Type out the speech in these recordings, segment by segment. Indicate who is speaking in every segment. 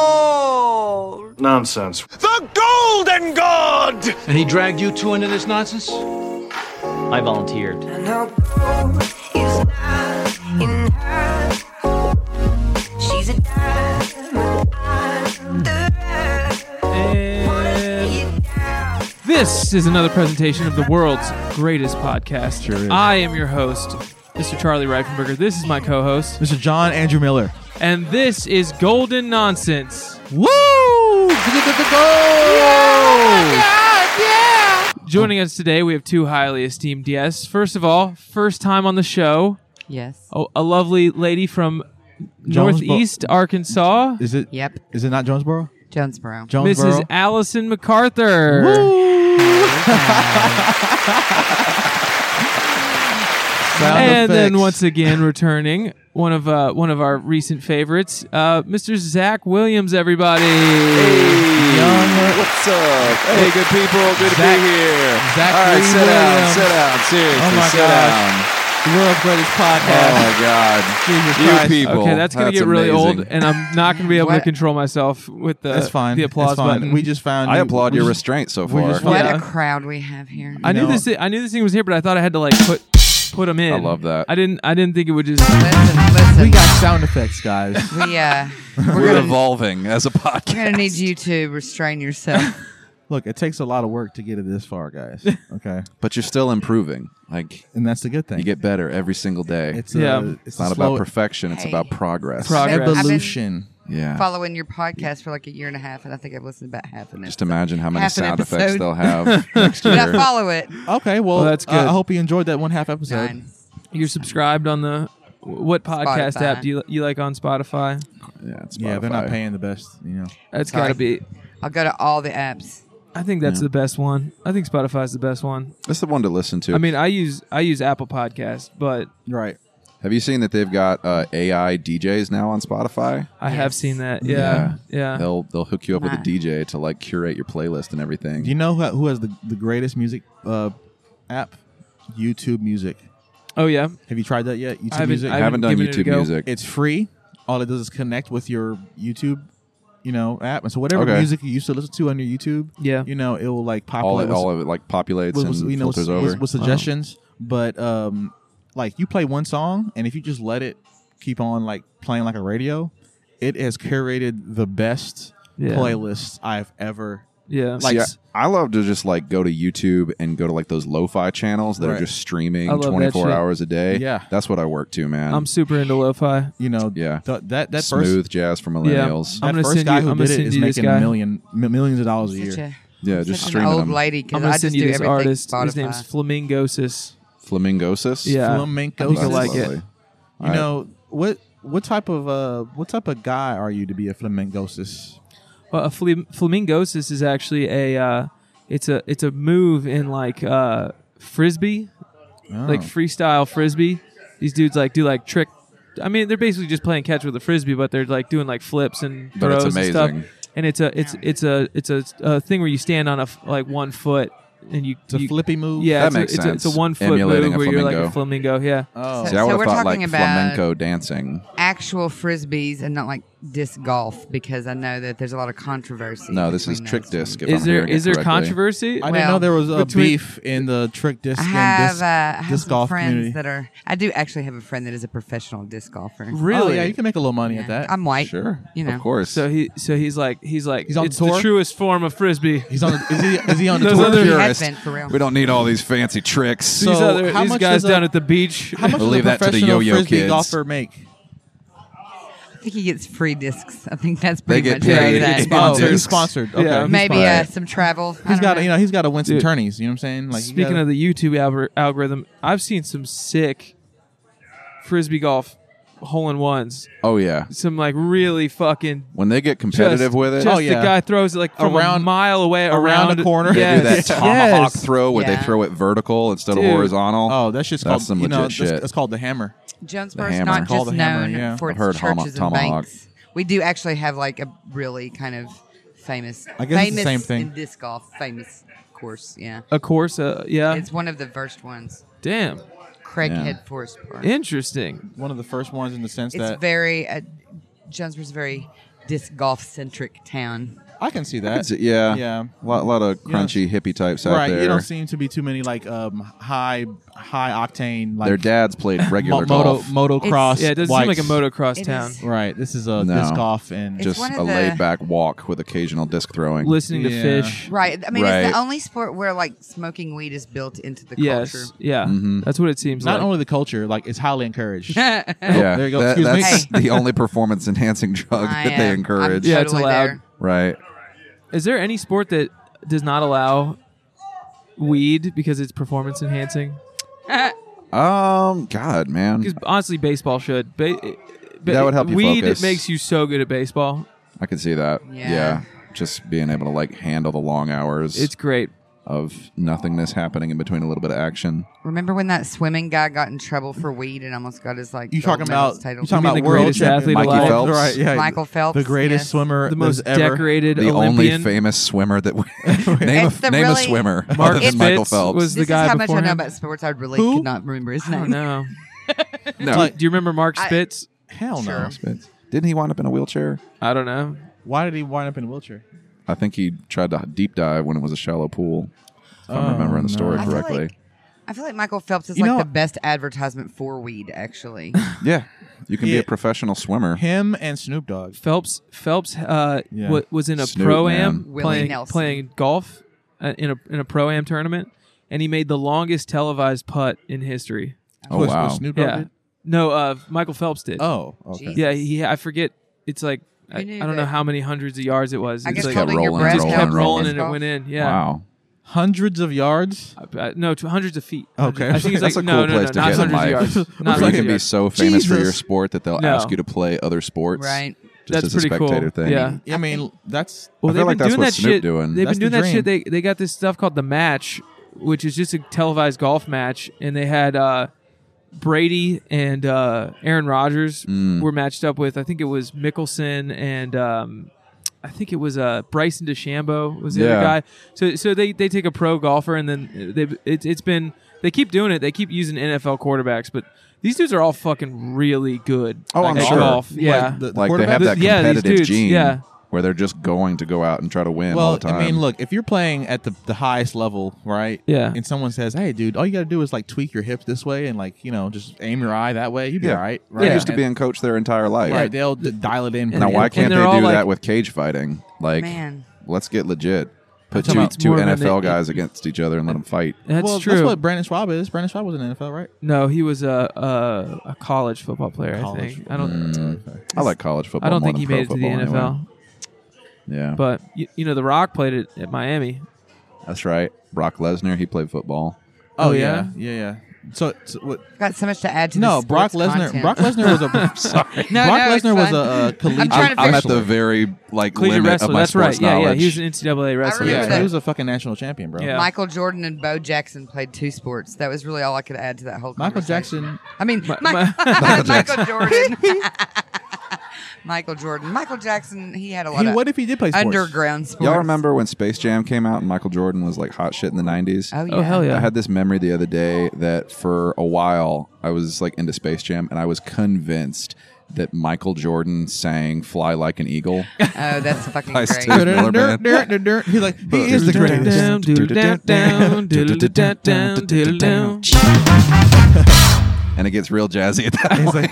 Speaker 1: gold.
Speaker 2: Nonsense.
Speaker 3: The Golden God!
Speaker 4: And he dragged you two into this nonsense?
Speaker 5: I volunteered.
Speaker 1: And her gold is not in her. She's a diamond on the rough.
Speaker 6: And
Speaker 1: You down.
Speaker 6: this is another presentation of the world's greatest podcast.
Speaker 7: Sure is.
Speaker 6: I am your host, Mr. Charlie Reifenberger. This is my co host.
Speaker 7: Mr. John Andrew Miller.
Speaker 6: And this is Golden Nonsense.
Speaker 7: Woo! oh Go!
Speaker 6: oh Joining us today, we have two highly esteemed guests. First of all, first time on the show,
Speaker 8: Yes.
Speaker 6: oh, a lovely lady from
Speaker 7: Jonesboro-
Speaker 6: Northeast Arkansas,
Speaker 7: Is it?
Speaker 8: Yep.
Speaker 7: Is it not Jonesboro?
Speaker 8: Jonesboro.
Speaker 7: Jonesboro.
Speaker 6: Mrs. Allison MacArthur.
Speaker 7: Sound
Speaker 6: And then
Speaker 7: effects.
Speaker 6: once again returning one of uh, one of our recent favorites, uh, Mr. Zach Williams. Everybody,
Speaker 7: Young-
Speaker 2: What's up? Hey, good people. Good
Speaker 7: Zach-
Speaker 2: to be here.
Speaker 7: Zach
Speaker 2: All right, sit
Speaker 7: Williams.
Speaker 2: down. Sit down. Seriously,
Speaker 7: Oh my
Speaker 2: sit
Speaker 7: gosh.
Speaker 2: down.
Speaker 7: the world's greatest
Speaker 2: Oh
Speaker 7: podcast.
Speaker 2: my God.
Speaker 7: Jesus
Speaker 2: you
Speaker 7: Christ.
Speaker 2: people.
Speaker 6: okay, that's gonna get really
Speaker 2: amazing.
Speaker 6: old, and I'm not gonna be able to
Speaker 8: What?
Speaker 6: control myself with the
Speaker 7: That's fine.
Speaker 6: Uh, the applause
Speaker 7: That's fine.
Speaker 6: button.
Speaker 7: We just found.
Speaker 2: I
Speaker 7: you-
Speaker 2: applaud
Speaker 7: we
Speaker 2: your
Speaker 7: just-
Speaker 2: restraint so
Speaker 7: we
Speaker 2: far.
Speaker 7: just-
Speaker 8: What
Speaker 6: Yeah.
Speaker 8: a crowd we have here.
Speaker 6: I knew
Speaker 7: No.
Speaker 6: this. I knew this thing was here, but I thought I had to like put put them in.
Speaker 2: I love that.
Speaker 6: I didn't. I didn't think it would just.
Speaker 8: Listen, listen.
Speaker 7: We got sound effects, guys.
Speaker 8: We, uh,
Speaker 2: We're,
Speaker 8: we're gonna
Speaker 2: evolving as a podcast.
Speaker 8: we're gonna need you to restrain yourself.
Speaker 7: Look, it takes a lot of work to get it this far, guys. Okay,
Speaker 2: But you're still improving. Like
Speaker 7: and that's the good thing.
Speaker 2: you get better every single day. It's,
Speaker 7: it's a,
Speaker 6: Yeah.
Speaker 7: It's
Speaker 2: not
Speaker 7: a
Speaker 2: about
Speaker 7: slow
Speaker 2: perfection. It's
Speaker 8: Hey.
Speaker 2: about progress.
Speaker 6: Prog- progress.
Speaker 7: evolution.
Speaker 2: yeah.
Speaker 8: Following your podcast for like a year and a half, and I think I've listened to about half of it.
Speaker 2: Just imagine how many
Speaker 8: Half an
Speaker 2: sound effects
Speaker 8: episode.
Speaker 2: they'll have next
Speaker 8: Did I
Speaker 2: year.
Speaker 8: follow it?
Speaker 7: Okay, well,
Speaker 6: Well, that's
Speaker 7: uh,
Speaker 6: good.
Speaker 7: I hope you enjoyed that one half episode.
Speaker 8: Nine.
Speaker 6: You're subscribed on the what podcast
Speaker 8: Spotify.
Speaker 6: app do you you like on Spotify?
Speaker 2: Yeah, it's
Speaker 7: Yeah, they're not
Speaker 2: Spotify.
Speaker 7: paying the best, you know.
Speaker 6: That's
Speaker 8: Sorry.
Speaker 6: gotta be.
Speaker 8: I'll go to all the apps.
Speaker 6: I think that's the best one. I think Spotify's the best one.
Speaker 2: That's the one to listen to.
Speaker 6: I mean, I use I use Apple Podcasts, but
Speaker 7: Right.
Speaker 2: have you seen that they've got uh, AI DJs now on Spotify?
Speaker 6: I have
Speaker 8: Yes.
Speaker 6: seen that. Yeah, yeah.
Speaker 2: They'll they'll hook you up with a
Speaker 8: Nice.
Speaker 2: DJ to like curate your playlist and everything.
Speaker 7: Do you know who, who has the, the greatest music uh, app? YouTube Music.
Speaker 6: Oh yeah.
Speaker 7: Have you tried that yet? YouTube
Speaker 6: haven't-
Speaker 7: Music.
Speaker 6: I
Speaker 2: I haven't done
Speaker 6: given it a
Speaker 2: YouTube
Speaker 6: go.
Speaker 2: music.
Speaker 7: it's free. All it does is connect with your YouTube, you know, app. And so whatever
Speaker 2: Okay.
Speaker 7: music you used to listen to on your YouTube,
Speaker 6: Yeah.
Speaker 7: you know, it will like pop
Speaker 2: all
Speaker 7: up
Speaker 2: it,
Speaker 7: with-
Speaker 2: all of it like populates
Speaker 7: with, with-
Speaker 2: and
Speaker 7: you know,
Speaker 2: filters
Speaker 7: with,
Speaker 2: over. Uh-huh.
Speaker 7: with suggestions. But um, like you play one song, and if you just let it keep on like playing like a radio, it has curated the best
Speaker 6: Yeah.
Speaker 7: playlists I've ever
Speaker 6: Yeah.
Speaker 7: like.
Speaker 2: See,
Speaker 7: s-
Speaker 2: I, I love to just like go to YouTube and go to like those lo-fi channels that are
Speaker 7: Right.
Speaker 2: just
Speaker 6: I
Speaker 2: streaming
Speaker 6: love that
Speaker 2: 24
Speaker 6: shit.
Speaker 2: hours a day.
Speaker 7: Yeah.
Speaker 2: That's what I work to,
Speaker 8: um,
Speaker 2: man.
Speaker 6: I'm super into lo-fi.
Speaker 7: you know,
Speaker 2: yeah.
Speaker 7: th- that that
Speaker 2: Smooth
Speaker 7: first
Speaker 2: jazz for millennials.
Speaker 6: I'm
Speaker 7: that
Speaker 6: gonna
Speaker 7: first
Speaker 6: send
Speaker 7: guy
Speaker 6: you-
Speaker 7: who
Speaker 6: I'm gonna
Speaker 7: did it
Speaker 6: send
Speaker 7: is
Speaker 6: you this
Speaker 7: making
Speaker 6: guy.
Speaker 7: million mi- millions of dollars a
Speaker 8: Such
Speaker 7: year.
Speaker 8: a,
Speaker 2: Yeah, just
Speaker 8: such an
Speaker 2: streaming
Speaker 8: old
Speaker 2: them.
Speaker 8: lady
Speaker 6: I'm
Speaker 8: because
Speaker 6: gonna
Speaker 8: I just
Speaker 6: send
Speaker 8: do
Speaker 6: you this
Speaker 8: everything
Speaker 6: artist.
Speaker 8: Spotify.
Speaker 6: His name's Flamingosis.
Speaker 2: Flamingosis.
Speaker 6: Yeah.
Speaker 7: Flamenco.
Speaker 6: I think you'll
Speaker 2: That's
Speaker 6: like it.
Speaker 2: lovely.
Speaker 7: You
Speaker 2: I-
Speaker 7: know what? What type of uh? What type of guy are you to be a flamencosis?
Speaker 6: Well, a flam- flamingosis is actually a uh, it's a it's a move in like uh, frisbee,
Speaker 2: Oh.
Speaker 6: like freestyle frisbee. These dudes like do like trick. I mean, they're basically just playing catch with a frisbee, but they're like doing like flips and
Speaker 2: But it's
Speaker 6: throws and stuff.
Speaker 2: amazing.
Speaker 6: And it's a it's it's a it's a, a thing where you stand on a f- like one foot and you
Speaker 7: it's a
Speaker 6: you-
Speaker 7: flippy move.
Speaker 6: Yeah,
Speaker 2: That
Speaker 6: it's,
Speaker 2: makes
Speaker 6: a, it's, a, it's a
Speaker 2: sense.
Speaker 6: one foot
Speaker 2: Emulating
Speaker 6: move
Speaker 2: a
Speaker 6: where you're like a
Speaker 2: flamingo. Uh,
Speaker 6: flamingo. Yeah.
Speaker 7: Oh.
Speaker 2: See, I would
Speaker 8: So
Speaker 2: have
Speaker 8: we're
Speaker 2: thought like
Speaker 8: talking about-
Speaker 2: flamenco dancing.
Speaker 8: actual frisbees and not like disc golf because I know that there's a lot of controversy.
Speaker 2: No, this is
Speaker 8: between
Speaker 2: trick
Speaker 8: those.
Speaker 2: disc. If
Speaker 6: Is
Speaker 2: I'm
Speaker 6: there
Speaker 2: hearing it
Speaker 6: is there
Speaker 2: correctly.
Speaker 6: controversy?
Speaker 7: I
Speaker 8: Well,
Speaker 7: didn't know there was a
Speaker 6: between-
Speaker 7: beef in the trick disc
Speaker 8: I
Speaker 7: and
Speaker 8: have,
Speaker 7: disc,
Speaker 8: uh, I have
Speaker 7: disc
Speaker 8: some
Speaker 7: golf
Speaker 8: friends
Speaker 7: community.
Speaker 8: that are. I do actually have a friend that is a professional disc golfer.
Speaker 7: Oh, yeah, you can make a little money at that.
Speaker 8: I'm white.
Speaker 2: Sure.
Speaker 8: You know.
Speaker 2: Of course.
Speaker 6: So he so he's like he's like
Speaker 7: He's on
Speaker 6: it's
Speaker 7: tour?
Speaker 6: the truest form of frisbee.
Speaker 7: He's on. The, is he? Is he on the
Speaker 6: Those
Speaker 7: tour?
Speaker 6: other-
Speaker 8: He has
Speaker 2: Purist.
Speaker 8: been, for real.
Speaker 2: We don't need all these fancy tricks.
Speaker 7: So-
Speaker 6: these other,
Speaker 7: how
Speaker 6: these
Speaker 7: much
Speaker 6: guys
Speaker 7: does a-
Speaker 6: down at the beach.
Speaker 7: How much does
Speaker 2: Leave
Speaker 7: a
Speaker 2: that to the
Speaker 7: professional
Speaker 2: yo-yo
Speaker 7: frisbee
Speaker 2: kids.
Speaker 7: golfer make?
Speaker 8: I think he gets free discs. I think that's
Speaker 2: They
Speaker 8: pretty
Speaker 2: get
Speaker 8: much what
Speaker 2: paid.
Speaker 8: it
Speaker 2: It's
Speaker 8: is.
Speaker 2: Oh,
Speaker 7: Oh,
Speaker 2: sponsored.
Speaker 7: he's sponsored. Okay,
Speaker 6: Yeah.
Speaker 7: he's
Speaker 8: Maybe
Speaker 7: fine.
Speaker 8: uh, some travel. I
Speaker 7: he's
Speaker 8: don't
Speaker 7: got.
Speaker 8: know.
Speaker 7: You know, he's got to win some
Speaker 6: Dude.
Speaker 7: tourneys. You know what I'm saying? Like you
Speaker 6: Speaking
Speaker 7: gotta-
Speaker 6: of the YouTube algor- algorithm, I've seen some sick frisbee golf hole in ones.
Speaker 2: oh yeah.
Speaker 6: Some like really fucking
Speaker 2: When they get
Speaker 6: just-
Speaker 2: competitive with it,
Speaker 6: Just
Speaker 7: Oh, yeah.
Speaker 6: the guy throws it like from
Speaker 7: Around-
Speaker 6: a mile away
Speaker 7: around
Speaker 6: around
Speaker 7: a corner.
Speaker 2: they do that
Speaker 6: Yes.
Speaker 2: tomahawk
Speaker 6: yes.
Speaker 2: throw where they
Speaker 8: Yeah.
Speaker 2: throw it vertical instead
Speaker 6: Dude.
Speaker 2: of horizontal.
Speaker 7: Oh, that's just
Speaker 2: That's
Speaker 7: called.
Speaker 2: some
Speaker 7: you know,
Speaker 2: legit
Speaker 7: that's,
Speaker 2: shit.
Speaker 7: that's called the hammer.
Speaker 8: Jonesboro's
Speaker 2: hammer.
Speaker 8: not
Speaker 7: Call
Speaker 8: just
Speaker 7: the hammer,
Speaker 8: known
Speaker 7: yeah.
Speaker 8: for
Speaker 2: I've
Speaker 8: its
Speaker 2: heard homo-
Speaker 8: churches and
Speaker 2: tomahawk.
Speaker 8: banks. We do actually have like a really kind of famous.
Speaker 7: I guess it's
Speaker 8: famous
Speaker 7: the same thing.
Speaker 8: in disc golf. Famous course. Yeah,
Speaker 6: Of course, uh, yeah.
Speaker 8: it's one of the first ones.
Speaker 6: Damn,
Speaker 8: Craighead
Speaker 2: Yeah.
Speaker 8: Forest Park.
Speaker 6: interesting.
Speaker 7: One of the first ones in the sense
Speaker 8: it's
Speaker 7: that
Speaker 8: very uh, Jonesboro's very disc golf centric town.
Speaker 7: I can see that.
Speaker 2: It's- yeah,
Speaker 7: Yeah.
Speaker 2: a lot, lot of
Speaker 7: You don't-
Speaker 2: crunchy hippie types out
Speaker 7: right.
Speaker 2: there.
Speaker 7: You don't seem to be too many like um high high octane like
Speaker 2: Their dads played
Speaker 7: mo-
Speaker 2: regular
Speaker 7: moto
Speaker 2: golf,
Speaker 7: motocross.
Speaker 6: Yeah, it doesn't
Speaker 7: whites.
Speaker 6: seem like a motocross
Speaker 8: It
Speaker 6: town.
Speaker 8: is-
Speaker 7: Right. This is a
Speaker 2: No.
Speaker 7: disc golf and
Speaker 8: It's
Speaker 2: just
Speaker 8: one
Speaker 2: a
Speaker 8: of the-
Speaker 2: laid back walk with occasional disc throwing.
Speaker 6: Listening to
Speaker 7: Yeah.
Speaker 6: fish.
Speaker 8: Right. I mean, it's
Speaker 2: Right.
Speaker 8: the only sport where like smoking weed is built into the culture.
Speaker 6: Yes. Yeah. That's what it seems
Speaker 7: Mm-hmm. not
Speaker 6: like.
Speaker 7: only the culture, like it's highly encouraged.
Speaker 2: yeah,
Speaker 7: there you go.
Speaker 2: that-
Speaker 7: Excuse me.
Speaker 2: that's the only performance enhancing drug
Speaker 8: I
Speaker 2: that they
Speaker 8: am-
Speaker 2: encourage.
Speaker 8: Oh, I'm
Speaker 6: Yeah, it's
Speaker 8: totally
Speaker 6: allowed.
Speaker 8: there.
Speaker 2: Right.
Speaker 6: Is there any sport that does not allow weed because it's performance enhancing?
Speaker 2: Um. God, man.
Speaker 6: Because honestly, baseball should. Ba- eh, ba-
Speaker 2: That would help you
Speaker 6: Weed
Speaker 2: focus.
Speaker 6: makes you so good at baseball.
Speaker 2: I can see that.
Speaker 8: Yeah.
Speaker 2: Just being able to like handle the long hours
Speaker 6: It's great.
Speaker 2: of nothingness happening in between a little bit of action.
Speaker 8: Remember when that swimming guy got in trouble for weed and almost got his like
Speaker 7: You
Speaker 8: gold
Speaker 7: talking
Speaker 8: medals
Speaker 7: about
Speaker 8: titled?
Speaker 7: you talking
Speaker 6: mean
Speaker 7: about
Speaker 6: the
Speaker 7: world
Speaker 6: greatest
Speaker 7: champion
Speaker 6: athlete
Speaker 2: Mikey alive? Phelps?
Speaker 7: Right, yeah.
Speaker 8: Michael Phelps,
Speaker 7: the greatest
Speaker 8: yes.
Speaker 7: swimmer,
Speaker 6: The most
Speaker 7: that's ever.
Speaker 6: decorated
Speaker 2: The
Speaker 6: Olympian.
Speaker 2: only famous swimmer that we name,
Speaker 8: It's
Speaker 2: a,
Speaker 8: the
Speaker 2: name a
Speaker 8: really-
Speaker 2: swimmer
Speaker 6: Mark
Speaker 2: other than Michael
Speaker 6: Spitz
Speaker 2: Phelps.
Speaker 6: was-
Speaker 8: this
Speaker 6: the guy
Speaker 8: is how much I know
Speaker 6: beforehand?
Speaker 8: about sports. I really
Speaker 7: Who?
Speaker 8: could not remember his name.
Speaker 6: No.
Speaker 2: no,
Speaker 7: Like-
Speaker 6: Do you remember Mark
Speaker 8: I-
Speaker 6: Spitz?
Speaker 7: Hell no.
Speaker 2: Spitz. Didn't he wind up in a wheelchair?
Speaker 6: I, don't know.
Speaker 7: Why did he wind up in a wheelchair?
Speaker 2: I think he tried to deep dive when it was a shallow pool. If
Speaker 7: Oh,
Speaker 2: I'm remembering the story
Speaker 8: I feel like-
Speaker 2: correctly.
Speaker 8: I feel like Michael Phelps is
Speaker 7: You
Speaker 8: like
Speaker 7: know-
Speaker 8: the best advertisement for weed. Actually,
Speaker 2: yeah, you can be
Speaker 7: Yeah.
Speaker 2: a professional swimmer.
Speaker 7: Him and Snoop Dogg.
Speaker 6: Phelps Phelps uh,
Speaker 7: Yeah.
Speaker 6: wa- was in a
Speaker 2: Snoop,
Speaker 6: pro
Speaker 2: man.
Speaker 6: am
Speaker 8: Willie
Speaker 6: playing
Speaker 8: Nelson.
Speaker 6: playing golf uh, in a in a pro am tournament, and he made the longest televised putt in history.
Speaker 2: Oh
Speaker 7: Was- was
Speaker 2: wow,
Speaker 7: Snoop Dogg
Speaker 6: Yeah.
Speaker 7: did?
Speaker 6: No, uh, Michael Phelps did.
Speaker 7: Oh, okay.
Speaker 8: Jeez.
Speaker 6: Yeah, he, I forget. It's like I, I
Speaker 8: Who knew
Speaker 6: don't know
Speaker 8: that?
Speaker 6: how many hundreds of yards it was.
Speaker 8: I
Speaker 6: It's
Speaker 8: guess
Speaker 6: like,
Speaker 2: kept
Speaker 8: holding your
Speaker 2: rolling,
Speaker 8: breath
Speaker 6: just
Speaker 2: rolling,
Speaker 6: kept
Speaker 8: helps.
Speaker 6: rolling and it
Speaker 8: Golf.
Speaker 6: went in. Yeah.
Speaker 2: wow.
Speaker 7: Hundreds of yards.
Speaker 6: Uh, no, to hundreds of feet.
Speaker 7: Okay.
Speaker 6: I think it's like
Speaker 2: That's a cool
Speaker 6: no, no,
Speaker 2: place
Speaker 6: no,
Speaker 2: to
Speaker 6: not
Speaker 2: get in
Speaker 6: hundreds
Speaker 2: life.
Speaker 6: of yards. Not
Speaker 2: Or you
Speaker 6: hundreds
Speaker 2: can
Speaker 6: of
Speaker 2: be
Speaker 6: yards.
Speaker 2: so famous for your
Speaker 7: Jesus.
Speaker 2: sport that they'll
Speaker 6: No.
Speaker 2: ask you to play other sports.
Speaker 8: right?
Speaker 2: Just
Speaker 6: That's
Speaker 2: as a
Speaker 6: pretty cool.
Speaker 2: spectator thing.
Speaker 6: Yeah.
Speaker 7: I mean, that's
Speaker 6: Well,
Speaker 2: I feel
Speaker 6: they've
Speaker 2: like
Speaker 6: been
Speaker 2: that's
Speaker 6: doing
Speaker 2: what
Speaker 6: that
Speaker 2: Snoop
Speaker 6: shit.
Speaker 2: doing.
Speaker 6: They've
Speaker 7: That's
Speaker 6: been doing
Speaker 7: the
Speaker 6: that shit. They they got this stuff called the match, which is just a televised golf match, and they had uh, Brady and uh, Aaron Rodgers
Speaker 2: Mm.
Speaker 6: were matched up with. I think it was Mickelson and. Um, I think it was uh, Bryson DeChambeau was the
Speaker 2: Yeah.
Speaker 6: other guy. So so they, they take a pro golfer and then they it, it's been they keep doing it. They keep using NFL quarterbacks, but these dudes are all fucking really good.
Speaker 2: Oh, I'm
Speaker 6: at
Speaker 2: sure.
Speaker 6: golf. Yeah,
Speaker 7: Like, the-
Speaker 2: Like they have
Speaker 7: quarterback-
Speaker 2: that
Speaker 6: Th- yeah, these
Speaker 2: competitive
Speaker 6: dudes,
Speaker 2: gene
Speaker 6: yeah.
Speaker 2: where they're just going to go out and try to win all
Speaker 7: Well,
Speaker 2: the time.
Speaker 7: I mean, look, if you're playing at the, the highest level, right?
Speaker 6: Yeah.
Speaker 7: And someone says, "Hey, dude, all you got to do is like tweak your hips this way and like you know just aim your eye that way. You'd be
Speaker 2: yeah,
Speaker 7: all right." Right.
Speaker 2: They're used to
Speaker 7: And-
Speaker 2: being coached their entire life.
Speaker 7: Right. They'll d- dial it in.
Speaker 6: And-
Speaker 2: Now,
Speaker 7: pretty
Speaker 2: why
Speaker 7: quick.
Speaker 6: and
Speaker 2: can't they
Speaker 6: they're all
Speaker 2: do
Speaker 6: like-
Speaker 2: that with cage fighting? Like,
Speaker 8: Man.
Speaker 2: let's get legit. Put
Speaker 6: talking
Speaker 2: two,
Speaker 6: about
Speaker 2: two
Speaker 6: more than
Speaker 2: NFL
Speaker 6: they-
Speaker 2: guys against each other and let them fight.
Speaker 6: that's
Speaker 7: well,
Speaker 6: true.
Speaker 7: that's what Brandon Schwab is. Brandon Schwab was in the NFL, right?
Speaker 6: No, he was a a, a college football player. I
Speaker 7: College
Speaker 6: think. I don't.
Speaker 2: I like college football.
Speaker 6: I don't
Speaker 2: Mm, more
Speaker 6: think
Speaker 2: than
Speaker 6: he
Speaker 2: pro
Speaker 6: made it to the
Speaker 2: football anyway.
Speaker 6: NFL.
Speaker 2: Yeah,
Speaker 6: But you, you know, The Rock played it at Miami.
Speaker 2: that's right. Brock Lesnar, he played football.
Speaker 7: Oh
Speaker 6: Oh, yeah?
Speaker 7: yeah, yeah, yeah. So, so what,
Speaker 8: Got so much to add to
Speaker 7: no,
Speaker 8: the
Speaker 7: Brock
Speaker 8: sports
Speaker 7: Lesnar.
Speaker 8: content.
Speaker 7: Brock Lesnar was a sorry.
Speaker 8: No,
Speaker 7: Brock
Speaker 8: no, it's
Speaker 7: Lesnar was
Speaker 8: fine.
Speaker 7: a uh, collegiate.
Speaker 8: trying to
Speaker 2: I'm at
Speaker 8: figure-
Speaker 2: the very like
Speaker 6: Collegiate
Speaker 2: limit of
Speaker 6: wrestler.
Speaker 2: my
Speaker 6: That's right.
Speaker 2: sports
Speaker 6: Yeah,
Speaker 2: knowledge.
Speaker 6: yeah. He was an NCAA wrestler.
Speaker 8: remember
Speaker 7: yeah,
Speaker 8: that.
Speaker 7: he was a fucking national champion, bro.
Speaker 6: Yeah.
Speaker 8: Michael Jordan and Bo Jackson played two sports. That was really all I could add to that whole.
Speaker 7: Michael Jackson.
Speaker 8: conversation. I mean, Mi-
Speaker 6: Mi-
Speaker 8: Michael Jordan. Michael Jordan. Michael Jackson. He had a lot
Speaker 7: He,
Speaker 8: of
Speaker 7: what if he did play sports?
Speaker 8: underground sports.
Speaker 2: Y'all remember when Space Jam came out and Michael Jordan was like hot shit in the 90s?
Speaker 8: Oh yeah.
Speaker 6: Oh hell yeah!
Speaker 2: I had this memory the other day that for a while I was like into Space Jam and I was convinced that Michael Jordan sang "Fly Like an Eagle."
Speaker 8: Oh, that's fucking
Speaker 2: I
Speaker 8: great.
Speaker 2: still- Miller Band.
Speaker 7: He's like, he is the
Speaker 6: Doodle
Speaker 7: greatest.
Speaker 6: down, doodle down, down, doodle down, down, doodle down.
Speaker 2: and it gets real jazzy at that
Speaker 7: He's
Speaker 2: point.
Speaker 7: like,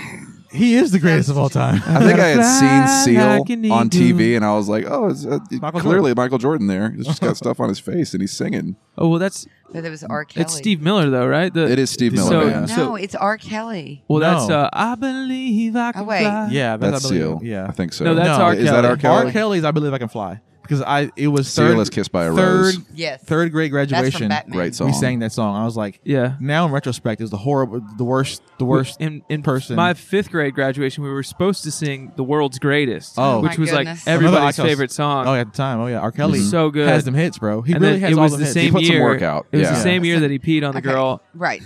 Speaker 7: he is the greatest of all time.
Speaker 2: I think I had
Speaker 6: Fly
Speaker 2: seen Seal
Speaker 6: like an
Speaker 2: on
Speaker 6: eagle.
Speaker 2: TV, and I was like, "Oh, it's, uh, it-
Speaker 7: Michael
Speaker 2: clearly Michael Jordan there. He's just got stuff on his face, and he's singing."
Speaker 6: Oh well, that's
Speaker 8: But it was R. Kelly.
Speaker 6: it's Steve Miller though, right? The,
Speaker 2: It is Steve Miller.
Speaker 6: So-
Speaker 2: yeah.
Speaker 8: No,
Speaker 6: so-
Speaker 8: it's R. Kelly.
Speaker 6: Well, that's
Speaker 7: No.
Speaker 6: uh, I believe I can
Speaker 8: Oh, wait.
Speaker 6: fly.
Speaker 7: Yeah, that's,
Speaker 2: That's
Speaker 7: I believe,
Speaker 2: Seal.
Speaker 7: Yeah,
Speaker 2: I think so.
Speaker 6: No, that's
Speaker 7: No.
Speaker 6: R.
Speaker 2: Is that R.
Speaker 6: Kelly.
Speaker 2: Kelly?
Speaker 7: R. Kelly's I believe I can fly because I it was
Speaker 2: Seal
Speaker 7: third,
Speaker 2: is Kissed by a
Speaker 7: third,
Speaker 2: Rose.
Speaker 8: Yes.
Speaker 7: Third grade
Speaker 8: That's from
Speaker 7: graduation.
Speaker 8: Batman.
Speaker 2: Right song.
Speaker 7: We sang that song. I was like,
Speaker 6: Yeah.
Speaker 7: Now in retrospect, is the horrible, the worst, the worst
Speaker 6: in in
Speaker 7: person.
Speaker 6: My fifth grade graduation, we were supposed to sing the world's greatest,
Speaker 7: Oh.
Speaker 6: which
Speaker 8: My
Speaker 6: was
Speaker 8: goodness.
Speaker 6: like everybody's
Speaker 7: Another Icos-
Speaker 6: favorite song.
Speaker 7: Oh, at the time. Oh yeah, R. Kelly
Speaker 6: Mhm. So good.
Speaker 7: has them hits, bro. He
Speaker 6: and
Speaker 7: really
Speaker 6: then
Speaker 7: has
Speaker 6: it
Speaker 7: all
Speaker 6: was
Speaker 7: them
Speaker 6: the
Speaker 7: hits.
Speaker 6: same
Speaker 2: Mm-hmm. put some
Speaker 6: year.
Speaker 2: work out.
Speaker 6: It was
Speaker 2: Yeah.
Speaker 6: the same year that he peed on the
Speaker 8: Okay,
Speaker 6: girl.
Speaker 8: Right.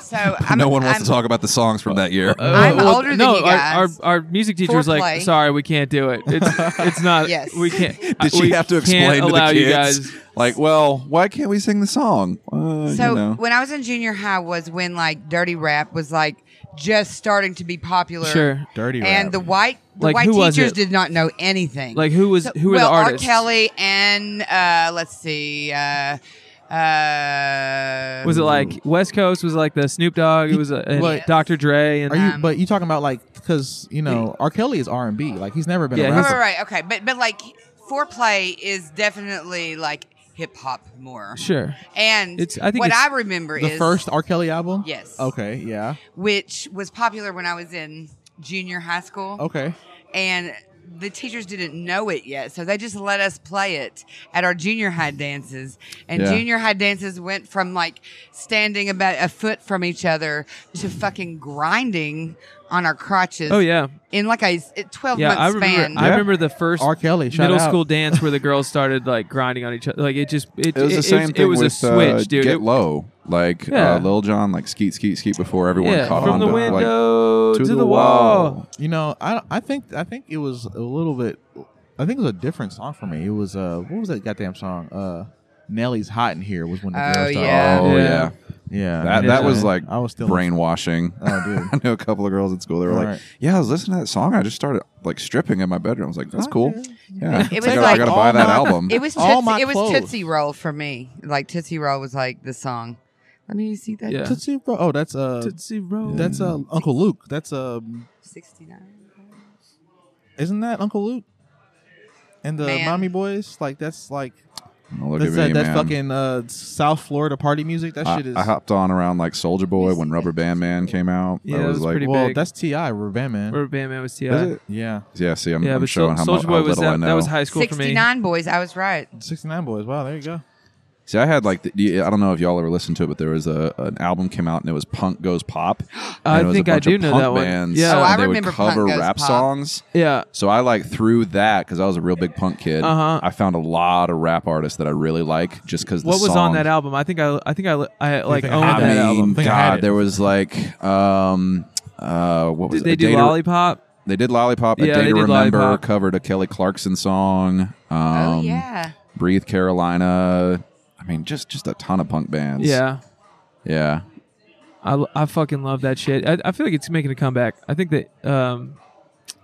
Speaker 8: So I'm,
Speaker 2: no one wants
Speaker 8: I'm-
Speaker 2: to talk about the songs from that year.
Speaker 8: I'm
Speaker 6: Oh, Well, uh,
Speaker 8: older
Speaker 6: no,
Speaker 8: than you guys.
Speaker 6: Our, our, our music teacher was like,
Speaker 8: Foreplay.
Speaker 6: "Sorry, we can't do it. It's it's not.
Speaker 8: Yes.
Speaker 6: we can't." uh,
Speaker 2: Did she
Speaker 6: we
Speaker 2: have to
Speaker 6: can't
Speaker 2: explain to
Speaker 6: allow
Speaker 2: the
Speaker 6: you
Speaker 2: kids?
Speaker 6: guys?
Speaker 2: Like, well, why can't we sing the song? Uh,
Speaker 8: So
Speaker 2: you know.
Speaker 8: when I was in junior high was when like dirty rap was like just starting to be popular.
Speaker 6: Sure.
Speaker 7: Dirty
Speaker 8: And
Speaker 7: rap.
Speaker 8: the white the
Speaker 6: Like,
Speaker 8: white
Speaker 6: who was
Speaker 8: teachers
Speaker 6: it?
Speaker 8: did not know anything.
Speaker 6: Like, who was- who were the
Speaker 8: well,
Speaker 6: artists?
Speaker 8: R. Kelly and uh, let's see. Uh, uh,
Speaker 6: Was it
Speaker 2: Mm.
Speaker 6: like West Coast? Was it like the Snoop Dogg? It was a, and
Speaker 7: What?
Speaker 6: Dr. Dre and
Speaker 7: Are
Speaker 8: Um,
Speaker 7: you? But you talking about like because you know R. Kelly is R and B. Like he's never been
Speaker 6: Yeah,
Speaker 7: a
Speaker 6: he's-
Speaker 8: Right,
Speaker 7: rapper.
Speaker 8: right, right. Okay, but but like foreplay is definitely like hip hop more.
Speaker 6: sure.
Speaker 8: And
Speaker 6: It's- I think
Speaker 8: what
Speaker 6: it's
Speaker 8: I remember
Speaker 7: The
Speaker 8: is
Speaker 7: first R. Kelly album.
Speaker 8: Yes.
Speaker 7: Okay. Yeah.
Speaker 8: which was popular when I was in junior high school.
Speaker 7: Okay.
Speaker 8: and the teachers didn't know it yet, so they just let us play it at our junior high dances. And
Speaker 2: Yeah.
Speaker 8: junior high dances went from like standing about a foot from each other to fucking grinding on our crotches.
Speaker 6: Oh yeah,
Speaker 8: in like a twelve
Speaker 6: yeah.
Speaker 8: month
Speaker 6: I remember.
Speaker 8: span.
Speaker 6: I
Speaker 7: Yeah.
Speaker 6: remember the first
Speaker 7: R. Kelly. Shout
Speaker 6: middle
Speaker 7: out.
Speaker 6: school dance where the girls started like grinding on each other. Like it just it,
Speaker 2: It was
Speaker 6: it-
Speaker 2: the same
Speaker 6: it,
Speaker 2: thing
Speaker 6: was
Speaker 2: with
Speaker 6: a switch,
Speaker 2: uh,
Speaker 6: dude.
Speaker 2: Get
Speaker 6: It-
Speaker 2: Low, like
Speaker 6: Yeah.
Speaker 2: uh, Lil Jon, like skeet skeet skeet before everyone
Speaker 6: yeah,
Speaker 2: caught
Speaker 6: from
Speaker 2: on
Speaker 6: the
Speaker 2: to it, like,
Speaker 6: window to, the, wall.
Speaker 7: You know, I I think I think it was a little bit. I think it was a different song for me. It was uh, what was that goddamn song? Uh, Nelly's hot in here was when the
Speaker 8: Oh,
Speaker 7: girl started.
Speaker 8: yeah.
Speaker 2: Oh
Speaker 6: Yeah.
Speaker 2: yeah,
Speaker 7: yeah.
Speaker 2: that
Speaker 7: And
Speaker 2: that
Speaker 7: it's,
Speaker 2: was
Speaker 7: uh,
Speaker 2: like
Speaker 7: I was still
Speaker 2: brainwashing.
Speaker 7: Oh, dude.
Speaker 2: I know a couple of girls at school. They were like,
Speaker 7: Right.
Speaker 2: "Yeah, I was listening to that song. I just started like stripping in my bedroom. I was like, that's cool. Yeah,
Speaker 8: It
Speaker 2: I
Speaker 8: was
Speaker 2: gotta-
Speaker 8: like
Speaker 2: I gotta
Speaker 7: all
Speaker 2: buy that
Speaker 7: my-
Speaker 2: album.
Speaker 8: It was
Speaker 7: All
Speaker 8: tootsie,
Speaker 7: my
Speaker 8: it was
Speaker 7: clothes.
Speaker 8: Tootsie Roll for me. Like Tootsie Roll was like the song. Let me see that.
Speaker 6: Yeah.
Speaker 7: Tootsie Roll. Oh, that's uh,
Speaker 6: Tootsie Roll.
Speaker 7: that's uh, Uncle Luke. That's um,
Speaker 8: Sixty nine.
Speaker 7: isn't that Uncle Luke? And the
Speaker 8: Man.
Speaker 7: mommy boys, like that's like
Speaker 2: Oh, look
Speaker 7: that's
Speaker 2: at me,
Speaker 7: that, that's
Speaker 2: man.
Speaker 7: fucking uh, South Florida party music. That
Speaker 2: I,
Speaker 7: shit is
Speaker 2: I hopped on around like Soldier Boy when Rubber Band Man came out.
Speaker 6: Yeah,
Speaker 2: I
Speaker 6: that
Speaker 2: was,
Speaker 6: was
Speaker 2: like,
Speaker 6: pretty
Speaker 7: well,
Speaker 6: big.
Speaker 7: that's Ti Ruben man.
Speaker 6: Where Bam Man was Ti.
Speaker 2: Is it?
Speaker 7: yeah,
Speaker 2: Yeah, see, I'm,
Speaker 6: Yeah,
Speaker 2: I'm
Speaker 6: but
Speaker 2: showing how, much,
Speaker 6: Soldier
Speaker 2: how
Speaker 6: Boy was
Speaker 2: little I
Speaker 6: that.
Speaker 2: know.
Speaker 6: That was high school for me.
Speaker 8: Sixty nine boys. I was right.
Speaker 7: sixty nine boys. Wow, there you go.
Speaker 2: See, I had like the, I don't know if y'all ever listened to it, but there was a an album came out and it was Punk Goes Pop.
Speaker 6: I
Speaker 2: and it was a
Speaker 6: think I
Speaker 2: bunch
Speaker 6: do
Speaker 2: of
Speaker 6: know
Speaker 2: punk
Speaker 6: that one.
Speaker 2: Bands,
Speaker 6: Yeah. Oh,
Speaker 2: and
Speaker 8: I
Speaker 2: they
Speaker 8: remember
Speaker 2: would
Speaker 8: Punk
Speaker 2: cover
Speaker 8: Goes
Speaker 2: rap
Speaker 8: Pop.
Speaker 2: songs.
Speaker 6: Yeah.
Speaker 2: So I like threw that because I was a real big punk kid.
Speaker 6: Uh-huh.
Speaker 2: I found a lot of rap artists that I really like just because.
Speaker 6: What was on that album? I think I I think I I like
Speaker 7: think I
Speaker 6: owned
Speaker 7: had
Speaker 6: that
Speaker 2: I mean,
Speaker 6: album.
Speaker 7: think I had
Speaker 2: God,
Speaker 7: it.
Speaker 2: there was like, um, uh, what was
Speaker 6: Did
Speaker 2: it?
Speaker 6: they
Speaker 2: A
Speaker 6: do
Speaker 2: Day to-
Speaker 6: Lollipop?
Speaker 2: They did Lollipop. A
Speaker 6: Yeah,
Speaker 2: Day
Speaker 6: they
Speaker 2: to
Speaker 6: did
Speaker 2: Remember
Speaker 6: Lollipop.
Speaker 2: covered a Kelly Clarkson song. Um,
Speaker 8: Oh yeah.
Speaker 2: Breathe Carolina. I mean, just just a ton of punk bands.
Speaker 6: Yeah.
Speaker 2: yeah.
Speaker 6: I, I fucking love that shit. I, I feel like it's making a comeback. I think that um,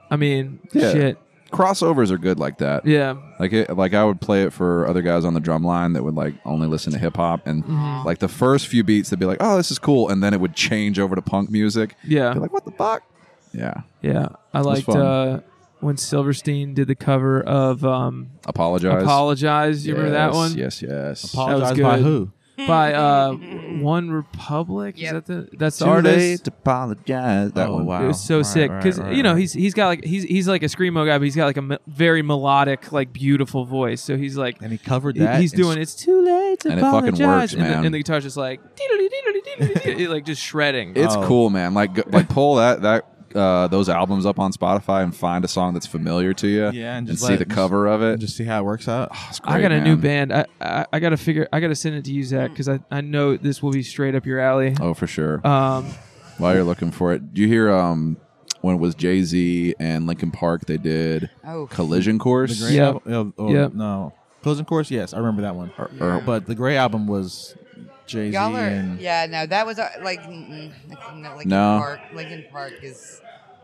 Speaker 6: I mean
Speaker 2: Yeah.
Speaker 6: shit.
Speaker 2: Crossovers are good like that.
Speaker 6: Yeah.
Speaker 2: Like it, like I would play it for other guys on the drum line that would like only listen to hip hop and
Speaker 6: Mm-hmm.
Speaker 2: like the first few beats they'd be like, "Oh, this is cool," and then it would change over to punk music.
Speaker 6: Yeah.
Speaker 2: Be like, "What the fuck?" Yeah.
Speaker 6: Yeah. I liked
Speaker 2: fun.
Speaker 6: uh, when Silverstein did the cover of um,
Speaker 2: Apologize.
Speaker 6: Apologize. You remember that
Speaker 2: Yes,
Speaker 6: one?
Speaker 2: Yes, yes.
Speaker 7: Apologize
Speaker 6: was
Speaker 7: by
Speaker 6: good.
Speaker 7: who?
Speaker 6: By uh, One Republic. Is
Speaker 8: Yep.
Speaker 6: that the that's the
Speaker 2: Too
Speaker 6: artist?
Speaker 2: late to apologize. That
Speaker 7: Oh,
Speaker 2: one.
Speaker 7: wow.
Speaker 6: It was so
Speaker 7: Right,
Speaker 6: sick
Speaker 7: right,
Speaker 6: because
Speaker 7: right,
Speaker 6: you know
Speaker 7: right.
Speaker 6: he's he's got like he's he's like a screamo guy, but he's got like a me- very melodic, like beautiful voice. So he's like
Speaker 7: And he covered
Speaker 6: he-
Speaker 7: that.
Speaker 6: he's
Speaker 7: and
Speaker 6: doing it's too late to
Speaker 2: And it fucking
Speaker 6: apologize,
Speaker 2: works,
Speaker 6: and,
Speaker 2: man.
Speaker 6: The, and the guitar's just like "Diddly, diddly, diddly, diddly," like just shredding.
Speaker 2: It's
Speaker 7: Oh.
Speaker 2: cool, man. Like go- like pull that that uh, those albums up on Spotify and find a song that's familiar to you.
Speaker 7: Yeah, and just
Speaker 2: see
Speaker 7: let-
Speaker 2: the cover of it.
Speaker 7: just see how it works out.
Speaker 2: It's
Speaker 6: I
Speaker 2: great,
Speaker 6: got a new
Speaker 2: man.
Speaker 6: band. I, I I gotta figure. I gotta send it to you, Zach, because I I know this will be straight up your alley.
Speaker 2: Oh, for sure.
Speaker 6: Um,
Speaker 2: While you're looking for it, do you hear um when it was Jay Z and Linkin Park? They did
Speaker 8: Oh.
Speaker 2: Collision Course.
Speaker 7: Gray
Speaker 6: Yeah.
Speaker 7: album- oh, oh,
Speaker 6: Yeah.
Speaker 7: No. Closing course, yes, I remember that one. Or- or- but the Gray album was Jay Z
Speaker 8: Y'all are,
Speaker 7: and
Speaker 8: yeah, no, that was uh, like, mm-mm, like no, Lincoln
Speaker 2: No.
Speaker 8: Park. Lincoln Park is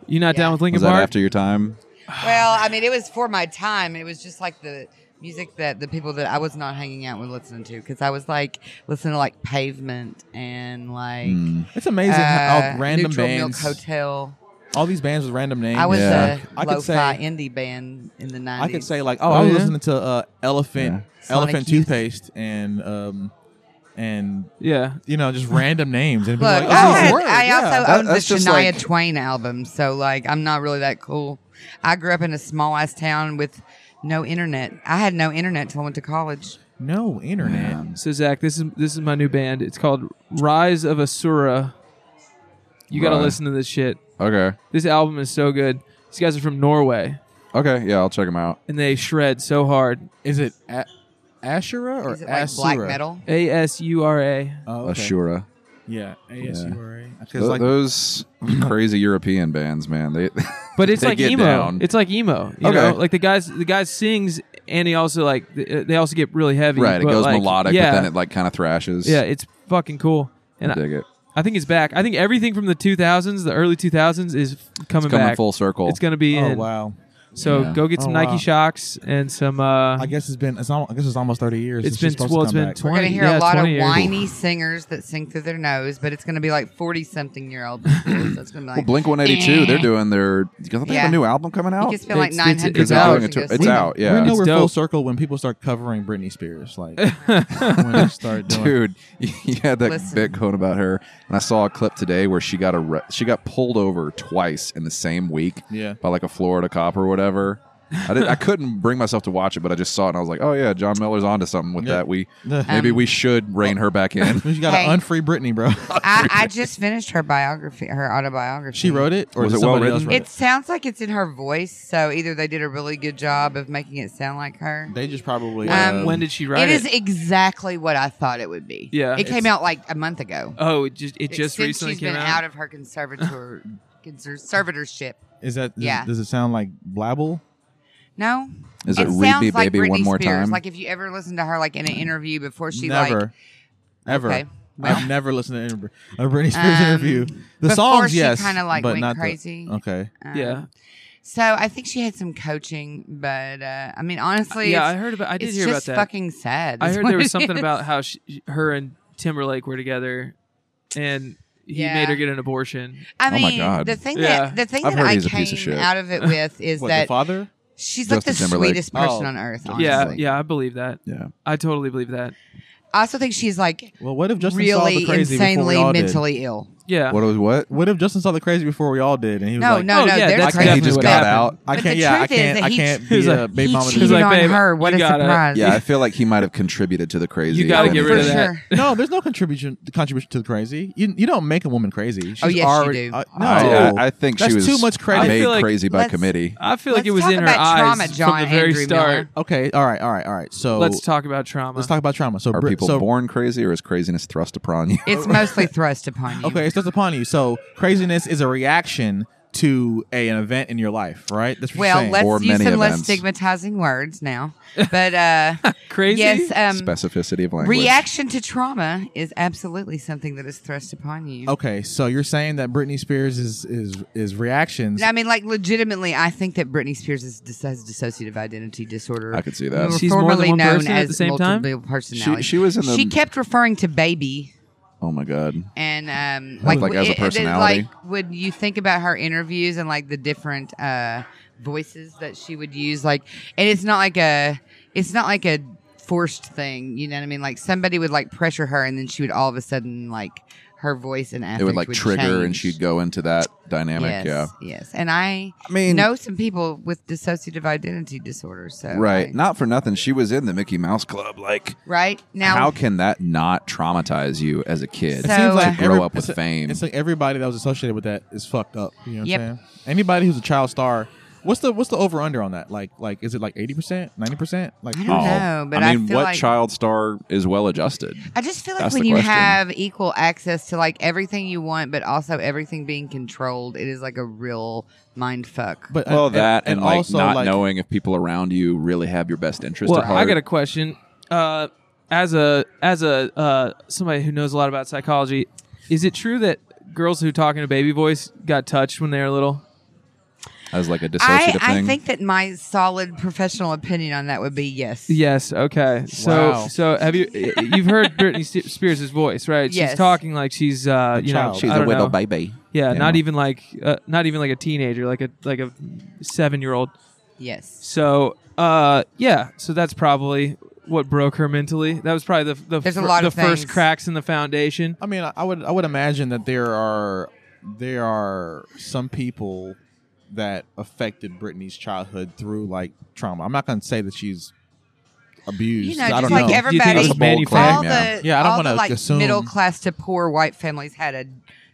Speaker 6: you not
Speaker 8: Yeah.
Speaker 6: down with Linkin
Speaker 2: Was that
Speaker 6: Park?
Speaker 2: after your time?
Speaker 8: well, I mean, it was for my time. It was just like the music that the people that I was not hanging out with listening to because I was like listening to like Pavement and like
Speaker 7: it's amazing how
Speaker 8: uh,
Speaker 7: all oh, random
Speaker 8: Neutral
Speaker 7: bands,
Speaker 8: Milk Hotel.
Speaker 7: all these bands with random names.
Speaker 8: I was
Speaker 2: Yeah.
Speaker 8: a
Speaker 7: I could
Speaker 8: lo-fi
Speaker 7: say-
Speaker 8: indie band in the nineties.
Speaker 7: I could say like, oh, I was
Speaker 6: Oh, yeah?
Speaker 7: listening to uh, Elephant
Speaker 8: Yeah.
Speaker 7: Elephant
Speaker 8: Sonic Youth.
Speaker 7: Toothpaste and um and
Speaker 6: yeah,
Speaker 7: you know just random names and be
Speaker 8: Look,
Speaker 7: like, oh,
Speaker 8: I,
Speaker 7: this
Speaker 8: had-
Speaker 7: worked,
Speaker 8: I
Speaker 7: yeah.
Speaker 8: also
Speaker 2: That-
Speaker 8: owned the
Speaker 2: that's just
Speaker 8: Shania
Speaker 2: like-
Speaker 8: Twain album, so like I'm not really that cool. I grew up in a small ass town with no internet. I had no internet till I went to college.
Speaker 7: no internet.
Speaker 6: So Zach, this is this is my new band. It's called Rise of Asura. You got to
Speaker 2: Right.
Speaker 6: listen to this shit.
Speaker 2: Okay.
Speaker 6: This album is so good. These guys are from Norway
Speaker 2: Okay. Yeah, I'll check them out.
Speaker 6: and they shred so hard.
Speaker 7: Is it a- Ashura or
Speaker 8: Is it like
Speaker 7: Asura?
Speaker 8: black metal?
Speaker 6: A S U R A.
Speaker 7: Oh, okay.
Speaker 2: Ashura.
Speaker 7: Yeah, A S U R A. Because
Speaker 2: Th-
Speaker 7: like
Speaker 2: those crazy European bands, man. They
Speaker 6: But it's
Speaker 2: They
Speaker 6: like
Speaker 2: get
Speaker 6: emo.
Speaker 2: down.
Speaker 6: It's like emo. You
Speaker 2: Okay.
Speaker 6: know, like the guys the guys sings and he also like th- uh, they also get really heavy.
Speaker 2: right. It
Speaker 6: but,
Speaker 2: goes
Speaker 6: like,
Speaker 2: melodic,
Speaker 6: Yeah,
Speaker 2: but then it like kind of thrashes.
Speaker 6: yeah, it's fucking cool. And
Speaker 2: I
Speaker 6: I,
Speaker 2: dig it.
Speaker 6: I think it's back. I think everything from the 2000s, the early 2000s, is f- coming,
Speaker 2: coming
Speaker 6: back.
Speaker 2: full circle.
Speaker 6: It's going to be
Speaker 7: Oh
Speaker 6: in.
Speaker 7: wow!
Speaker 6: So
Speaker 2: Yeah.
Speaker 6: go get
Speaker 7: Oh,
Speaker 6: some
Speaker 7: wow.
Speaker 6: Nike shocks and some. Uh,
Speaker 7: I guess it's been. It's almost, I guess it's almost thirty years.
Speaker 6: it's
Speaker 7: since
Speaker 6: been
Speaker 7: she's supposed
Speaker 6: well.
Speaker 7: to
Speaker 6: It's
Speaker 7: come
Speaker 6: been
Speaker 7: back.
Speaker 8: We're gonna
Speaker 6: 20.
Speaker 8: hear
Speaker 6: yeah,
Speaker 8: a lot of
Speaker 6: 20 years.
Speaker 8: whiny singers that sing through their nose, but it's gonna be like forty-something-year-old. people. That's gonna be
Speaker 2: Well,
Speaker 8: like
Speaker 2: Blink 182, they're doing their. Don't they have
Speaker 8: Eh. Yeah.
Speaker 2: a new album coming
Speaker 8: you
Speaker 2: out?
Speaker 8: can spend like
Speaker 6: It's-
Speaker 8: nine
Speaker 6: it's-
Speaker 8: hundred.
Speaker 6: it's
Speaker 2: out.
Speaker 8: dollars and go
Speaker 2: It's
Speaker 8: see
Speaker 2: out,
Speaker 8: them.
Speaker 2: yeah.
Speaker 7: we know
Speaker 6: It's
Speaker 7: we're full
Speaker 6: dope.
Speaker 7: circle when people start covering Britney Spears. Like when they start doing.
Speaker 2: Dude, you had that
Speaker 8: Listen.
Speaker 2: bit going about her, and I saw a clip today where she got a she got pulled over twice in the same week.
Speaker 7: Yeah.
Speaker 2: by like a Florida cop or whatever. I did, I couldn't bring myself to watch it, but I just saw it and I was like, oh yeah, John Miller's onto something with
Speaker 7: Yeah.
Speaker 2: that. We
Speaker 7: Um,
Speaker 2: maybe we should rein her back in.
Speaker 7: You got
Speaker 8: Hey.
Speaker 7: an unfree Britney, bro.
Speaker 8: I, I just finished her biography, her autobiography.
Speaker 7: she wrote it, or
Speaker 2: Mm. Was
Speaker 7: did
Speaker 2: it well
Speaker 7: somebody
Speaker 2: written?
Speaker 7: else write
Speaker 8: It sounds like it's in her voice, so either they did a really good job of making it sound like her.
Speaker 7: They just probably.
Speaker 8: Um,
Speaker 7: uh,
Speaker 6: When did she write
Speaker 8: It
Speaker 6: it?
Speaker 8: is exactly what I thought it would be.
Speaker 6: Yeah.
Speaker 8: it came out like a month ago.
Speaker 6: oh, it just it just
Speaker 8: Since
Speaker 6: recently
Speaker 8: she's
Speaker 6: came
Speaker 8: been
Speaker 6: out.
Speaker 8: out of her conservator conservatorship.
Speaker 7: is that? Does,
Speaker 8: yeah.
Speaker 7: does it sound like blabble?
Speaker 8: No,
Speaker 2: Is it, Read
Speaker 8: sounds
Speaker 2: Me
Speaker 8: like
Speaker 2: Baby
Speaker 8: Britney
Speaker 2: One More
Speaker 8: Spears.
Speaker 2: Time? Mm.
Speaker 8: Like if you ever listen to her, like in an interview before she
Speaker 7: never,
Speaker 8: like
Speaker 7: ever.
Speaker 8: Okay, well.
Speaker 7: I've never listened to an inter- a Britney Spears
Speaker 8: Um,
Speaker 7: interview. The
Speaker 8: before
Speaker 7: songs,
Speaker 8: she
Speaker 7: yes,
Speaker 8: kinda, like,
Speaker 7: but
Speaker 8: went
Speaker 7: not the-
Speaker 8: crazy.
Speaker 7: okay,
Speaker 8: um,
Speaker 6: Oh. yeah,
Speaker 8: So I think she had some coaching, but uh, I mean, honestly,
Speaker 6: yeah. I
Speaker 8: it's,
Speaker 6: heard about. I did
Speaker 8: it's
Speaker 6: hear about
Speaker 8: just
Speaker 6: that.
Speaker 8: fucking sad.
Speaker 6: I
Speaker 8: is
Speaker 6: heard
Speaker 8: what
Speaker 6: there
Speaker 8: it
Speaker 6: was something
Speaker 8: is.
Speaker 6: about how she, her and Timberlake were together, and he
Speaker 8: Yeah.
Speaker 6: made her get an abortion.
Speaker 8: I
Speaker 2: Oh my
Speaker 8: mean,
Speaker 2: God.
Speaker 8: the thing
Speaker 6: Yeah.
Speaker 8: that the thing
Speaker 2: I've
Speaker 8: that
Speaker 2: heard
Speaker 8: I
Speaker 2: he's a piece of
Speaker 8: came
Speaker 2: shit.
Speaker 8: out of it with is
Speaker 7: what the
Speaker 8: that
Speaker 7: father?
Speaker 8: she's like the
Speaker 2: Justin Timberlake?
Speaker 8: sweetest person
Speaker 7: Oh.
Speaker 8: on earth. Honestly.
Speaker 6: Yeah, yeah. I believe that.
Speaker 2: yeah,
Speaker 6: I totally believe that.
Speaker 8: I also think she's like
Speaker 7: Well, what if Justin saw the crazy
Speaker 8: really
Speaker 7: before we
Speaker 8: insanely
Speaker 7: all did?
Speaker 8: mentally ill.
Speaker 6: Yeah.
Speaker 2: what was what?
Speaker 7: What if Justin saw the crazy before we all did, and he was
Speaker 8: No,
Speaker 7: like, "Oh,
Speaker 8: no,
Speaker 6: oh,
Speaker 8: no.
Speaker 6: yeah,
Speaker 8: they're
Speaker 6: that's
Speaker 8: crazy.
Speaker 2: He
Speaker 6: definitely
Speaker 2: just
Speaker 6: what
Speaker 2: got
Speaker 6: happened.
Speaker 2: out.
Speaker 7: I
Speaker 8: But
Speaker 7: can't.
Speaker 8: the
Speaker 7: Yeah, I
Speaker 8: truth is
Speaker 7: can't.
Speaker 8: that
Speaker 7: I
Speaker 8: he-
Speaker 7: can't
Speaker 6: He's
Speaker 7: be a
Speaker 6: like-
Speaker 7: baby
Speaker 8: he
Speaker 7: mama. to
Speaker 8: cheated
Speaker 7: you.
Speaker 6: like,
Speaker 8: on
Speaker 6: "Babe,
Speaker 8: her. What
Speaker 6: you
Speaker 8: a
Speaker 6: gotta-
Speaker 8: surprise!
Speaker 2: Yeah, I feel like he might have contributed to the crazy.
Speaker 6: You gotta
Speaker 2: if
Speaker 6: get rid
Speaker 8: for
Speaker 6: of
Speaker 2: anything.
Speaker 6: that.
Speaker 8: sure.
Speaker 7: no, there's no contribution contribution to the crazy. You you don't make a woman crazy. She's
Speaker 8: Oh, yes, you
Speaker 7: already,
Speaker 8: do.
Speaker 7: uh, no,
Speaker 2: I, I- I think
Speaker 7: that's
Speaker 2: she was
Speaker 7: too much credit.
Speaker 2: Made
Speaker 6: I feel like-
Speaker 2: crazy by
Speaker 8: Let's-
Speaker 2: committee.
Speaker 6: I feel like
Speaker 8: Let's
Speaker 6: it was
Speaker 8: talk
Speaker 6: in her
Speaker 8: about trauma,
Speaker 6: eyes
Speaker 8: John
Speaker 6: from the very
Speaker 8: Andrew
Speaker 6: start.
Speaker 8: Miller.
Speaker 7: okay, all right, all right, all right. So
Speaker 6: Let's talk about trauma.
Speaker 7: Oh. Let's talk about trauma. So
Speaker 2: Are
Speaker 7: Brit-
Speaker 2: people
Speaker 7: so,
Speaker 2: born crazy, or is craziness thrust upon you?
Speaker 8: It's mostly thrust upon you.
Speaker 7: Okay, it's just upon you. So craziness is a reaction to a, an event in your life, right? That's what you're
Speaker 8: Well,
Speaker 7: saying.
Speaker 8: let's
Speaker 2: Or
Speaker 8: use some
Speaker 2: many
Speaker 8: less
Speaker 2: events.
Speaker 8: stigmatizing words now. But uh,
Speaker 6: Crazy.
Speaker 8: yes, um,
Speaker 2: Specificity of language.
Speaker 8: reaction to trauma is absolutely something that is thrust upon you.
Speaker 7: Okay, so you're saying that Britney Spears is is is reactions.
Speaker 8: I mean, like, legitimately, I think that Britney Spears is, dis- has dissociative identity disorder.
Speaker 2: I could see that.
Speaker 8: We were
Speaker 6: She's more than
Speaker 8: formerly
Speaker 6: one
Speaker 8: known
Speaker 6: person at
Speaker 8: as
Speaker 6: the same time?
Speaker 8: multiple personality.
Speaker 2: She- she was in the-
Speaker 8: She kept referring to baby,
Speaker 2: Oh my god.
Speaker 8: and um,
Speaker 2: Like,
Speaker 8: like,
Speaker 2: as a
Speaker 8: it- it-
Speaker 2: personality?
Speaker 8: like, when you think about her interviews and like the different uh, voices that she would use, like, and it's not like a, it's not like a forced thing. You know what I mean? Like somebody would like pressure her, and then she would all of a sudden like her voice and affect
Speaker 2: it would like trigger and
Speaker 8: change.
Speaker 2: she'd go into that dynamic
Speaker 8: Yes,
Speaker 2: yeah
Speaker 8: yes. And I,
Speaker 2: I mean-
Speaker 8: know some people with dissociative identity disorder. So
Speaker 2: right
Speaker 8: I-
Speaker 2: not for nothing she was in the mickey mouse club like
Speaker 8: right now,
Speaker 2: how can that not traumatize you as a kid
Speaker 8: It So, uh, seems like
Speaker 2: to grow
Speaker 7: every-
Speaker 2: up with
Speaker 7: it's-
Speaker 2: fame
Speaker 7: It's like everybody that was associated with that is fucked up. You know what
Speaker 8: Yep.
Speaker 7: I'm saying? Anybody who's a child star, what's the what's the over under on that? Like like is it like eighty percent, ninety percent? Like
Speaker 8: I don't
Speaker 2: Oh,
Speaker 8: know, but I
Speaker 2: mean
Speaker 8: feel
Speaker 2: what
Speaker 8: like-
Speaker 2: child star is well adjusted
Speaker 8: I just feel like
Speaker 2: That's
Speaker 8: when
Speaker 2: the
Speaker 8: you
Speaker 2: question.
Speaker 8: have equal access to like everything you want, but also everything being controlled, it is like a real mind fuck.
Speaker 7: But
Speaker 2: well that and, like
Speaker 7: also
Speaker 2: not
Speaker 7: like
Speaker 2: knowing if people around you really have your best interest
Speaker 6: well,
Speaker 2: at heart
Speaker 6: I got a question. Uh, as a as a uh, somebody who knows a lot about psychology, is it true that girls who talk in a baby voice got touched when they were little?
Speaker 2: as like a dissociative
Speaker 8: I, I
Speaker 2: thing
Speaker 8: think that my solid professional opinion on that would be yes.
Speaker 6: Yes. Okay. So
Speaker 7: Wow.
Speaker 6: so have you you've heard Britney Ste- Spears' voice, right?
Speaker 8: Yes.
Speaker 6: She's talking like she's uh, you know
Speaker 7: child.
Speaker 2: she's
Speaker 6: I
Speaker 2: a
Speaker 6: don't
Speaker 2: little
Speaker 6: know.
Speaker 2: baby
Speaker 6: Yeah,
Speaker 2: Yeah.
Speaker 6: not even like uh, not even like a teenager, like a like a seven year old.
Speaker 8: Yes.
Speaker 6: So uh, yeah, so that's probably what broke her mentally. That was probably the the,
Speaker 8: There's a
Speaker 6: fir-
Speaker 8: lot
Speaker 6: the
Speaker 8: of
Speaker 6: first
Speaker 8: things.
Speaker 6: cracks in the foundation.
Speaker 7: I mean, I I would I would imagine that there are there are some people that affected Britney's childhood through like trauma. I'm not going to say that she's abused.
Speaker 8: You know,
Speaker 7: I
Speaker 8: just
Speaker 7: don't
Speaker 8: like
Speaker 7: know.
Speaker 8: every-
Speaker 6: Do you think
Speaker 8: Everybody-
Speaker 2: That's a
Speaker 6: it was
Speaker 2: bold
Speaker 8: All
Speaker 2: claim,
Speaker 6: manufactured?
Speaker 2: yeah.
Speaker 8: the
Speaker 7: Yeah, I don't
Speaker 8: all
Speaker 7: wanna
Speaker 8: the, like
Speaker 7: assume-
Speaker 8: middle class to poor white families had a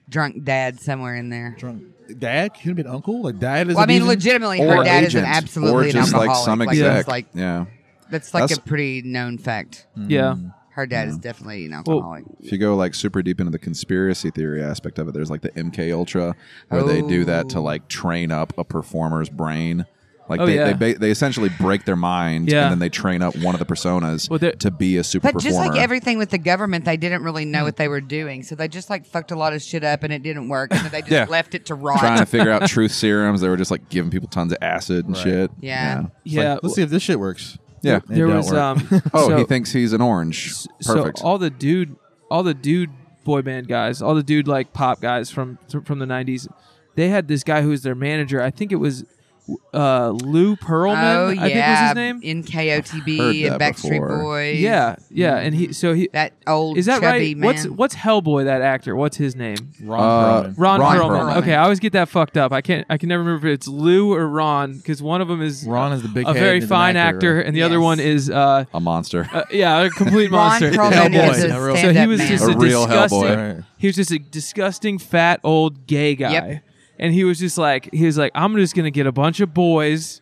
Speaker 8: drunk dad somewhere in there.
Speaker 7: drunk dad, could have been uncle. Like dad is.
Speaker 8: Well, I mean,
Speaker 7: abusing-
Speaker 8: legitimately,
Speaker 2: or
Speaker 8: her dad is
Speaker 2: agent
Speaker 8: an absolutely
Speaker 2: or just
Speaker 8: an alcoholic.
Speaker 2: like some
Speaker 8: that's,
Speaker 2: exec
Speaker 8: like
Speaker 2: yeah
Speaker 8: that's like
Speaker 2: That's-
Speaker 8: a pretty known fact.
Speaker 7: Mm.
Speaker 6: Yeah.
Speaker 8: Her dad
Speaker 6: Mm.
Speaker 8: is definitely an alcoholic.
Speaker 2: If you go like super deep into the conspiracy theory aspect of it, there's like the MK Ultra where they do that to
Speaker 8: Oh.
Speaker 2: like train up a performer's brain. Like
Speaker 6: Oh,
Speaker 2: they,
Speaker 6: yeah.
Speaker 2: they ba- they essentially break their mind
Speaker 6: Yeah.
Speaker 2: and then they train up one of the personas
Speaker 6: Well, they're-
Speaker 2: to be a super
Speaker 8: But
Speaker 2: performer.
Speaker 8: just like everything with the government, they didn't really know what they were doing, so they just like fucked a lot of shit up, and it didn't work, and so they just
Speaker 2: Yeah.
Speaker 8: left it to rot.
Speaker 2: trying to figure out truth serums, they were just like giving people tons of acid and
Speaker 7: Right.
Speaker 2: shit.
Speaker 8: Yeah.
Speaker 7: It's
Speaker 6: yeah,
Speaker 7: like, let's see if this shit works.
Speaker 2: Yeah.
Speaker 7: It
Speaker 6: there
Speaker 7: don't
Speaker 6: was
Speaker 7: work.
Speaker 6: um.
Speaker 2: Oh,
Speaker 6: so,
Speaker 2: he thinks he's an orange. Perfect.
Speaker 6: So all the dude, all the dude boy band guys, all the dude like pop guys from from the '90s, they had this guy who was their manager. I think it was uh, Lou Pearlman.
Speaker 8: Oh
Speaker 6: I think was
Speaker 8: yeah,
Speaker 6: his name.
Speaker 8: in
Speaker 2: Heard
Speaker 8: KOTB
Speaker 2: that
Speaker 8: and Backstreet
Speaker 2: before.
Speaker 8: Boys.
Speaker 6: Yeah, yeah, and he so he
Speaker 8: that old
Speaker 6: is that
Speaker 8: chubby
Speaker 6: right?
Speaker 8: man.
Speaker 6: What's what's Hellboy? That actor? What's his name?
Speaker 7: Ron Perlman.
Speaker 6: Ron,
Speaker 2: Ron
Speaker 6: Perlman.
Speaker 8: Perlman.
Speaker 6: Okay, I always get that fucked up. I can't. I can never remember if it's Lou or Ron because one of them is
Speaker 7: Ron is the big
Speaker 6: a
Speaker 7: head
Speaker 6: very
Speaker 7: and he's an
Speaker 6: fine actor, and the other
Speaker 8: Yes.
Speaker 6: one is uh,
Speaker 2: a monster.
Speaker 6: uh, yeah, a complete
Speaker 8: Ron
Speaker 6: monster.
Speaker 8: Perlman
Speaker 7: Hellboy.
Speaker 8: is a
Speaker 7: A real-
Speaker 8: stand-up
Speaker 6: So he was
Speaker 8: man.
Speaker 6: just
Speaker 2: A
Speaker 6: a,
Speaker 2: real
Speaker 6: disgusting.
Speaker 2: Hellboy.
Speaker 7: Right.
Speaker 6: He was just a disgusting fat old gay guy,
Speaker 8: Yep.
Speaker 6: and he was just like he was like I'm just gonna get a bunch of boys,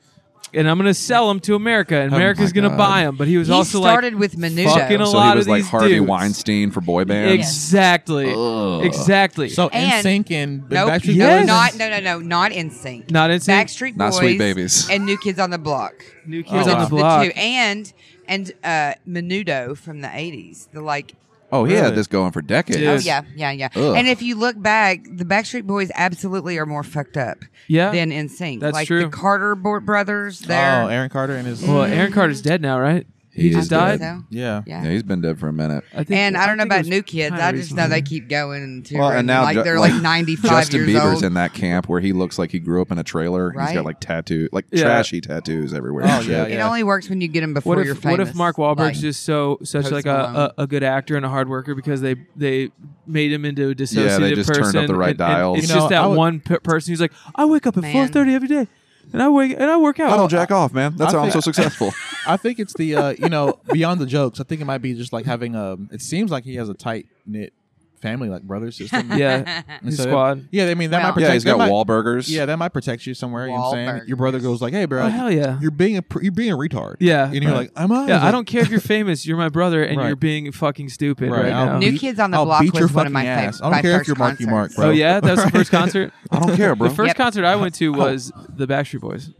Speaker 6: and I'm gonna sell them to America, and
Speaker 2: Oh
Speaker 6: America's
Speaker 2: my
Speaker 6: gonna
Speaker 2: God.
Speaker 6: buy them. But he was
Speaker 8: He
Speaker 6: also
Speaker 8: started
Speaker 6: like
Speaker 8: with
Speaker 6: fucking a
Speaker 8: Menudo.
Speaker 2: so
Speaker 6: lot
Speaker 2: he was
Speaker 6: of
Speaker 2: like
Speaker 6: these
Speaker 2: Harvey
Speaker 6: dudes.
Speaker 2: Weinstein for boy bands.
Speaker 6: exactly,
Speaker 2: Ugh.
Speaker 6: exactly.
Speaker 7: So in
Speaker 8: And-
Speaker 7: sync and
Speaker 8: Nope,
Speaker 7: Backstreet
Speaker 6: Yes.
Speaker 8: no,
Speaker 7: Boys.
Speaker 8: not no, no, no, not in sync.
Speaker 6: Not in sync.
Speaker 8: Backstreet Boys,
Speaker 2: Not Sweet Babies.
Speaker 8: and New Kids on the Block.
Speaker 6: New Kids
Speaker 7: Oh,
Speaker 6: on
Speaker 7: wow.
Speaker 6: the Block.
Speaker 8: two, and and uh, Menudo from the eighties. The like,
Speaker 2: Oh, he had
Speaker 7: Really?
Speaker 2: this going for decades.
Speaker 6: Dude.
Speaker 8: oh yeah, yeah, yeah.
Speaker 2: Ugh.
Speaker 8: And if you look back, the Backstreet Boys absolutely are more fucked up
Speaker 6: Yeah.
Speaker 8: than in sync.
Speaker 6: That's
Speaker 8: like
Speaker 6: true.
Speaker 8: The Carter bo- brothers,
Speaker 7: Oh,
Speaker 8: there.
Speaker 7: Aaron Carter and his.
Speaker 6: Well, Aaron Carter's dead now, right?
Speaker 2: He is
Speaker 6: just died.
Speaker 2: dead.
Speaker 7: yeah.
Speaker 8: yeah.
Speaker 2: Yeah, he's been dead for a minute.
Speaker 6: I think,
Speaker 8: And I don't know
Speaker 6: think it
Speaker 8: about
Speaker 6: was
Speaker 8: new kids.
Speaker 6: kinda
Speaker 8: I just know
Speaker 6: recently.
Speaker 8: they keep going until
Speaker 2: Well, and now
Speaker 8: like
Speaker 2: Ju-
Speaker 8: they're
Speaker 2: like
Speaker 8: like ninety five
Speaker 2: Justin
Speaker 8: years
Speaker 2: Bieber's
Speaker 8: old.
Speaker 2: in that camp where he looks like he grew up in a trailer. He's got
Speaker 8: Right?
Speaker 2: like tattoo, like
Speaker 6: Yeah.
Speaker 2: trashy tattoos everywhere.
Speaker 7: Oh,
Speaker 2: and
Speaker 7: yeah,
Speaker 2: shit.
Speaker 8: It only works when you get them before
Speaker 6: What
Speaker 8: you're
Speaker 6: if,
Speaker 8: famous.
Speaker 6: what if Mark Wahlberg's
Speaker 8: Like,
Speaker 6: just so such
Speaker 8: Post
Speaker 6: like a,
Speaker 8: Malone.
Speaker 6: a, a good actor and a hard worker because they they made him into a dissociated
Speaker 2: Yeah, they just turned
Speaker 6: person?
Speaker 2: up the right
Speaker 6: and- and
Speaker 2: dials.
Speaker 6: it's
Speaker 7: You know,
Speaker 6: just that
Speaker 7: I would-
Speaker 6: one p- person who's like, I wake up at
Speaker 8: Man.
Speaker 6: four thirty every day, and I wake and Oh, I work out.
Speaker 2: I don't jack off, man. That's
Speaker 7: I
Speaker 2: how I'm so
Speaker 7: think-
Speaker 2: successful.
Speaker 7: I think it's the uh, you know beyond the jokes. I think it might be just like having um. It seems like he has a tight knit family, like brother sister.
Speaker 6: yeah,
Speaker 7: And
Speaker 6: his
Speaker 7: so that-
Speaker 6: squad.
Speaker 7: yeah, I mean that
Speaker 8: Well-
Speaker 7: might protect.
Speaker 2: yeah, he's
Speaker 7: that
Speaker 2: got
Speaker 7: might-
Speaker 2: Wahlburgers.
Speaker 7: Yeah, that might protect you somewhere. You know what I'm saying?
Speaker 8: Wahlburgers.
Speaker 7: Your brother goes like, "Hey, bro,
Speaker 6: Oh hell yeah.
Speaker 7: you're being a pr- you're being a retard."
Speaker 6: Yeah.
Speaker 7: and you're
Speaker 2: Right.
Speaker 7: like, "Am I?" He's
Speaker 6: Yeah, I
Speaker 7: like,
Speaker 6: don't care if you're famous. You're my brother, and
Speaker 7: Right.
Speaker 6: you're being fucking stupid right,
Speaker 7: Right, I'll
Speaker 6: now.
Speaker 8: New
Speaker 7: beat-
Speaker 8: Kids on the
Speaker 7: I'll
Speaker 8: Block
Speaker 7: beat your
Speaker 8: was one of
Speaker 7: fucking
Speaker 8: my fav-
Speaker 7: ass. I don't
Speaker 8: my
Speaker 7: care if
Speaker 8: first
Speaker 7: you're Marky Mark,
Speaker 8: concerts.
Speaker 7: bro.
Speaker 6: oh yeah, that was the first concert.
Speaker 2: I don't care, bro. Oh.
Speaker 6: The first
Speaker 8: Yep.
Speaker 6: concert I went to was the Backstreet Boys.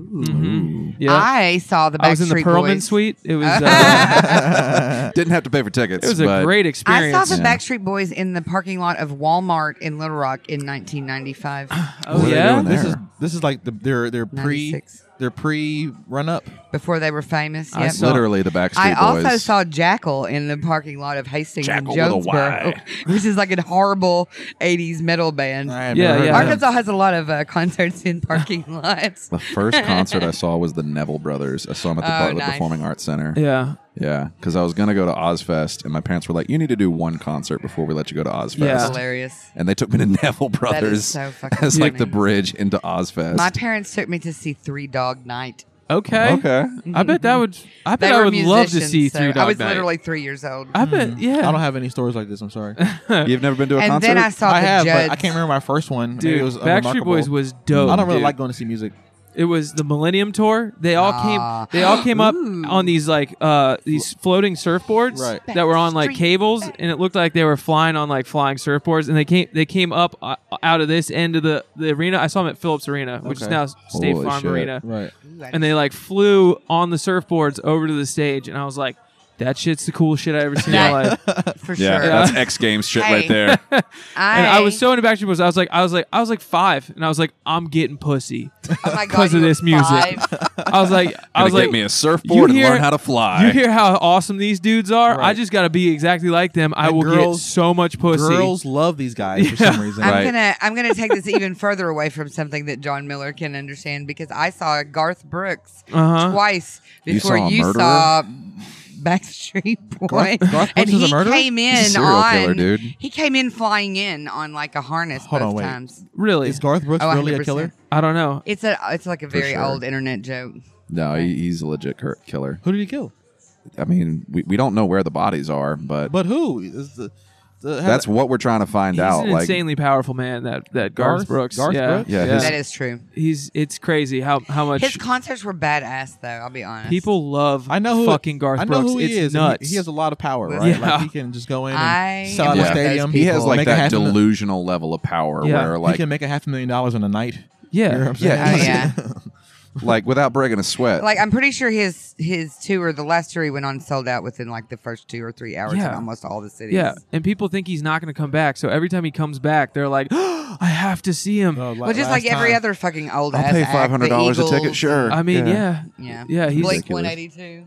Speaker 6: Mhm. Yeah,
Speaker 8: I saw the Ah, Backstreet
Speaker 6: I was in the Perlman
Speaker 8: Boys.
Speaker 6: suite. It was uh,
Speaker 2: Didn't have to pay for tickets.
Speaker 6: it was a
Speaker 2: but-
Speaker 6: great
Speaker 8: I
Speaker 6: experience.
Speaker 8: saw the
Speaker 2: Yeah.
Speaker 8: Backstreet Boys in the parking lot of Walmart in Little Rock in 1995.
Speaker 6: Oh
Speaker 2: What are they
Speaker 6: yeah,
Speaker 2: doing
Speaker 7: This is
Speaker 2: There.
Speaker 7: this is like the, their their pre
Speaker 8: 96.
Speaker 7: their pre run up.
Speaker 8: before they were famous.
Speaker 6: I
Speaker 8: Yep.
Speaker 6: saw-
Speaker 2: Literally the Backstreet
Speaker 8: I
Speaker 2: Boys.
Speaker 8: also saw Jackal in the parking lot of Hastings
Speaker 2: Jackal
Speaker 8: and
Speaker 2: with a
Speaker 8: Jonesboro,
Speaker 2: Y.
Speaker 8: which is like a horrible 80s metal band.
Speaker 6: Yeah, yeah.
Speaker 8: Arkansas has a lot of uh, concerts in parking lots.
Speaker 2: the first concert I saw was the Neville Brothers. I saw them at the
Speaker 8: Oh,
Speaker 2: Bartlett
Speaker 8: nice.
Speaker 2: Performing Arts Center.
Speaker 6: yeah,
Speaker 2: Yeah, because I was gonna go to Ozfest, and my parents were like, "You need to do one concert before we let you go to Ozfest."
Speaker 6: Yeah.
Speaker 8: That's hilarious.
Speaker 2: And they took me to Neville Brothers
Speaker 8: so fucking
Speaker 2: as like
Speaker 8: funny.
Speaker 2: the bridge into Ozfest.
Speaker 8: My parents took me to see Three Dog Night.
Speaker 6: okay,
Speaker 2: okay,
Speaker 6: I bet that would. I
Speaker 8: They
Speaker 6: bet I
Speaker 8: were
Speaker 6: would love to
Speaker 8: musicians,
Speaker 6: see
Speaker 8: so
Speaker 6: Three Dog
Speaker 8: I was
Speaker 6: Night.
Speaker 8: literally three years old.
Speaker 6: I bet. Yeah.
Speaker 7: Hmm. I don't have any stories like this. I'm sorry.
Speaker 2: you've never been to a
Speaker 8: and
Speaker 2: concert?
Speaker 8: then I saw
Speaker 7: I
Speaker 8: the
Speaker 7: have,
Speaker 8: Judds.
Speaker 7: but I can't remember my first one. Maybe
Speaker 6: Dude,
Speaker 7: it was
Speaker 6: Backstreet Boys
Speaker 7: Unremarkable.
Speaker 6: was dope.
Speaker 7: I don't really
Speaker 6: dude.
Speaker 7: like going to see music.
Speaker 6: It was the Millennium Tour. They all
Speaker 8: Ah.
Speaker 6: came. They all came up
Speaker 8: Ooh.
Speaker 6: on these like uh these floating surfboards
Speaker 7: Right.
Speaker 6: that were on like
Speaker 8: Backstreet
Speaker 6: cables, and it looked like they were flying on like flying surfboards. And they came they came up uh, out of this end of the the arena. I saw them at Phillips Arena, which is
Speaker 7: Okay.
Speaker 6: now State
Speaker 2: Holy
Speaker 6: Farm
Speaker 2: shit.
Speaker 6: Arena.
Speaker 7: Right.
Speaker 8: Ooh, I
Speaker 6: and they like flew on the surfboards over to the stage, and I was like, "That shit's the coolest shit I ever seen in my life."
Speaker 8: didn't- for
Speaker 2: yeah,
Speaker 8: sure.
Speaker 2: that's X Games shit right
Speaker 8: Hey.
Speaker 2: there.
Speaker 8: I,
Speaker 6: And I was so into Backstreet Boys. I was like, I was like, I was like five, and I was like, I'm getting pussy
Speaker 8: oh my God,
Speaker 6: because
Speaker 8: you
Speaker 6: of
Speaker 8: were
Speaker 6: this music.
Speaker 8: five.
Speaker 6: I was like, I
Speaker 2: Gonna
Speaker 6: was
Speaker 2: get
Speaker 6: like,
Speaker 2: me a surfboard
Speaker 6: you
Speaker 2: and learn
Speaker 6: hear-
Speaker 2: how to fly.
Speaker 6: you hear how awesome these dudes are? I just got to be exactly like them. I
Speaker 7: The
Speaker 6: will
Speaker 7: girls-
Speaker 6: get so much pussy.
Speaker 7: Girls love these guys for some reason.
Speaker 8: I'm
Speaker 2: Right.
Speaker 8: gonna I'm gonna take this even further away from something that John Miller can understand because I saw Garth Brooks
Speaker 6: Uh-huh.
Speaker 8: twice
Speaker 2: You
Speaker 8: before
Speaker 2: saw a
Speaker 8: you
Speaker 2: murderer?
Speaker 8: saw, Backstreet Boy,
Speaker 7: Garth
Speaker 8: and
Speaker 7: Brooks is a
Speaker 8: he
Speaker 7: murderer?
Speaker 8: came in
Speaker 2: He's a serial
Speaker 8: on
Speaker 2: killer, dude.
Speaker 8: he came in flying in on like a harness
Speaker 7: Hold
Speaker 8: both
Speaker 7: on, wait.
Speaker 8: times.
Speaker 6: really?
Speaker 7: Is Garth Brooks
Speaker 8: Oh,
Speaker 7: really a
Speaker 8: 100%.
Speaker 7: killer?
Speaker 6: I don't know.
Speaker 8: It's a it's like a very
Speaker 2: sure.
Speaker 8: old internet joke.
Speaker 2: no, he, he's a legit cur- killer.
Speaker 7: Who did he kill?
Speaker 2: I mean, we, we don't know where the bodies are, but,
Speaker 7: But who is the? the how
Speaker 2: that's
Speaker 7: the-
Speaker 2: what we're trying to find
Speaker 6: He's
Speaker 2: out.
Speaker 6: an
Speaker 2: like,
Speaker 6: insanely powerful man. That that Garth,
Speaker 7: Garth-
Speaker 6: Brooks.
Speaker 7: Garth
Speaker 6: yeah,
Speaker 7: Brooks?
Speaker 2: Yeah, his-
Speaker 8: That is true.
Speaker 6: he's it's crazy how how much
Speaker 8: His concerts were badass though. I'll be honest.
Speaker 6: people love.
Speaker 7: I know who
Speaker 6: fucking Garth
Speaker 7: I know
Speaker 6: Brooks.
Speaker 7: who he
Speaker 6: it's
Speaker 7: is. and he-
Speaker 6: nuts.
Speaker 7: He, has a lot of power, right?
Speaker 6: Yeah.
Speaker 7: Like he can just go in and
Speaker 8: I
Speaker 7: sell out
Speaker 8: am
Speaker 7: a
Speaker 8: one of those
Speaker 7: stadium.
Speaker 2: he has like
Speaker 7: Make a
Speaker 2: that
Speaker 7: half a mil-
Speaker 2: delusional level of power
Speaker 6: Yeah.
Speaker 2: where
Speaker 7: he
Speaker 2: like
Speaker 7: can make a half a million dollars in a night. You know what
Speaker 8: Oh,
Speaker 6: yeah.
Speaker 7: I'm
Speaker 2: Yeah,
Speaker 7: saying?
Speaker 8: he's-
Speaker 2: like without breaking a sweat.
Speaker 8: Like I'm pretty sure his his tour, the last tour he went on, sold out within like the first two or three hours in
Speaker 6: Yeah.
Speaker 8: almost all the cities.
Speaker 6: Yeah, and people think he's not going to come back. So every time he comes back, they're like, "I have to see him."
Speaker 7: Uh,
Speaker 2: Oh,
Speaker 8: Well, just like every other fucking old.
Speaker 2: I'll
Speaker 8: ass
Speaker 2: pay
Speaker 8: act,
Speaker 2: five hundred dollars
Speaker 8: the
Speaker 2: a ticket.
Speaker 8: Eagles,
Speaker 2: Sure.
Speaker 6: I mean, yeah,
Speaker 8: Yeah.
Speaker 6: yeah. He's
Speaker 8: Blink
Speaker 2: Ridiculous.
Speaker 8: 182.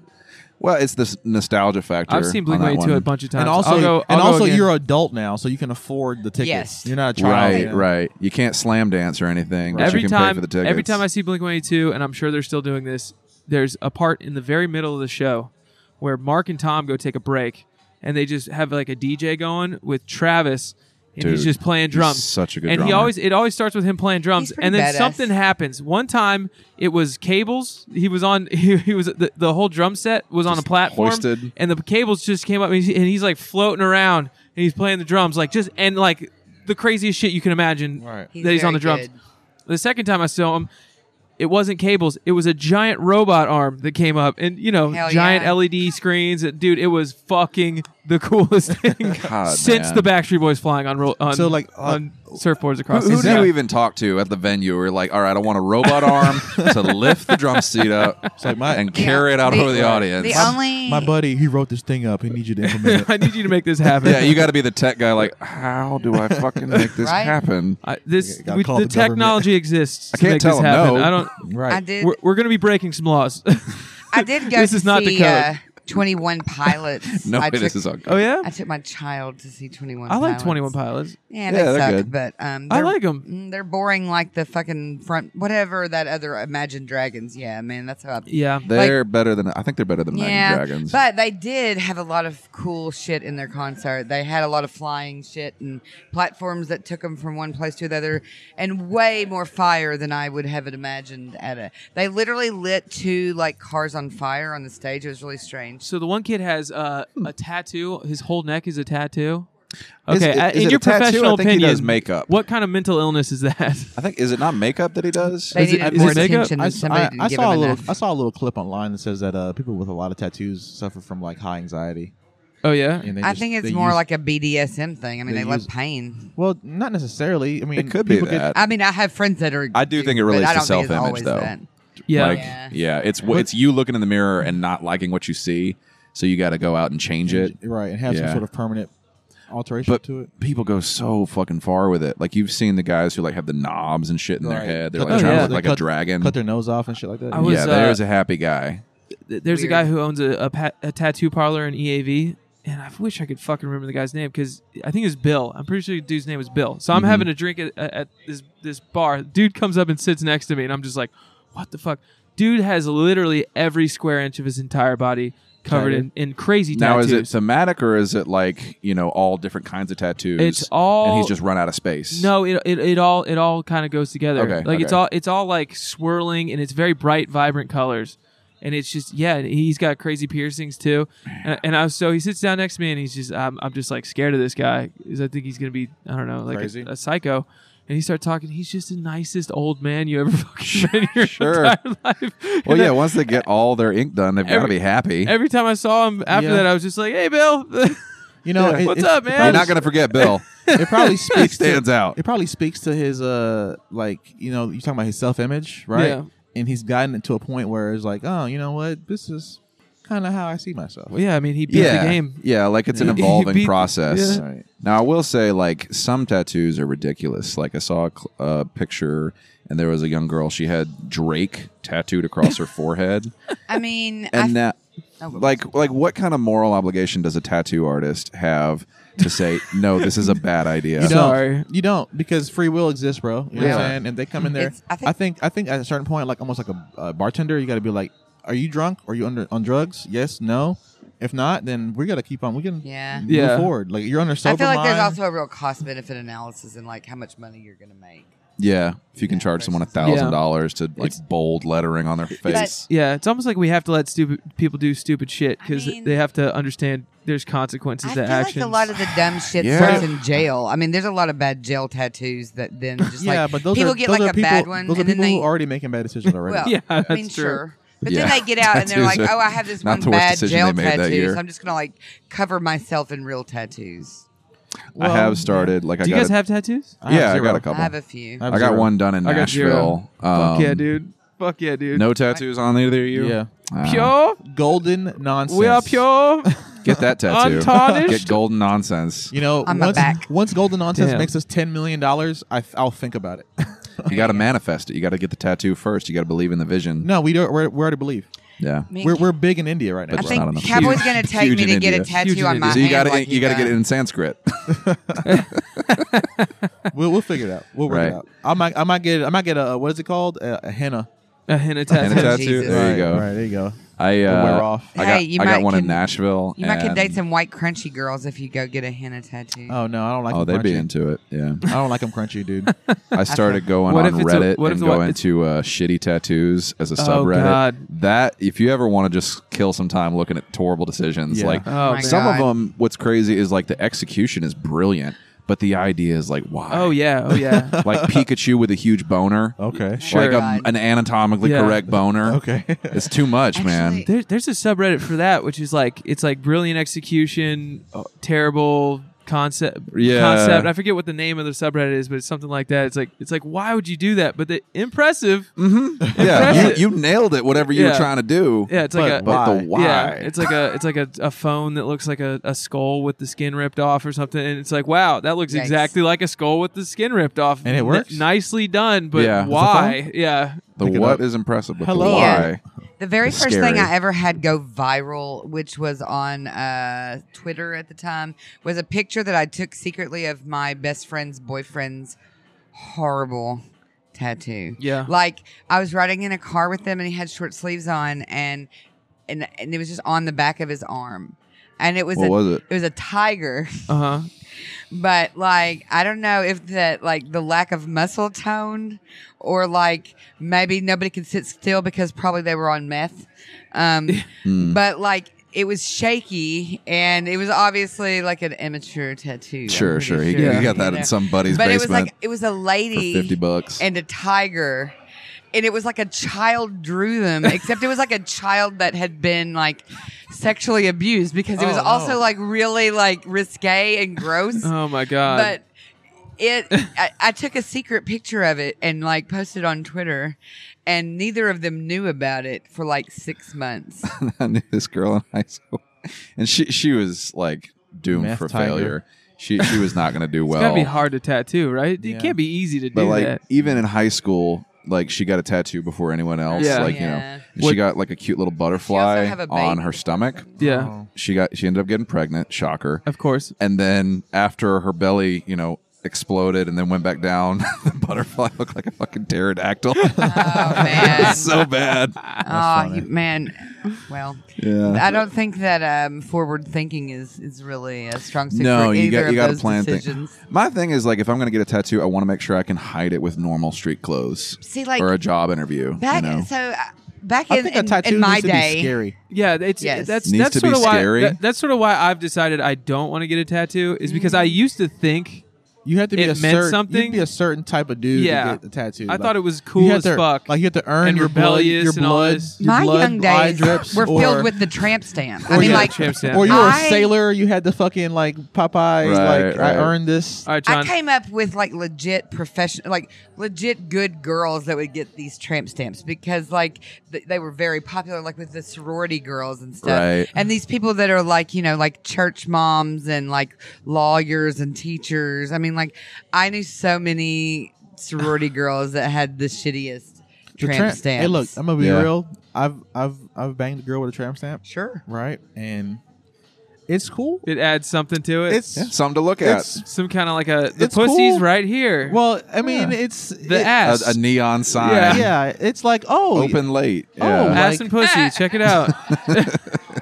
Speaker 2: Well, it's this nostalgia factor.
Speaker 6: I've seen Blink
Speaker 2: on that
Speaker 6: One Eighty Two a
Speaker 2: one.
Speaker 6: bunch of times.
Speaker 7: And also,
Speaker 6: I'll go,
Speaker 7: and
Speaker 6: I'll go
Speaker 7: also,
Speaker 6: again.
Speaker 7: you're adult now, so you can afford the tickets.
Speaker 8: Yes.
Speaker 7: You're not a child.
Speaker 2: Right,
Speaker 7: yeah.
Speaker 2: right. You can't slam dance or anything. But
Speaker 6: every
Speaker 2: you can
Speaker 6: time.
Speaker 2: pay for the tickets.
Speaker 6: every time I see Blink One Eighty Two, and I'm sure they're still doing this. There's a part in the very middle of the show where Mark and Tom go take a break, and they just have like a DJ going with Travis, and he's
Speaker 2: Dude,
Speaker 6: just playing
Speaker 2: he's
Speaker 6: drums.
Speaker 2: such a good
Speaker 6: and he
Speaker 2: drummer.
Speaker 6: always it always starts with him playing drums,
Speaker 8: He's pretty
Speaker 6: and then
Speaker 8: badass.
Speaker 6: something happens. One time it was cables. He was on. He, he was the, the whole drum set was on a platform,
Speaker 2: hoisted.
Speaker 6: and the cables just came up, and he's, and he's like floating around, and he's playing the drums like just and like the craziest shit you can imagine
Speaker 7: Right.
Speaker 8: He's
Speaker 6: that he's on the
Speaker 8: very
Speaker 6: drums.
Speaker 8: good.
Speaker 6: The second time I saw him, it wasn't cables. It was a giant robot arm that came up, and you know,
Speaker 8: Hell
Speaker 6: giant
Speaker 8: yeah.
Speaker 6: LED screens. Dude, it was fucking the coolest thing
Speaker 2: God,
Speaker 6: since
Speaker 2: man.
Speaker 6: the Backstreet Boys flying on ro- on,
Speaker 7: So, like, uh,
Speaker 6: on surfboards across.
Speaker 2: Who
Speaker 6: the
Speaker 2: do you
Speaker 6: sea.
Speaker 2: even talk to at the venue? We're like, all right, I want a robot arm to lift the drum seat up
Speaker 7: like my-
Speaker 2: and carry it out
Speaker 8: The-
Speaker 2: over the audience.
Speaker 8: The only
Speaker 7: My buddy, he wrote this thing up. He needs you to implement it.
Speaker 6: I need you to make this happen.
Speaker 2: yeah, you got to be the tech guy. Like, how do I fucking make this
Speaker 8: Right?
Speaker 2: happen?
Speaker 6: I, this
Speaker 7: gotta
Speaker 6: we,
Speaker 7: call
Speaker 6: the,
Speaker 7: the government.
Speaker 6: technology exists.
Speaker 2: I can't
Speaker 6: to make
Speaker 2: tell 'em
Speaker 6: this happen.
Speaker 2: no.
Speaker 6: I don't.
Speaker 7: Right.
Speaker 8: I did.
Speaker 6: We're, we're going to be breaking some laws.
Speaker 8: I did go.
Speaker 6: This
Speaker 8: to
Speaker 6: is not the
Speaker 8: see,
Speaker 6: code.
Speaker 8: Uh, Twenty One Pilots.
Speaker 2: No,
Speaker 8: I
Speaker 2: it
Speaker 8: took,
Speaker 2: is okay.
Speaker 6: oh yeah,
Speaker 8: I took my child to see Twenty One.
Speaker 6: I like Twenty One Pilots.
Speaker 8: Yeah,
Speaker 2: Yeah,
Speaker 8: they
Speaker 2: they're
Speaker 8: suck,
Speaker 2: good.
Speaker 8: but um,
Speaker 6: I
Speaker 8: they're-
Speaker 6: like 'em.
Speaker 8: mm, They're boring, like the fucking front, whatever that other Imagine Dragons. Yeah, man, that's how. I,
Speaker 6: Yeah,
Speaker 2: They're better than I think they're better than Imagine
Speaker 8: yeah,
Speaker 2: Dragons.
Speaker 8: but they did have a lot of cool shit in their concert. They had a lot of flying shit and platforms that took them from one place to the other, and way more fire than I would have it imagined. At a, they literally lit two like cars on fire on the stage. It was really strange.
Speaker 6: So the one kid has uh, a tattoo. His whole neck is a tattoo.
Speaker 2: Hmm. Is-
Speaker 6: Okay,
Speaker 2: is-
Speaker 6: uh,
Speaker 2: is
Speaker 6: in
Speaker 2: it a
Speaker 6: your
Speaker 2: tattoo? I
Speaker 6: professional
Speaker 2: think he
Speaker 6: opinion,
Speaker 2: does makeup.
Speaker 6: What kind of mental illness is that?
Speaker 2: I think is it not makeup that he does?
Speaker 8: They
Speaker 6: Is it-
Speaker 8: needed
Speaker 6: is
Speaker 8: more
Speaker 6: it makeup?
Speaker 8: attention.
Speaker 7: I,
Speaker 8: and
Speaker 7: s-
Speaker 8: somebody
Speaker 7: I-
Speaker 8: didn't
Speaker 7: I
Speaker 8: give
Speaker 7: saw a
Speaker 8: them
Speaker 7: little.
Speaker 8: enough.
Speaker 7: I saw a little clip online that says that uh, people with a lot of tattoos suffer from like high anxiety.
Speaker 6: oh yeah,
Speaker 7: And they
Speaker 8: I
Speaker 7: just-
Speaker 8: think
Speaker 7: they
Speaker 8: it's more
Speaker 7: use-
Speaker 8: like a BDSM thing. I mean,
Speaker 7: they
Speaker 8: they, love
Speaker 7: use-
Speaker 8: pain.
Speaker 7: Well, not necessarily. I mean,
Speaker 2: It could be
Speaker 7: people get-
Speaker 2: that.
Speaker 8: I mean, I have friends that are.
Speaker 2: I do think it
Speaker 8: but
Speaker 2: relates
Speaker 8: I
Speaker 2: to
Speaker 8: don't think it's
Speaker 2: self-image,
Speaker 8: always
Speaker 2: though.
Speaker 8: that.
Speaker 6: yeah.
Speaker 2: Like,
Speaker 8: Yeah.
Speaker 2: yeah, it's wh- it's you looking in the mirror and not liking what you see, so you got to go out and change it.
Speaker 7: right and have
Speaker 2: Yeah.
Speaker 7: some sort of permanent alteration
Speaker 2: But-
Speaker 7: to it.
Speaker 2: People go so fucking far with it. Like you've seen the guys who like have the knobs and shit in their
Speaker 7: Right.
Speaker 2: head. They're
Speaker 7: Cut
Speaker 2: like trying
Speaker 6: their
Speaker 2: to
Speaker 6: nose-
Speaker 2: look
Speaker 7: they
Speaker 2: like a
Speaker 7: cut-
Speaker 2: dragon.
Speaker 7: Cut their nose off and shit like
Speaker 8: Oh,
Speaker 7: that.
Speaker 6: I was,
Speaker 2: yeah,
Speaker 6: uh,
Speaker 2: there's a happy guy.
Speaker 6: Th- There's
Speaker 8: Weird.
Speaker 6: a guy who owns a a, pa- a tattoo parlor in EAV, and I wish I could fucking remember the guy's name because I think it was Bill. I'm pretty sure the dude's name was Bill. So I'm
Speaker 2: Mm-hmm.
Speaker 6: having a drink at, at, at this this bar. Dude comes up and sits next to me, and I'm just like, what the fuck? Dude has literally every square inch of his entire body covered in, in crazy
Speaker 2: Now
Speaker 6: tattoos.
Speaker 2: is it thematic or is it like you know all different kinds of tattoos?
Speaker 6: It's all-
Speaker 2: and he's just run out of space.
Speaker 6: No, it, it, it all it all kind of goes together.
Speaker 2: Okay,
Speaker 6: like it's
Speaker 2: okay.
Speaker 6: all it's all like swirling and it's very bright, vibrant colors, and it's just yeah. and He's got crazy piercings too, and, and I was, so he sits down next to me and he's just I'm, I'm just like scared of this guy because I think he's gonna be I don't know like
Speaker 7: Crazy?
Speaker 6: a, a psycho. And he started talking. He's just the nicest old man you ever fucking met in your
Speaker 2: Sure.
Speaker 6: entire life.
Speaker 2: Well,
Speaker 6: And
Speaker 2: yeah. Once they get all their ink done, they've got to
Speaker 6: Every-
Speaker 2: be happy.
Speaker 6: Every time I saw him after
Speaker 7: Yeah.
Speaker 6: that, I was just like, "Hey, Bill,
Speaker 7: You know, it-
Speaker 6: what's
Speaker 7: it-
Speaker 6: up,
Speaker 7: it
Speaker 6: man?"
Speaker 2: You're not gonna forget Bill.
Speaker 7: It probably speaks to-
Speaker 2: stands out.
Speaker 7: It probably speaks to his uh like you know you talking about his self image, right?
Speaker 6: Yeah.
Speaker 7: And he's gotten it to a point where it's like, oh, you know what, this is kind of how I see myself.
Speaker 6: Well, yeah, I mean, he beat
Speaker 2: yeah,
Speaker 6: the game.
Speaker 2: yeah. Like it's an
Speaker 6: He
Speaker 2: evolving
Speaker 6: beat-
Speaker 2: process.
Speaker 6: yeah.
Speaker 7: Right.
Speaker 2: Now I will say, like some tattoos are ridiculous. Like I saw a cl- uh, picture, and there was a young girl. She had Drake tattooed across her forehead,
Speaker 8: I mean, I
Speaker 2: and that,
Speaker 8: Oh, go
Speaker 2: like, like what kind of moral obligation does a tattoo artist have to say no? This is a bad idea.
Speaker 7: You don't.
Speaker 6: Sorry.
Speaker 7: You don't because free will exists, bro. You know what
Speaker 8: Yeah.
Speaker 7: I'm saying? And they come in there.
Speaker 8: It's-
Speaker 7: I
Speaker 8: I
Speaker 7: think,
Speaker 8: think-
Speaker 7: I think at a certain point, like almost like a, a bartender, you got to be like, "Are you drunk? Are you under on drugs? Yes, no. If not, then we got to keep on. We can
Speaker 8: Yeah.
Speaker 7: move
Speaker 6: Yeah.
Speaker 7: forward. Like you're under
Speaker 8: I
Speaker 7: sober
Speaker 8: feel like there's
Speaker 7: mind.
Speaker 8: also a real cost benefit analysis in like how much money you're gonna make.
Speaker 2: Yeah, if you can charge someone a thousand dollars to like
Speaker 6: It's-
Speaker 2: bold lettering on their face.
Speaker 6: Yeah, it's almost like we have to let stupid people do stupid shit because
Speaker 8: I mean-
Speaker 6: they have to understand there's consequences
Speaker 8: I
Speaker 6: to
Speaker 8: feel
Speaker 6: actions.
Speaker 8: like a lot of the dumb shit
Speaker 2: Yeah.
Speaker 8: starts in jail. I mean, there's a lot of bad jail tattoos that then just
Speaker 7: yeah,
Speaker 8: like
Speaker 7: but those
Speaker 8: people
Speaker 7: are
Speaker 8: get
Speaker 7: those
Speaker 8: like
Speaker 7: are
Speaker 8: a
Speaker 7: people,
Speaker 8: bad one
Speaker 7: Those are
Speaker 8: and then
Speaker 7: people
Speaker 8: they
Speaker 7: who are already making bad decisions already.
Speaker 8: well,
Speaker 6: Yeah,
Speaker 8: I mean,
Speaker 6: that's true.
Speaker 8: sure. But
Speaker 2: Yeah.
Speaker 8: then they get out and they're
Speaker 2: Tattoos
Speaker 8: like,
Speaker 2: are
Speaker 8: "Oh, I have this
Speaker 2: not
Speaker 8: one
Speaker 2: the worst
Speaker 8: bad
Speaker 2: decision
Speaker 8: jail
Speaker 2: they made that
Speaker 8: tattoo,
Speaker 2: year.
Speaker 8: so I'm just gonna like cover myself in real tattoos."
Speaker 2: I
Speaker 7: Well,
Speaker 2: have started like I
Speaker 6: do you
Speaker 2: got
Speaker 6: guys
Speaker 2: a-
Speaker 6: have tattoos?
Speaker 7: have
Speaker 2: yeah, I
Speaker 7: zero.
Speaker 2: got a
Speaker 8: I
Speaker 2: couple.
Speaker 8: have a few.
Speaker 7: I have
Speaker 2: I got
Speaker 7: zero.
Speaker 2: one done in
Speaker 6: I got
Speaker 2: Nashville.
Speaker 6: zero. Fuck yeah,
Speaker 2: Um,
Speaker 6: dude. Fuck yeah, dude.
Speaker 2: No tattoos on either of you?
Speaker 7: Yeah.
Speaker 2: Ah,
Speaker 6: Pure.
Speaker 7: Golden nonsense.
Speaker 6: We are pure.
Speaker 2: Get that tattoo.
Speaker 6: Untarnished.
Speaker 2: Get golden nonsense.
Speaker 7: You know,
Speaker 8: On my
Speaker 7: once,
Speaker 8: back.
Speaker 7: once Golden Nonsense
Speaker 6: Damn.
Speaker 7: makes us ten million dollars, I will think about it.
Speaker 2: You got to manifest it. You got to get the tattoo first. You got to believe in the vision.
Speaker 7: no, we don't. We're, we already believe.
Speaker 2: Yeah.
Speaker 8: Me-
Speaker 7: We're, we're big in India right now.
Speaker 8: I
Speaker 2: But- Well, not enough.
Speaker 8: think Cowboy's
Speaker 2: Huge-
Speaker 8: gonna take
Speaker 2: huge
Speaker 8: me
Speaker 2: in
Speaker 8: to get a
Speaker 2: India.
Speaker 8: tattoo
Speaker 6: Huge in
Speaker 8: on my
Speaker 6: India.
Speaker 2: So you
Speaker 8: hand
Speaker 2: got to
Speaker 8: like
Speaker 2: you got to
Speaker 8: he
Speaker 2: get it
Speaker 8: does.
Speaker 2: in Sanskrit.
Speaker 7: we'll, we'll figure it out. We'll work
Speaker 2: Right.
Speaker 7: it out. I might I might get I might get a what is it called a, a henna.
Speaker 6: A henna tattoo.
Speaker 2: and a tattoo.
Speaker 8: Jesus.
Speaker 2: There you
Speaker 7: Right,
Speaker 2: go.
Speaker 7: Right there you go.
Speaker 2: I uh,
Speaker 7: It'll wear off.
Speaker 2: I got
Speaker 8: Hey, you
Speaker 2: I got
Speaker 8: might
Speaker 2: one in
Speaker 8: can-
Speaker 2: Nashville.
Speaker 8: You might can
Speaker 2: and-
Speaker 8: date some white crunchy girls if you go get a henna tattoo.
Speaker 7: Oh no, I don't like.
Speaker 2: Oh,
Speaker 7: them
Speaker 2: they'd be
Speaker 7: crunchy.
Speaker 2: into it. Yeah.
Speaker 7: I don't like them crunchy, dude.
Speaker 2: I started going
Speaker 6: What
Speaker 2: on
Speaker 6: if it's a-
Speaker 2: Reddit
Speaker 6: what if
Speaker 2: and
Speaker 6: the- what-
Speaker 2: going
Speaker 6: it's-
Speaker 2: to uh, shitty tattoos as a
Speaker 6: Oh,
Speaker 2: subreddit.
Speaker 6: God.
Speaker 2: That if you ever want to just kill some time looking at horrible decisions,
Speaker 7: Yeah.
Speaker 2: like
Speaker 6: Oh,
Speaker 8: my
Speaker 2: some of
Speaker 8: God.
Speaker 2: them, what's crazy is like the execution is brilliant, but the idea is like why?
Speaker 6: Oh yeah. Oh yeah.
Speaker 2: like Pikachu with a huge boner,
Speaker 7: okay.
Speaker 6: Sure.
Speaker 2: like a, an anatomically
Speaker 6: Yeah.
Speaker 2: correct boner.
Speaker 7: Oh, Okay.
Speaker 2: It's too much, man.
Speaker 8: Actually-
Speaker 6: There, there's a subreddit for that, which is like it's like brilliant execution, uh, terrible concept.
Speaker 2: Yeah.
Speaker 6: Concept. I forget what the name of the subreddit is, but it's something like that. It's like it's like why would you do that? But the impressive.
Speaker 2: Mm. Yeah,
Speaker 6: Impressive.
Speaker 2: you, you nailed it. Whatever you were
Speaker 6: Yeah.
Speaker 2: trying to do.
Speaker 6: Yeah. It's
Speaker 7: But
Speaker 6: like a.
Speaker 2: but the why?
Speaker 6: Yeah, it's like a it's like a, a phone that looks like a, a skull with the skin ripped off or something, and it's like, wow, that looks
Speaker 8: Yikes.
Speaker 6: exactly like a skull with the skin ripped off,
Speaker 7: And it
Speaker 6: N-
Speaker 7: works?
Speaker 6: nicely done, but
Speaker 2: Yeah. It's a
Speaker 6: why? Yeah,
Speaker 2: the
Speaker 7: Pick it
Speaker 2: what
Speaker 7: up.
Speaker 2: is impressive, but the
Speaker 7: Hello.
Speaker 2: why.
Speaker 8: Yeah. The very
Speaker 2: It's
Speaker 8: first
Speaker 2: scary.
Speaker 8: thing I ever had go viral, which was on uh, Twitter at the time, was a picture that I took secretly of my best friend's boyfriend's horrible tattoo.
Speaker 6: Yeah.
Speaker 8: Like I was riding in a car with him and he had short sleeves on and and, and it was just on the back of his arm. And it was
Speaker 2: What
Speaker 8: a,
Speaker 2: was it?
Speaker 8: It was a tiger.
Speaker 6: uh huh.
Speaker 8: but like I don't know if that like the lack of muscle tone or like maybe nobody could sit still because probably they were on meth. Um,
Speaker 2: Hmm.
Speaker 8: But like it was shaky and it was obviously like an immature tattoo. I'm
Speaker 2: Sure,
Speaker 8: pretty
Speaker 2: sure. He, he got that
Speaker 8: you know.
Speaker 2: in some buddy's
Speaker 8: But it was
Speaker 2: basement
Speaker 8: like it was a lady
Speaker 2: for fifty bucks.
Speaker 8: and a tiger. And it was like a child drew them, except it was like a child that had been like sexually abused because it was
Speaker 7: Oh,
Speaker 8: also
Speaker 7: no.
Speaker 8: like really like risque and gross
Speaker 6: Oh my god.
Speaker 8: but it I, I took a secret picture of it and like posted on twitter and neither of them knew about it for like six months
Speaker 2: I knew this girl in high school, and she she was like doomed
Speaker 7: Meth
Speaker 2: for
Speaker 7: tiger.
Speaker 2: failure. She she was not going to do
Speaker 6: it's
Speaker 2: well.
Speaker 6: gotta be hard to tattoo, right?
Speaker 7: Yeah.
Speaker 6: It can't be easy to
Speaker 2: But
Speaker 6: do
Speaker 2: like
Speaker 6: that.
Speaker 2: even in high school, like she got a tattoo before anyone else.
Speaker 6: Yeah.
Speaker 2: Like
Speaker 8: Yeah.
Speaker 2: you know, and she
Speaker 6: What-
Speaker 2: got like a cute little butterfly
Speaker 8: have a baby.
Speaker 2: on her stomach.
Speaker 6: Yeah,
Speaker 2: She got she ended up getting pregnant. Shocker.
Speaker 6: of course.
Speaker 2: And then after her belly, you know. Exploded and then went back down. the butterfly looked like a fucking pterodactyl.
Speaker 8: oh man
Speaker 2: so bad.
Speaker 8: oh you- man well
Speaker 2: Yeah.
Speaker 8: i don't think that um, forward thinking is is really a strong suit
Speaker 2: No,
Speaker 8: for
Speaker 2: you
Speaker 8: either
Speaker 2: got
Speaker 8: of
Speaker 2: you got to
Speaker 8: those
Speaker 2: plan
Speaker 8: decisions
Speaker 2: things. My thing is like if I'm going to get a tattoo, I want to make sure I can hide it with normal street clothes
Speaker 8: see like
Speaker 2: or a job interview.
Speaker 8: back
Speaker 2: you know?
Speaker 8: so uh, back
Speaker 7: I
Speaker 8: in,
Speaker 7: think a
Speaker 8: in,
Speaker 7: tattoo
Speaker 8: in my
Speaker 7: needs to
Speaker 8: day
Speaker 7: be scary.
Speaker 6: Yeah, it's
Speaker 8: Yes.
Speaker 6: that's
Speaker 2: Needs
Speaker 6: that's
Speaker 2: to be
Speaker 6: sort of why
Speaker 2: scary.
Speaker 6: that- that's sort of why I've decided I don't want to get a tattoo is because
Speaker 8: Mm.
Speaker 6: I used to think
Speaker 7: You have to be
Speaker 6: It
Speaker 7: a
Speaker 6: meant
Speaker 7: certain,
Speaker 6: something?
Speaker 7: You'd be a certain type of dude
Speaker 6: Yeah.
Speaker 7: to get a tattoo.
Speaker 6: I
Speaker 7: Like,
Speaker 6: thought it was
Speaker 7: you
Speaker 6: cool
Speaker 7: have
Speaker 6: as
Speaker 7: to-
Speaker 6: fuck.
Speaker 7: Like you have to earn
Speaker 6: and
Speaker 7: your blood,
Speaker 6: rebellious
Speaker 7: your
Speaker 6: and all
Speaker 7: blood,
Speaker 6: this.
Speaker 7: your
Speaker 8: my
Speaker 7: blood,
Speaker 8: young
Speaker 7: eye
Speaker 8: days
Speaker 7: drips,
Speaker 8: were
Speaker 7: or,
Speaker 8: filled with the tramp stamp. I
Speaker 7: or
Speaker 8: mean,
Speaker 7: you-
Speaker 8: like,
Speaker 6: Tramp stamp.
Speaker 7: Or you were a
Speaker 8: I-
Speaker 7: sailor. You had the fucking like Popeyes.
Speaker 2: Right,
Speaker 7: like
Speaker 2: right.
Speaker 7: I earned this.
Speaker 6: All right,
Speaker 8: I
Speaker 6: John.
Speaker 8: came up with like legit professional, like legit good girls that would get these tramp stamps because like th- they were very popular, like with the sorority girls and stuff.
Speaker 2: Right.
Speaker 8: And these people that are like, you know, like church moms and like lawyers and teachers. I mean, like I knew so many sorority girls that had the shittiest
Speaker 7: The
Speaker 8: tramp,
Speaker 7: tramp-
Speaker 8: stamps.
Speaker 7: Hey, look, I'm gonna be
Speaker 2: Yeah.
Speaker 7: real. I've I've I've banged a girl with a tramp stamp,
Speaker 8: sure.
Speaker 7: right? And it's cool.
Speaker 6: it adds something to it.
Speaker 7: It's
Speaker 2: Yeah, something to look at.
Speaker 7: it's
Speaker 6: some kind of like a the
Speaker 7: It's
Speaker 6: pussy's
Speaker 7: cool.
Speaker 6: right here.
Speaker 7: well. I mean,
Speaker 2: Yeah.
Speaker 7: it's
Speaker 6: the
Speaker 7: it-
Speaker 2: A,
Speaker 6: ass,
Speaker 2: a neon sign.
Speaker 6: Yeah.
Speaker 7: Yeah, it's like oh,
Speaker 2: Open late.
Speaker 7: Oh,
Speaker 2: Yeah.
Speaker 6: ass
Speaker 7: like-
Speaker 6: and pussy. Check it out.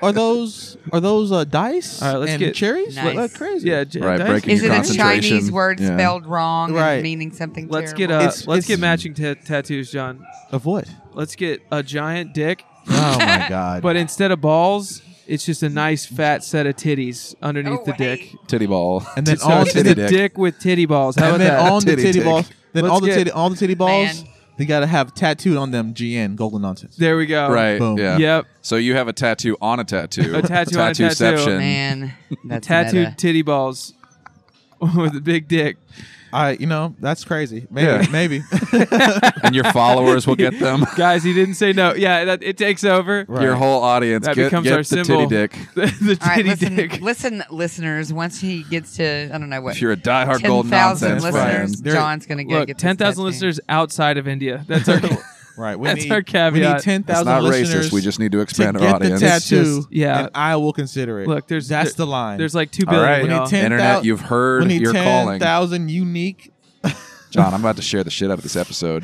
Speaker 7: are those are those uh, dice
Speaker 6: All right, let's
Speaker 7: and
Speaker 6: get-
Speaker 7: cherries?
Speaker 8: Nice.
Speaker 7: Like, crazy.
Speaker 6: yeah, j-
Speaker 2: Right,
Speaker 6: dice-
Speaker 2: breaking
Speaker 8: Is
Speaker 2: your
Speaker 8: it a
Speaker 2: concentration.
Speaker 8: Chinese word
Speaker 2: Yeah.
Speaker 8: spelled wrong
Speaker 7: Right.
Speaker 8: and meaning something?
Speaker 6: Let's get
Speaker 8: terrible?
Speaker 6: uh,
Speaker 7: It's-
Speaker 6: let's
Speaker 7: it's-
Speaker 6: get matching ta- tattoos, John.
Speaker 7: Of what?
Speaker 6: Let's get a giant dick,
Speaker 7: Oh my god.
Speaker 6: but instead of balls, it's just a nice fat set of titties underneath
Speaker 8: Oh,
Speaker 6: the
Speaker 8: hey.
Speaker 6: dick.
Speaker 2: Titty ball.
Speaker 7: and then
Speaker 6: So
Speaker 7: all
Speaker 6: it's
Speaker 7: the
Speaker 6: just
Speaker 2: titty
Speaker 6: a
Speaker 7: titty,
Speaker 2: dick.
Speaker 6: dick. with titty balls. How
Speaker 7: and
Speaker 6: about
Speaker 7: then
Speaker 6: that?
Speaker 7: on
Speaker 2: Titty
Speaker 7: the titty
Speaker 2: dick.
Speaker 7: balls. Then
Speaker 6: Let's
Speaker 7: all the
Speaker 6: get-
Speaker 7: titty all the titty balls.
Speaker 8: Man.
Speaker 7: They gotta have tattooed on them. GN Golden Nonsense.
Speaker 6: there we go.
Speaker 2: Right.
Speaker 7: Boom.
Speaker 2: Yeah.
Speaker 6: Yep.
Speaker 2: So you have a tattoo on a tattoo.
Speaker 6: A tattoo on a tattoo.
Speaker 2: Tattooception.
Speaker 8: man, that's
Speaker 6: Tattooed
Speaker 8: meta.
Speaker 6: titty balls with a big dick.
Speaker 7: I, you know, that's crazy. Maybe,
Speaker 2: Yeah.
Speaker 7: maybe.
Speaker 2: and your followers will get them.
Speaker 6: Guys, he didn't say no. Yeah, that, it takes over.
Speaker 7: Right.
Speaker 2: Your whole audience
Speaker 6: That
Speaker 2: get,
Speaker 6: becomes
Speaker 2: get
Speaker 6: our
Speaker 2: the titty
Speaker 6: symbol.
Speaker 2: dick.
Speaker 6: the
Speaker 8: All right,
Speaker 6: titty
Speaker 8: listen,
Speaker 6: dick.
Speaker 8: listen, listeners. Once he gets to, I don't know what.
Speaker 2: If you're a diehard gold
Speaker 8: 10,000
Speaker 2: nonsense
Speaker 8: listeners,
Speaker 2: fan,
Speaker 7: There-
Speaker 8: John's going to go
Speaker 6: Look,
Speaker 8: get this
Speaker 6: ten thousand
Speaker 8: tattoo.
Speaker 6: listeners outside of India. That's our.
Speaker 7: right. We
Speaker 6: That's
Speaker 7: need,
Speaker 6: our
Speaker 7: We
Speaker 6: caveat.
Speaker 7: need ten
Speaker 2: it's
Speaker 7: thousand
Speaker 2: not
Speaker 7: listeners.
Speaker 2: racist. We just need to
Speaker 7: to
Speaker 2: expand
Speaker 7: get
Speaker 2: our audience.
Speaker 7: the tattoo.
Speaker 6: just- yeah.
Speaker 7: and I will consider it.
Speaker 6: Look, there's
Speaker 7: that's
Speaker 6: there-
Speaker 7: the line.
Speaker 6: There's like two
Speaker 2: All
Speaker 6: billion.
Speaker 2: right.
Speaker 6: y'all.
Speaker 7: We need 10
Speaker 2: Internet, you've
Speaker 7: we
Speaker 2: heard
Speaker 7: need
Speaker 2: your
Speaker 7: ten
Speaker 2: calling.
Speaker 7: thousand unique,
Speaker 2: John, I'm about to share the shit out of this episode.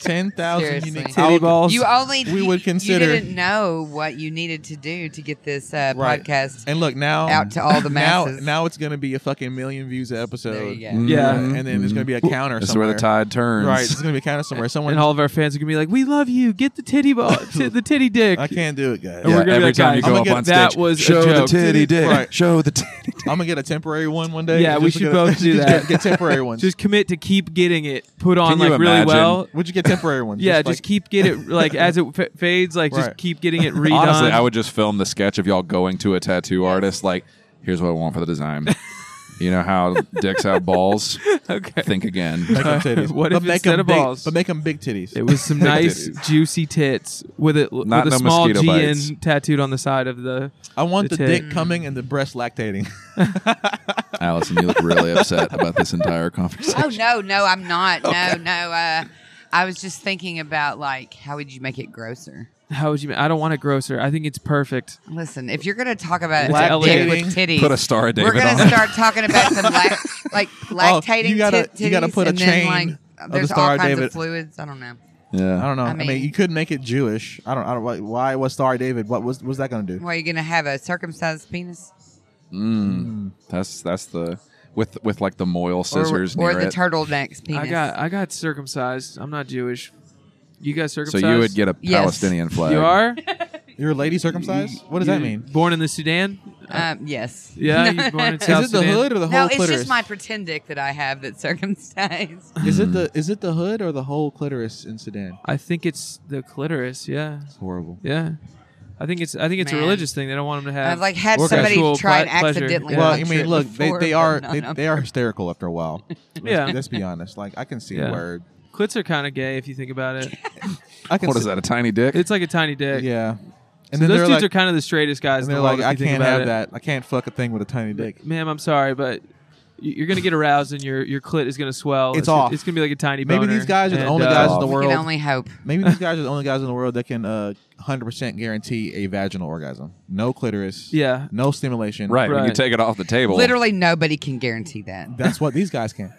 Speaker 7: ten thousand
Speaker 8: Seriously.
Speaker 7: unique
Speaker 8: Titty
Speaker 7: I'll-
Speaker 6: balls.
Speaker 8: You only
Speaker 7: We
Speaker 8: you-
Speaker 7: would consider-
Speaker 8: You didn't know what you needed to do to get this uh,
Speaker 7: Right.
Speaker 8: podcast
Speaker 7: And look now,
Speaker 8: out to all the
Speaker 7: now,
Speaker 8: masses.
Speaker 7: now it's gonna be a fucking million views an episode.
Speaker 8: there you go.
Speaker 6: Yeah.
Speaker 7: And then there's gonna be a counter.
Speaker 2: Mm-hmm. This is
Speaker 7: somewhere.
Speaker 2: where the tide turns.
Speaker 7: Right, there's gonna be a counter somewhere. Someone,
Speaker 6: and all of our fans are gonna be like, "We love you. Get the titty ball, t- the titty dick."
Speaker 7: I can't do it, guys.
Speaker 6: And
Speaker 2: Yeah,
Speaker 6: we're gonna be
Speaker 2: every
Speaker 6: like,
Speaker 2: time you
Speaker 6: "Guys,
Speaker 2: go
Speaker 7: I'ma
Speaker 2: up
Speaker 7: get-
Speaker 2: on stage,
Speaker 6: that was a
Speaker 2: show the
Speaker 6: joke."
Speaker 2: titty dick.
Speaker 7: Right.
Speaker 2: Show the titty dick.
Speaker 7: I'm gonna get a temporary one one day.
Speaker 6: Yeah,
Speaker 7: Just
Speaker 6: we
Speaker 7: look
Speaker 6: should
Speaker 7: at-
Speaker 6: both do
Speaker 7: just
Speaker 6: that.
Speaker 7: Get, get temporary ones.
Speaker 6: Just commit to keep getting it put on
Speaker 2: Can
Speaker 6: like
Speaker 2: you
Speaker 6: really
Speaker 2: imagine?
Speaker 6: well.
Speaker 7: would you get temporary ones?
Speaker 6: Yeah,
Speaker 7: like-
Speaker 6: just keep get it like as it f- fades, like
Speaker 7: Right.
Speaker 6: just keep getting it redone.
Speaker 2: Honestly, I would just film the sketch of y'all going to a tattoo artist. Like, here's what I want for the design. you know how dicks have balls.
Speaker 6: Okay.
Speaker 2: Think again.
Speaker 7: Make them titties.
Speaker 6: What if
Speaker 7: but make
Speaker 6: instead
Speaker 7: 'em
Speaker 6: of
Speaker 7: big-
Speaker 6: balls-
Speaker 7: But make them big titties.
Speaker 6: It was some nice
Speaker 2: Titties.
Speaker 6: juicy tits with it with
Speaker 2: Not
Speaker 6: a
Speaker 2: no
Speaker 6: small
Speaker 2: mosquito
Speaker 6: G
Speaker 2: bites.
Speaker 6: in tattooed on the side of the.
Speaker 7: I want the,
Speaker 6: the tit.
Speaker 7: dick coming and the breast lactating.
Speaker 2: Allison, you look really upset about this entire conversation.
Speaker 8: Oh no, no, I'm not. No, no. Uh, I was just thinking about like how would you make it grosser?
Speaker 6: How would you? I don't want it grosser. I think it's perfect.
Speaker 8: Listen, if you're gonna talk about
Speaker 6: It's
Speaker 8: a dick
Speaker 6: elevating.
Speaker 8: with titties,
Speaker 2: Put a star of
Speaker 8: we're
Speaker 2: David
Speaker 8: gonna
Speaker 2: on it.
Speaker 8: start talking about some lac- like lactating.
Speaker 7: Oh, you gotta-
Speaker 8: tit-
Speaker 7: you gotta
Speaker 8: titties
Speaker 7: put a
Speaker 8: and then,
Speaker 7: chain
Speaker 8: like,
Speaker 7: of the
Speaker 8: There's
Speaker 7: Star
Speaker 8: all
Speaker 7: of
Speaker 8: kinds
Speaker 7: David.
Speaker 8: of fluids. I don't know.
Speaker 2: Yeah.
Speaker 7: I don't know. I mean,
Speaker 8: mean-
Speaker 7: you could make it Jewish. I don't. I don't. Why? why was Star David? What was? Was that going to do?
Speaker 8: Well, you're gonna have a circumcised penis
Speaker 2: That's that's the with with like the Moyle
Speaker 8: or,
Speaker 2: scissors
Speaker 8: or
Speaker 2: near
Speaker 8: the
Speaker 2: it.
Speaker 8: turtleneck's penis.
Speaker 6: I got I got circumcised. I'm not Jewish. You guys
Speaker 2: so
Speaker 6: circumcised?
Speaker 2: you would get a
Speaker 8: Yes.
Speaker 2: Palestinian flag.
Speaker 6: You are.
Speaker 7: You're a lady circumcised? What does that mean?
Speaker 6: Born in the Sudan?
Speaker 8: Um, yes.
Speaker 6: Yeah, you were born in South
Speaker 7: Is it the
Speaker 6: Sudan.
Speaker 7: hood or the whole
Speaker 8: No, it's
Speaker 7: clitoris?
Speaker 8: just my pretend dick that I have that's circumcised.
Speaker 7: is it the is it the hood or the whole clitoris in Sudan?
Speaker 6: I think it's the clitoris. Yeah,
Speaker 7: It's horrible.
Speaker 6: yeah. I think it's I think it's a
Speaker 8: Man.
Speaker 6: religious thing. They don't want them to have.
Speaker 8: I've like had
Speaker 7: Or
Speaker 8: somebody
Speaker 6: sexual
Speaker 8: try and
Speaker 6: ple- pleasure.
Speaker 8: accidentally.
Speaker 6: Yeah.
Speaker 7: Well, I
Speaker 8: puncture
Speaker 7: mean,
Speaker 8: it
Speaker 7: look, they,
Speaker 8: before,
Speaker 7: they
Speaker 8: but
Speaker 7: are
Speaker 8: no,
Speaker 7: they,
Speaker 8: no.
Speaker 7: they are hysterical after a while. Let's,
Speaker 6: Yeah.
Speaker 7: be, let's be honest. Like I can see
Speaker 6: Yeah.
Speaker 7: a word.
Speaker 6: clits are kind of gay if you think about it.
Speaker 7: I can
Speaker 2: What
Speaker 7: see,
Speaker 2: is that? A tiny dick?
Speaker 6: It's like a tiny dick.
Speaker 7: Yeah. And
Speaker 6: So
Speaker 7: then
Speaker 6: those
Speaker 7: they're
Speaker 6: dudes
Speaker 7: like,
Speaker 6: are kind of the straightest
Speaker 7: and
Speaker 6: guys. in
Speaker 7: they're
Speaker 6: the
Speaker 7: like,
Speaker 6: world,
Speaker 7: I
Speaker 6: if you think
Speaker 7: can't
Speaker 6: about
Speaker 7: have
Speaker 6: it.
Speaker 7: that. I can't fuck a thing with a tiny dick.
Speaker 6: ma'am. I'm sorry, but y- you're gonna get aroused and your your clit is gonna swell.
Speaker 7: It's
Speaker 6: gonna-
Speaker 7: off.
Speaker 6: It's gonna be like a tiny.
Speaker 7: Maybe
Speaker 6: boner.
Speaker 7: these guys are the
Speaker 6: And,
Speaker 7: only
Speaker 6: uh,
Speaker 7: guys in the
Speaker 2: off.
Speaker 8: We
Speaker 7: world.
Speaker 8: can only hope.
Speaker 7: Maybe these guys are the only guys in the world that can uh, 100% guarantee a vaginal orgasm. No clitoris.
Speaker 6: Yeah.
Speaker 7: No stimulation.
Speaker 2: right. When you
Speaker 6: Right.
Speaker 2: take it off the table.
Speaker 8: Literally, nobody can guarantee that.
Speaker 7: That's what these guys can.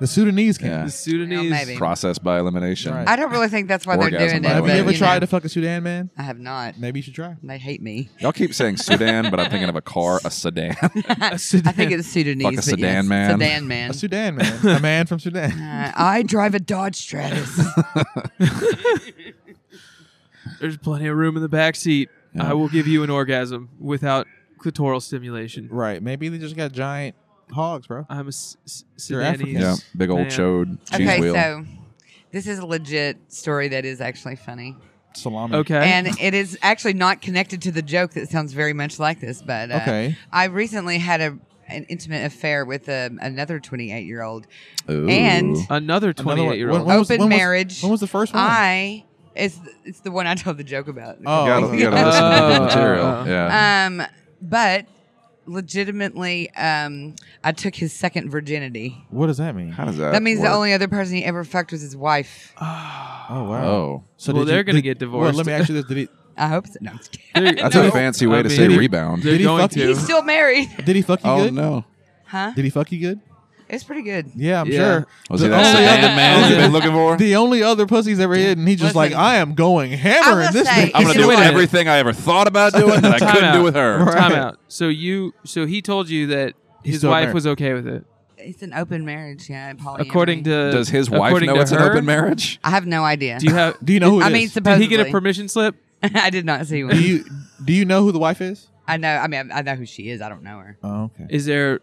Speaker 7: The Sudanese can.
Speaker 2: Yeah.
Speaker 6: The Sudanese.
Speaker 8: Well, maybe.
Speaker 2: Process by elimination.
Speaker 7: Right.
Speaker 8: I don't really think that's why they're
Speaker 2: Orgasm,
Speaker 8: doing it.
Speaker 2: by the
Speaker 7: Have
Speaker 8: but,
Speaker 7: you
Speaker 2: way.
Speaker 7: ever
Speaker 8: know,
Speaker 7: tried to fuck a Sudan man?
Speaker 8: I have not.
Speaker 7: Maybe you should try.
Speaker 8: They hate me.
Speaker 2: Y'all keep saying Sudan, but I'm thinking of a car, a sedan.
Speaker 6: A Sudan.
Speaker 8: I think it's Sudanese.
Speaker 2: Fuck a
Speaker 8: but
Speaker 2: sedan
Speaker 8: yes,
Speaker 2: man.
Speaker 8: Sedan man.
Speaker 7: A Sudan man. a man from Sudan.
Speaker 8: Uh, I drive a Dodge Stratus.
Speaker 6: There's plenty of room in the back seat. I will give you an orgasm without clitoral stimulation.
Speaker 7: Right. Maybe they just got giant hogs, bro.
Speaker 6: I'm a s- s-
Speaker 7: You're African.
Speaker 6: Sudanese.
Speaker 2: yeah, big old
Speaker 6: man.
Speaker 2: chode cheese
Speaker 8: okay,
Speaker 2: wheel.
Speaker 8: so this is a legit story that is actually funny,
Speaker 7: Salami.
Speaker 6: Okay.
Speaker 8: and it is actually not connected to the joke that sounds very much like this. But uh,
Speaker 7: Okay.
Speaker 8: I recently had a an intimate affair with um, another 28 year old.
Speaker 2: Ooh.
Speaker 8: And
Speaker 7: Another
Speaker 6: Another
Speaker 7: one.
Speaker 6: 28 year old.
Speaker 7: When was-
Speaker 8: Open
Speaker 7: when was-
Speaker 8: marriage.
Speaker 7: when was the first one?
Speaker 8: I it's it's the one I told the joke about.
Speaker 7: Oh,
Speaker 2: you gotta, you gotta listen to the
Speaker 6: Oh,
Speaker 2: material.
Speaker 6: oh, oh.
Speaker 2: Yeah.
Speaker 8: Um, but legitimately, um, I took his second virginity.
Speaker 7: What does that mean?
Speaker 2: How does that?
Speaker 8: That means the
Speaker 2: work?
Speaker 8: only other person he ever fucked was his wife.
Speaker 7: Oh wow.
Speaker 2: Oh,
Speaker 7: So
Speaker 6: Well,
Speaker 7: did you-
Speaker 6: they're gonna
Speaker 7: did-
Speaker 6: get
Speaker 7: Well, let
Speaker 6: divorced.
Speaker 7: me ask you this: Did he
Speaker 8: I hope so. No, I'm just kidding.
Speaker 6: They're-
Speaker 2: that's
Speaker 6: no,
Speaker 2: a fancy way
Speaker 6: I
Speaker 2: to
Speaker 6: mean-
Speaker 2: say rebound.
Speaker 6: They're
Speaker 7: Did he
Speaker 6: going
Speaker 7: fuck
Speaker 6: to.
Speaker 7: you?
Speaker 8: He's still married.
Speaker 7: did he fuck you
Speaker 2: Oh
Speaker 7: good?
Speaker 2: no,
Speaker 8: Huh?
Speaker 7: Did he fuck you good?
Speaker 8: It's pretty good.
Speaker 7: Yeah, I'm
Speaker 6: Yeah.
Speaker 7: sure.
Speaker 2: was
Speaker 7: The
Speaker 2: he that
Speaker 7: only
Speaker 2: sedan
Speaker 7: other-
Speaker 2: man you've been looking for?
Speaker 7: The only other pussy's ever hit, and he's just
Speaker 8: Listen.
Speaker 7: like, I am going
Speaker 8: I
Speaker 7: hammer
Speaker 8: will
Speaker 7: in this.
Speaker 8: say-
Speaker 7: bitch."
Speaker 2: I'm gonna
Speaker 6: It's
Speaker 2: do
Speaker 6: just like-
Speaker 2: everything I ever thought about doing that I
Speaker 6: Time
Speaker 2: couldn't do
Speaker 6: out.
Speaker 2: with her.
Speaker 7: Right.
Speaker 6: Time out. So you. So he told you that
Speaker 7: He's
Speaker 6: his
Speaker 7: still
Speaker 6: wife
Speaker 7: married.
Speaker 6: was okay with it,
Speaker 8: It's an open marriage. Yeah, polyamory.
Speaker 6: according to.
Speaker 2: Does his wife
Speaker 6: according
Speaker 2: know
Speaker 6: to
Speaker 2: it's an
Speaker 6: her,
Speaker 2: open marriage?
Speaker 8: I have no idea.
Speaker 6: Do you have?
Speaker 7: Do you know who it
Speaker 8: I
Speaker 7: is?
Speaker 8: mean,
Speaker 6: did he
Speaker 8: supposedly.
Speaker 6: get a permission slip?
Speaker 8: I did not see
Speaker 7: do
Speaker 8: one.
Speaker 7: you do you know who the wife is?
Speaker 8: I know. I mean, I, I know who she is. I don't know her.
Speaker 7: Oh, okay.
Speaker 6: Is there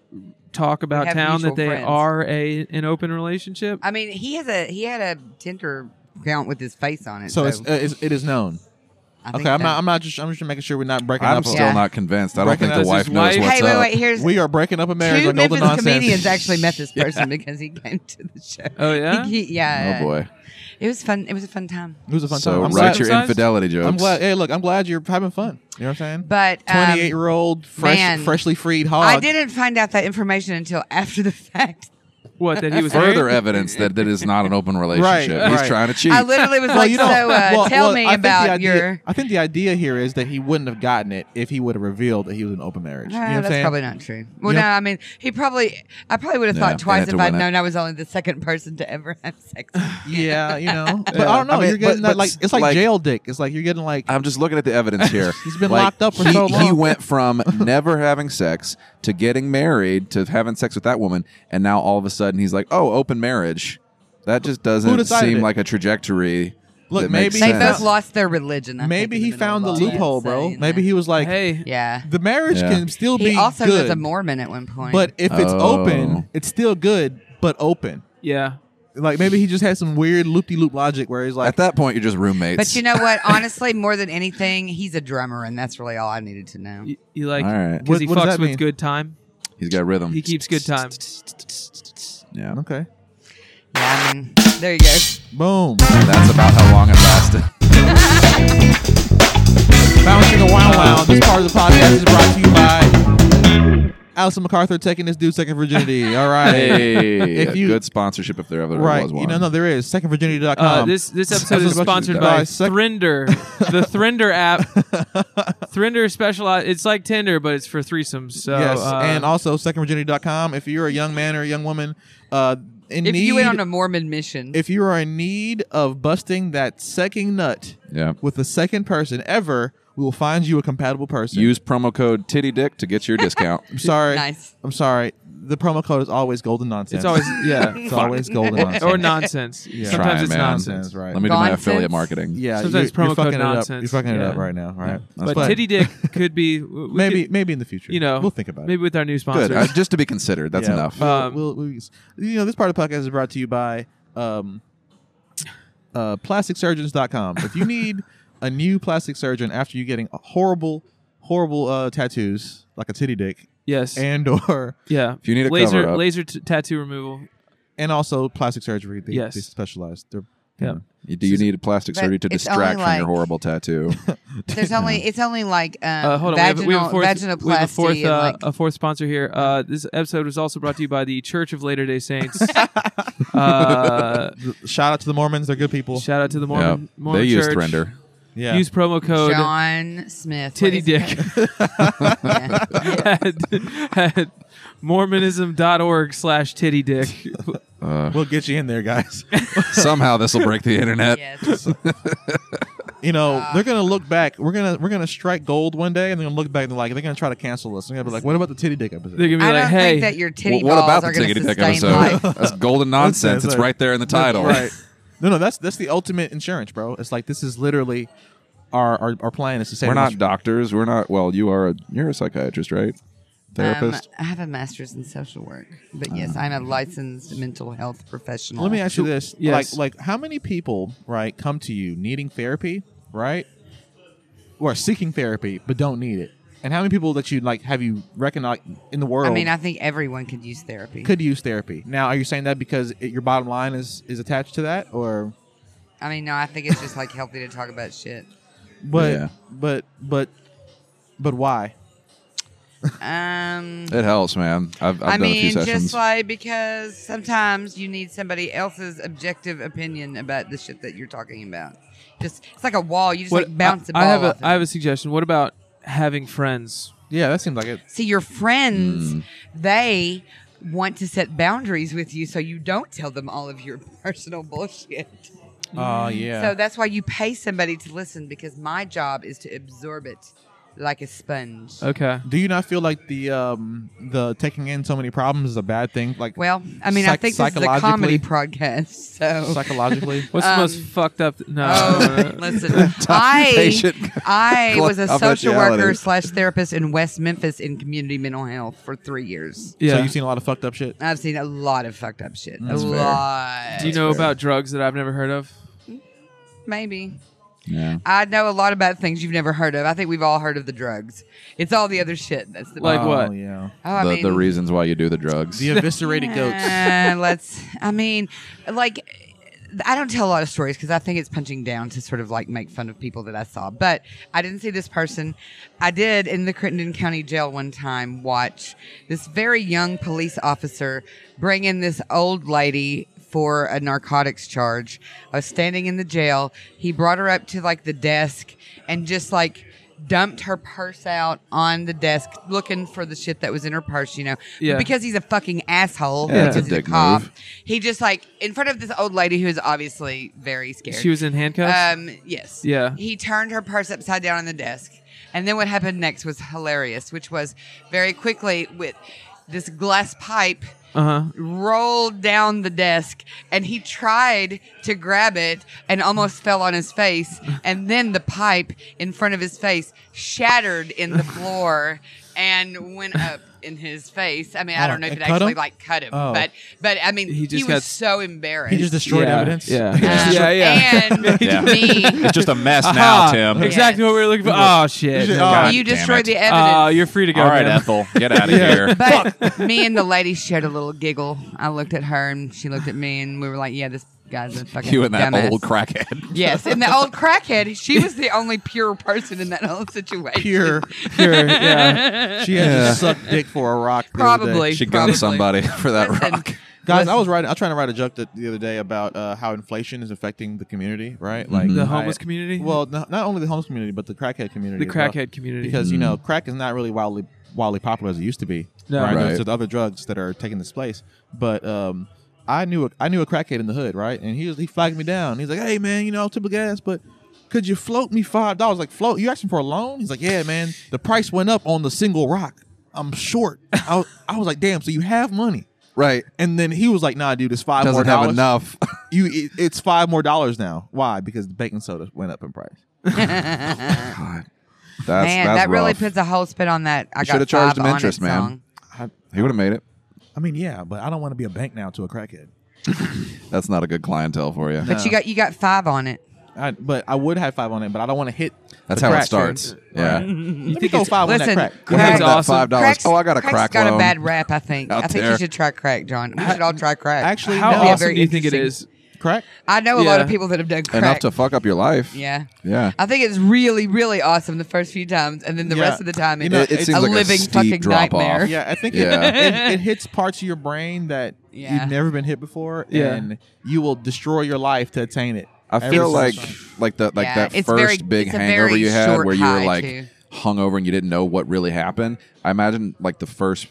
Speaker 6: talk about
Speaker 8: have
Speaker 6: town
Speaker 8: mutual
Speaker 6: that they
Speaker 8: friends.
Speaker 6: are a an open relationship?
Speaker 8: I mean, he has a he had a Tinder account with his face on it.
Speaker 7: So
Speaker 8: So,
Speaker 7: it's, uh, it's, it is known.
Speaker 8: I think
Speaker 7: Okay, I'm
Speaker 8: so.
Speaker 7: not. I'm not just. I'm just making sure we're not breaking
Speaker 2: I'm
Speaker 7: up. a-
Speaker 2: still
Speaker 8: Yeah.
Speaker 2: not convinced. I don't
Speaker 7: Breaking
Speaker 2: think
Speaker 7: up
Speaker 2: the
Speaker 7: his
Speaker 2: wife knows
Speaker 6: wife.
Speaker 2: what's
Speaker 8: hey, wait,
Speaker 2: up.
Speaker 8: wait. Here's
Speaker 7: We are breaking up a marriage
Speaker 8: two
Speaker 7: like all the
Speaker 8: Memphis
Speaker 7: nonsense.
Speaker 8: comedians actually met this person because he came to the show.
Speaker 6: Oh,
Speaker 7: Uh-huh.
Speaker 6: yeah?
Speaker 8: He- yeah.
Speaker 2: Oh boy.
Speaker 8: It was fun. It was a fun time.
Speaker 7: It was a fun
Speaker 2: So
Speaker 7: time.
Speaker 2: write
Speaker 7: I'm glad,
Speaker 2: your
Speaker 6: Circumcised?
Speaker 2: infidelity jokes.
Speaker 7: I'm glad. Hey, look, I'm glad you're having fun. You know what I'm saying?
Speaker 8: But um,
Speaker 7: 28 year old fresh,
Speaker 8: man.
Speaker 7: freshly freed hog.
Speaker 8: I didn't find out that information until after the fact.
Speaker 6: What that he was
Speaker 2: Further
Speaker 6: married?
Speaker 2: evidence that that is not an open relationship. He's
Speaker 7: right.
Speaker 2: trying to cheat.
Speaker 8: I literally was
Speaker 7: Well,
Speaker 8: like,
Speaker 7: you
Speaker 8: "So,
Speaker 7: know,
Speaker 8: uh,
Speaker 7: well-
Speaker 8: tell
Speaker 7: well,
Speaker 8: me
Speaker 7: I think the
Speaker 8: about
Speaker 7: idea-
Speaker 8: your."
Speaker 7: I think the idea here is that he wouldn't have gotten it if he would have revealed that he was in open marriage. you know
Speaker 8: Ah,
Speaker 7: what I'm
Speaker 8: that's
Speaker 7: saying?
Speaker 8: probably not true. Well,
Speaker 7: You
Speaker 8: no,
Speaker 7: know-
Speaker 8: I mean, he probably, I probably would have
Speaker 2: Yeah,
Speaker 8: thought
Speaker 2: they
Speaker 8: twice
Speaker 2: had to
Speaker 8: if I'd
Speaker 2: win it.
Speaker 8: known I was only the second person to ever have sex.
Speaker 7: Yeah, you know. But
Speaker 2: Yeah.
Speaker 7: I don't know.
Speaker 2: I mean,
Speaker 7: you're getting
Speaker 2: but-
Speaker 7: that
Speaker 2: but
Speaker 7: like it's like,
Speaker 2: like-
Speaker 7: jail dick. It's like you're getting like
Speaker 2: I'm just looking at the evidence here.
Speaker 7: He's been locked up for
Speaker 2: he,
Speaker 7: so
Speaker 2: He
Speaker 7: long.
Speaker 2: went from never having sex to getting married to having sex with that woman, and now all of a sudden he's like, "Oh, open marriage." That just doesn't
Speaker 7: decided
Speaker 2: seem
Speaker 7: it?
Speaker 2: like a trajectory.
Speaker 7: Look,
Speaker 2: that makes
Speaker 7: maybe-
Speaker 8: They
Speaker 2: sense.
Speaker 8: both lost their religion. I think,
Speaker 7: maybe
Speaker 8: in the
Speaker 7: he
Speaker 8: middle
Speaker 7: found the
Speaker 8: of all that,
Speaker 7: loophole,
Speaker 8: so,
Speaker 7: bro.
Speaker 8: you know.
Speaker 7: Maybe he was
Speaker 2: eh,
Speaker 7: like
Speaker 6: Hey,
Speaker 8: Yeah.
Speaker 7: the marriage
Speaker 2: Yeah.
Speaker 7: can still
Speaker 8: He
Speaker 7: be
Speaker 8: also
Speaker 7: good,
Speaker 8: was a Mormon at one point.
Speaker 7: but if it's
Speaker 2: Oh.
Speaker 7: open, it's still good, but open.
Speaker 6: yeah.
Speaker 7: Like maybe he just had some weird loop de loop logic where he's like,
Speaker 2: At that point, you're just roommates.
Speaker 8: but you know what? Honestly, more than anything, he's a drummer, and that's really all I needed to know.
Speaker 6: You, you like
Speaker 2: All right.
Speaker 6: because he
Speaker 7: What- what does
Speaker 6: fucks
Speaker 7: that
Speaker 6: with
Speaker 7: mean?
Speaker 6: good time.
Speaker 2: he's got rhythm.
Speaker 6: He keeps good time.
Speaker 2: yeah,
Speaker 7: okay,
Speaker 8: Yeah, I mean, there you go.
Speaker 7: boom,
Speaker 2: And that's about how long it lasted.
Speaker 7: bouncing the wow wow. This part of the podcast is brought to you by Allison MacArthur taking this dude second virginity. All right,
Speaker 2: Hey,
Speaker 7: If
Speaker 2: a
Speaker 7: you-
Speaker 2: good sponsorship if there ever
Speaker 7: right?
Speaker 2: was one.
Speaker 7: You know, no, there is secondvirginity.com.
Speaker 6: Uh, this this episode is
Speaker 7: That's what Um, I was
Speaker 6: sponsored
Speaker 7: about to
Speaker 6: by
Speaker 7: say. Sec-
Speaker 6: Thrinder, the Thrinder app. Thrinder specialize. It's like Tinder, but it's for threesomes. So
Speaker 7: yes,
Speaker 6: uh,
Speaker 7: and also secondvirginity.com. If you're a young man or a young woman uh, in
Speaker 8: If
Speaker 7: need,
Speaker 8: you went on a Mormon mission,
Speaker 7: if you are in need of busting that second nut
Speaker 2: Yeah.
Speaker 7: with the second person ever, we will find you a compatible person.
Speaker 2: Use promo code Titty Dick to get your discount.
Speaker 7: I'm sorry.
Speaker 8: Nice.
Speaker 7: I'm sorry. The promo code is always golden nonsense.
Speaker 6: it's always yeah
Speaker 7: it's always golden nonsense.
Speaker 6: or nonsense. Sometimes
Speaker 2: Try it,
Speaker 6: it's
Speaker 2: man.
Speaker 6: nonsense.
Speaker 7: right.
Speaker 2: Let me do my
Speaker 8: Nonsense.
Speaker 2: affiliate marketing.
Speaker 7: yeah,
Speaker 6: Sometimes
Speaker 7: you're,
Speaker 6: promo
Speaker 7: you're
Speaker 6: code
Speaker 7: fucking it up. You're
Speaker 6: nonsense.
Speaker 7: fucking it
Speaker 6: Yeah.
Speaker 7: up right now. Right.
Speaker 2: that's
Speaker 6: But
Speaker 2: fine.
Speaker 6: titty dick could be we could-
Speaker 7: Maybe maybe in the future.
Speaker 6: you know
Speaker 7: we'll think about it.
Speaker 6: Maybe with our new sponsors.
Speaker 2: Good. Uh, just to be considered. That's
Speaker 7: Yeah.
Speaker 2: enough.
Speaker 7: We'll-
Speaker 6: Um,
Speaker 7: we'll- we'll- you know, this part of the podcast is brought to you by um, uh, plasticsurgeons.com. If you need a new plastic surgeon after you getting a horrible, horrible uh, tattoos, like a titty dick,
Speaker 6: yes.
Speaker 7: and or
Speaker 6: yeah.
Speaker 2: If you need a
Speaker 6: laser
Speaker 2: cover-up.
Speaker 6: laser t- tattoo removal.
Speaker 7: and also plastic surgery, they,
Speaker 6: Yes.
Speaker 7: they specialize. They're, you
Speaker 6: Yeah.
Speaker 7: know.
Speaker 2: Do you need a plastic
Speaker 8: But
Speaker 2: surgery to
Speaker 8: it's
Speaker 2: distract
Speaker 8: only
Speaker 2: from your
Speaker 8: like-
Speaker 2: horrible tattoo?
Speaker 8: there's only it's only like um,
Speaker 6: Uh, hold on,
Speaker 8: vaginal,
Speaker 6: we have, a- we have a fourth,
Speaker 8: vaginoplasty
Speaker 6: we have a fourth,
Speaker 8: and,
Speaker 6: uh,
Speaker 8: like,
Speaker 6: a fourth sponsor here. Uh, this episode was also brought to you by the Church of Latter Day Saints. uh,
Speaker 7: Shout out to the Mormons. They're good people.
Speaker 6: shout out to the
Speaker 2: yeah.
Speaker 6: Mormon. Mormon
Speaker 2: They use
Speaker 6: Church.
Speaker 2: Thrinder.
Speaker 7: yeah.
Speaker 6: Use promo code
Speaker 8: John Smith,
Speaker 6: Titty
Speaker 8: what is
Speaker 6: Dick at, at Mormonism.org slash Titty Dick.
Speaker 7: we'll get you in there, guys.
Speaker 2: Somehow this will break the
Speaker 8: it?
Speaker 2: internet.
Speaker 8: yes.
Speaker 7: you know, they're gonna look back. We're gonna we're gonna strike gold one day, and they're gonna look back and they're like they're gonna try to cancel us. They're gonna be like, what about the titty dick episode?
Speaker 6: They're gonna be
Speaker 8: I
Speaker 6: like,
Speaker 8: don't
Speaker 6: "Hey,
Speaker 8: think that your titty
Speaker 2: Wh- what
Speaker 8: balls
Speaker 2: about
Speaker 8: are
Speaker 2: the
Speaker 8: going
Speaker 2: Tickety
Speaker 8: to
Speaker 2: Dick
Speaker 8: sustain
Speaker 2: episode?
Speaker 8: life.
Speaker 2: That's golden nonsense. it's
Speaker 7: like-
Speaker 2: right there in the title.
Speaker 7: Right. No, no, that's that's the ultimate insurance, bro. It's like this is literally our our, our plan is to say
Speaker 2: We're not doctors. We're not. Well, you are a. You're a psychiatrist, right? Therapist.
Speaker 8: Um, I have a master's in social work, but yes, I'm a licensed mental health professional.
Speaker 7: Let me ask you this:
Speaker 6: Yes.
Speaker 7: like like how many people right come to you needing therapy, right, or seeking therapy but don't need it, and how many people that you like have you recognized in the world?
Speaker 8: I mean, I think everyone could use therapy.
Speaker 7: could use therapy. Now, are you saying that because it, your bottom line is is attached to that, or
Speaker 8: I mean, no, I think it's just like healthy to talk about shit.
Speaker 7: but
Speaker 2: Yeah.
Speaker 7: but but but why?
Speaker 8: Um,
Speaker 2: it helps, man. I've, I've
Speaker 8: I
Speaker 2: done a
Speaker 8: mean,
Speaker 2: few
Speaker 8: just
Speaker 2: sessions.
Speaker 8: like because sometimes you need somebody else's objective opinion about the shit that you're talking about. Just it's like a wall. You just
Speaker 6: what,
Speaker 8: like bounce a ball.
Speaker 6: I, I have
Speaker 8: off
Speaker 6: a,
Speaker 8: of
Speaker 6: I have
Speaker 8: it.
Speaker 6: a suggestion. What about having friends?
Speaker 7: Yeah, that seems like it.
Speaker 8: See, your friends,
Speaker 7: Mm.
Speaker 8: they want to set boundaries with you, so you don't tell them all of your personal bullshit.
Speaker 7: Oh yeah.
Speaker 8: Mm, So that's why you pay somebody to listen because my job is to absorb it like a sponge.
Speaker 7: Uh,
Speaker 6: Okay.
Speaker 7: do you not feel like the um the taking in so many problems is a bad thing? Like
Speaker 8: Well, I mean, I
Speaker 7: psych-
Speaker 8: think this is a comedy
Speaker 7: psychologically-
Speaker 8: podcast, so.
Speaker 7: psychologically.
Speaker 6: What's
Speaker 8: Um,
Speaker 6: the most fucked up? No.
Speaker 8: Oh, listen. I
Speaker 2: patient
Speaker 8: I was a social
Speaker 2: confidentiality.
Speaker 8: worker slash therapist in West Memphis in community mental health for three years.
Speaker 6: yeah.
Speaker 7: So you've seen a lot of fucked up shit.
Speaker 8: I've seen a lot of fucked up shit. a
Speaker 2: fair.
Speaker 8: lot.
Speaker 6: Do you know about drugs that I've never heard of?
Speaker 8: Maybe.
Speaker 2: Yeah.
Speaker 8: I know a lot about things you've never heard of. I think we've all heard of the drugs. It's all the other shit. That's the
Speaker 6: Like
Speaker 7: oh,
Speaker 6: what?
Speaker 7: Yeah.
Speaker 8: oh, I
Speaker 2: the,
Speaker 8: mean,
Speaker 2: the reasons why you do the drugs.
Speaker 7: The eviscerated goats.
Speaker 8: Uh, let's. I mean, like, I don't tell a lot of stories because I think it's punching down to sort of like make fun of people that I saw. But I didn't see this person. I did in the Crittenden County Jail one time watch this very young police officer bring in this old lady for a narcotics charge. I was standing in the jail. He brought her up to like the desk and just like dumped her purse out on the desk looking for the shit that was in her purse, you know.
Speaker 6: Yeah.
Speaker 8: Because he's a fucking asshole
Speaker 2: Yeah, that's
Speaker 8: because
Speaker 2: a
Speaker 8: he's a
Speaker 2: dick
Speaker 8: cop.
Speaker 2: move.
Speaker 8: He just like in front of this old lady who is obviously very scared.
Speaker 6: She was in handcuffs.
Speaker 8: um yes.
Speaker 6: Yeah.
Speaker 8: He turned her purse upside down on the desk. And then what happened next was hilarious, which was very quickly with this glass pipe
Speaker 6: uh huh.
Speaker 8: rolled down the desk and he tried to grab it and almost fell on his face and then the pipe in front of his face shattered in the floor and went up in his face. I mean, I
Speaker 7: Oh,
Speaker 8: don't know if
Speaker 7: it
Speaker 8: it
Speaker 7: cut
Speaker 8: actually
Speaker 7: him?
Speaker 8: like cut him,
Speaker 7: Oh.
Speaker 8: but but I mean,
Speaker 6: He
Speaker 8: he,
Speaker 6: just
Speaker 8: was
Speaker 6: got-
Speaker 8: so embarrassed.
Speaker 7: He just destroyed
Speaker 6: yeah,
Speaker 7: evidence.
Speaker 6: Yeah.
Speaker 8: Um,
Speaker 6: yeah. Yeah.
Speaker 8: And
Speaker 9: Yeah.
Speaker 8: me.
Speaker 9: It's just a mess
Speaker 6: Aha.
Speaker 9: now, Tim.
Speaker 6: Exactly what we were looking for. Oh shit.
Speaker 7: Yeah.
Speaker 9: God
Speaker 8: you
Speaker 9: damn
Speaker 8: destroyed
Speaker 9: it.
Speaker 8: the
Speaker 6: Oh,
Speaker 8: evidence.
Speaker 6: you're free to go.
Speaker 9: All right,
Speaker 6: man.
Speaker 9: Ethel, get out of here.
Speaker 8: but me and the lady shared a little giggle. I looked at her and she looked at me and we were like, yeah, this guy's a fucking
Speaker 9: You and that
Speaker 8: dumbass.
Speaker 9: old crackhead.
Speaker 8: Yes, and the old crackhead, she was the only pure person in that whole situation.
Speaker 7: Pure.
Speaker 6: Sure, yeah.
Speaker 7: She had to suck dick for a rock. the other day.
Speaker 8: Probably.
Speaker 9: She gunned
Speaker 8: probably.
Speaker 9: somebody for that
Speaker 8: Listen,
Speaker 9: rock.
Speaker 7: Guys, I was writing. I was trying to write a joke that, the other day about uh, how inflation is affecting the community, right? Like
Speaker 6: Mm-hmm. The
Speaker 7: I-
Speaker 6: homeless community?
Speaker 7: Well, no, not only the homeless community, but the crackhead community.
Speaker 6: The
Speaker 7: as well.
Speaker 6: crackhead community.
Speaker 7: because you know crack is not really wildly wildly popular as it used to be.
Speaker 6: No.
Speaker 7: right?
Speaker 2: Right.
Speaker 7: There's other drugs that are taking this place, but um, I knew a, I knew a crackhead in the hood, right? And he was he flagged me down. He's like, "Hey man, you know I'm tip of gas, but." Could you float me five dollars? Like float? You asking for a loan? He's like, yeah, man. The price went up on the single rock. I'm short. I was, I was like, damn. So you have money?
Speaker 2: Right.
Speaker 7: And then he was like, nah, dude, it's five more
Speaker 2: Doesn't
Speaker 7: dollars.
Speaker 2: have enough.
Speaker 7: You, it, it's five more dollars now. Why? Because the baking soda went up in price.
Speaker 2: That's,
Speaker 8: Man,
Speaker 2: that's
Speaker 8: that really
Speaker 2: rough.
Speaker 8: puts a whole spin on that. I
Speaker 2: You
Speaker 8: got
Speaker 2: shoulda charged
Speaker 8: five
Speaker 2: him
Speaker 8: on
Speaker 2: interest,
Speaker 8: it
Speaker 2: man.
Speaker 8: song.
Speaker 2: He would have made it.
Speaker 7: I mean, yeah, but I don't want to be a bank now to a crackhead.
Speaker 2: That's not a good clientele for you.
Speaker 8: But you got you got five on it.
Speaker 7: I, but I would have five on it, but I don't want to hit.
Speaker 2: That's
Speaker 7: the
Speaker 2: how it
Speaker 7: crack.
Speaker 2: starts. Yeah.
Speaker 7: You Let me throw five on
Speaker 8: Listen,
Speaker 7: that crack.
Speaker 8: crack-
Speaker 2: What happened to that
Speaker 6: awesome.
Speaker 2: five dollars?
Speaker 8: Crack's-
Speaker 2: Oh, I got a
Speaker 8: crack's
Speaker 2: crack
Speaker 8: got
Speaker 2: loan.
Speaker 8: a bad rap. I think.
Speaker 2: Out
Speaker 8: I think
Speaker 2: there.
Speaker 8: you should try crack, John. We should all try crack.
Speaker 7: Actually,
Speaker 6: How
Speaker 7: no.
Speaker 8: Yeah,
Speaker 6: awesome
Speaker 8: very
Speaker 6: do you think it is?
Speaker 8: interesting. I know a lot of
Speaker 6: Yeah.
Speaker 8: people that have done crack.
Speaker 2: Enough to fuck up your life.
Speaker 8: yeah.
Speaker 2: Yeah.
Speaker 8: I think it's really, really awesome the first few times, and then the
Speaker 7: Yeah.
Speaker 8: rest of the time,
Speaker 7: You
Speaker 8: it's
Speaker 7: know,
Speaker 2: it, it
Speaker 7: it's
Speaker 2: seems
Speaker 8: a
Speaker 2: like
Speaker 8: living
Speaker 2: a steep
Speaker 8: fucking
Speaker 2: drop
Speaker 8: nightmare.
Speaker 2: off.
Speaker 7: yeah, I think
Speaker 2: Yeah.
Speaker 7: It, it, it hits parts of your brain that
Speaker 8: Yeah.
Speaker 7: you've never been hit before,
Speaker 6: Yeah.
Speaker 7: and you will destroy your life to attain it.
Speaker 2: I
Speaker 7: Every
Speaker 2: feel
Speaker 7: single
Speaker 2: like
Speaker 7: time.
Speaker 2: like the like
Speaker 8: Yeah,
Speaker 2: that
Speaker 8: it's
Speaker 2: first
Speaker 8: very-
Speaker 2: big
Speaker 8: it's a
Speaker 2: hangover
Speaker 8: very
Speaker 2: you had
Speaker 8: short
Speaker 2: where you were
Speaker 8: high,
Speaker 2: like
Speaker 8: too.
Speaker 2: hungover and you didn't know what really happened. I imagine like the first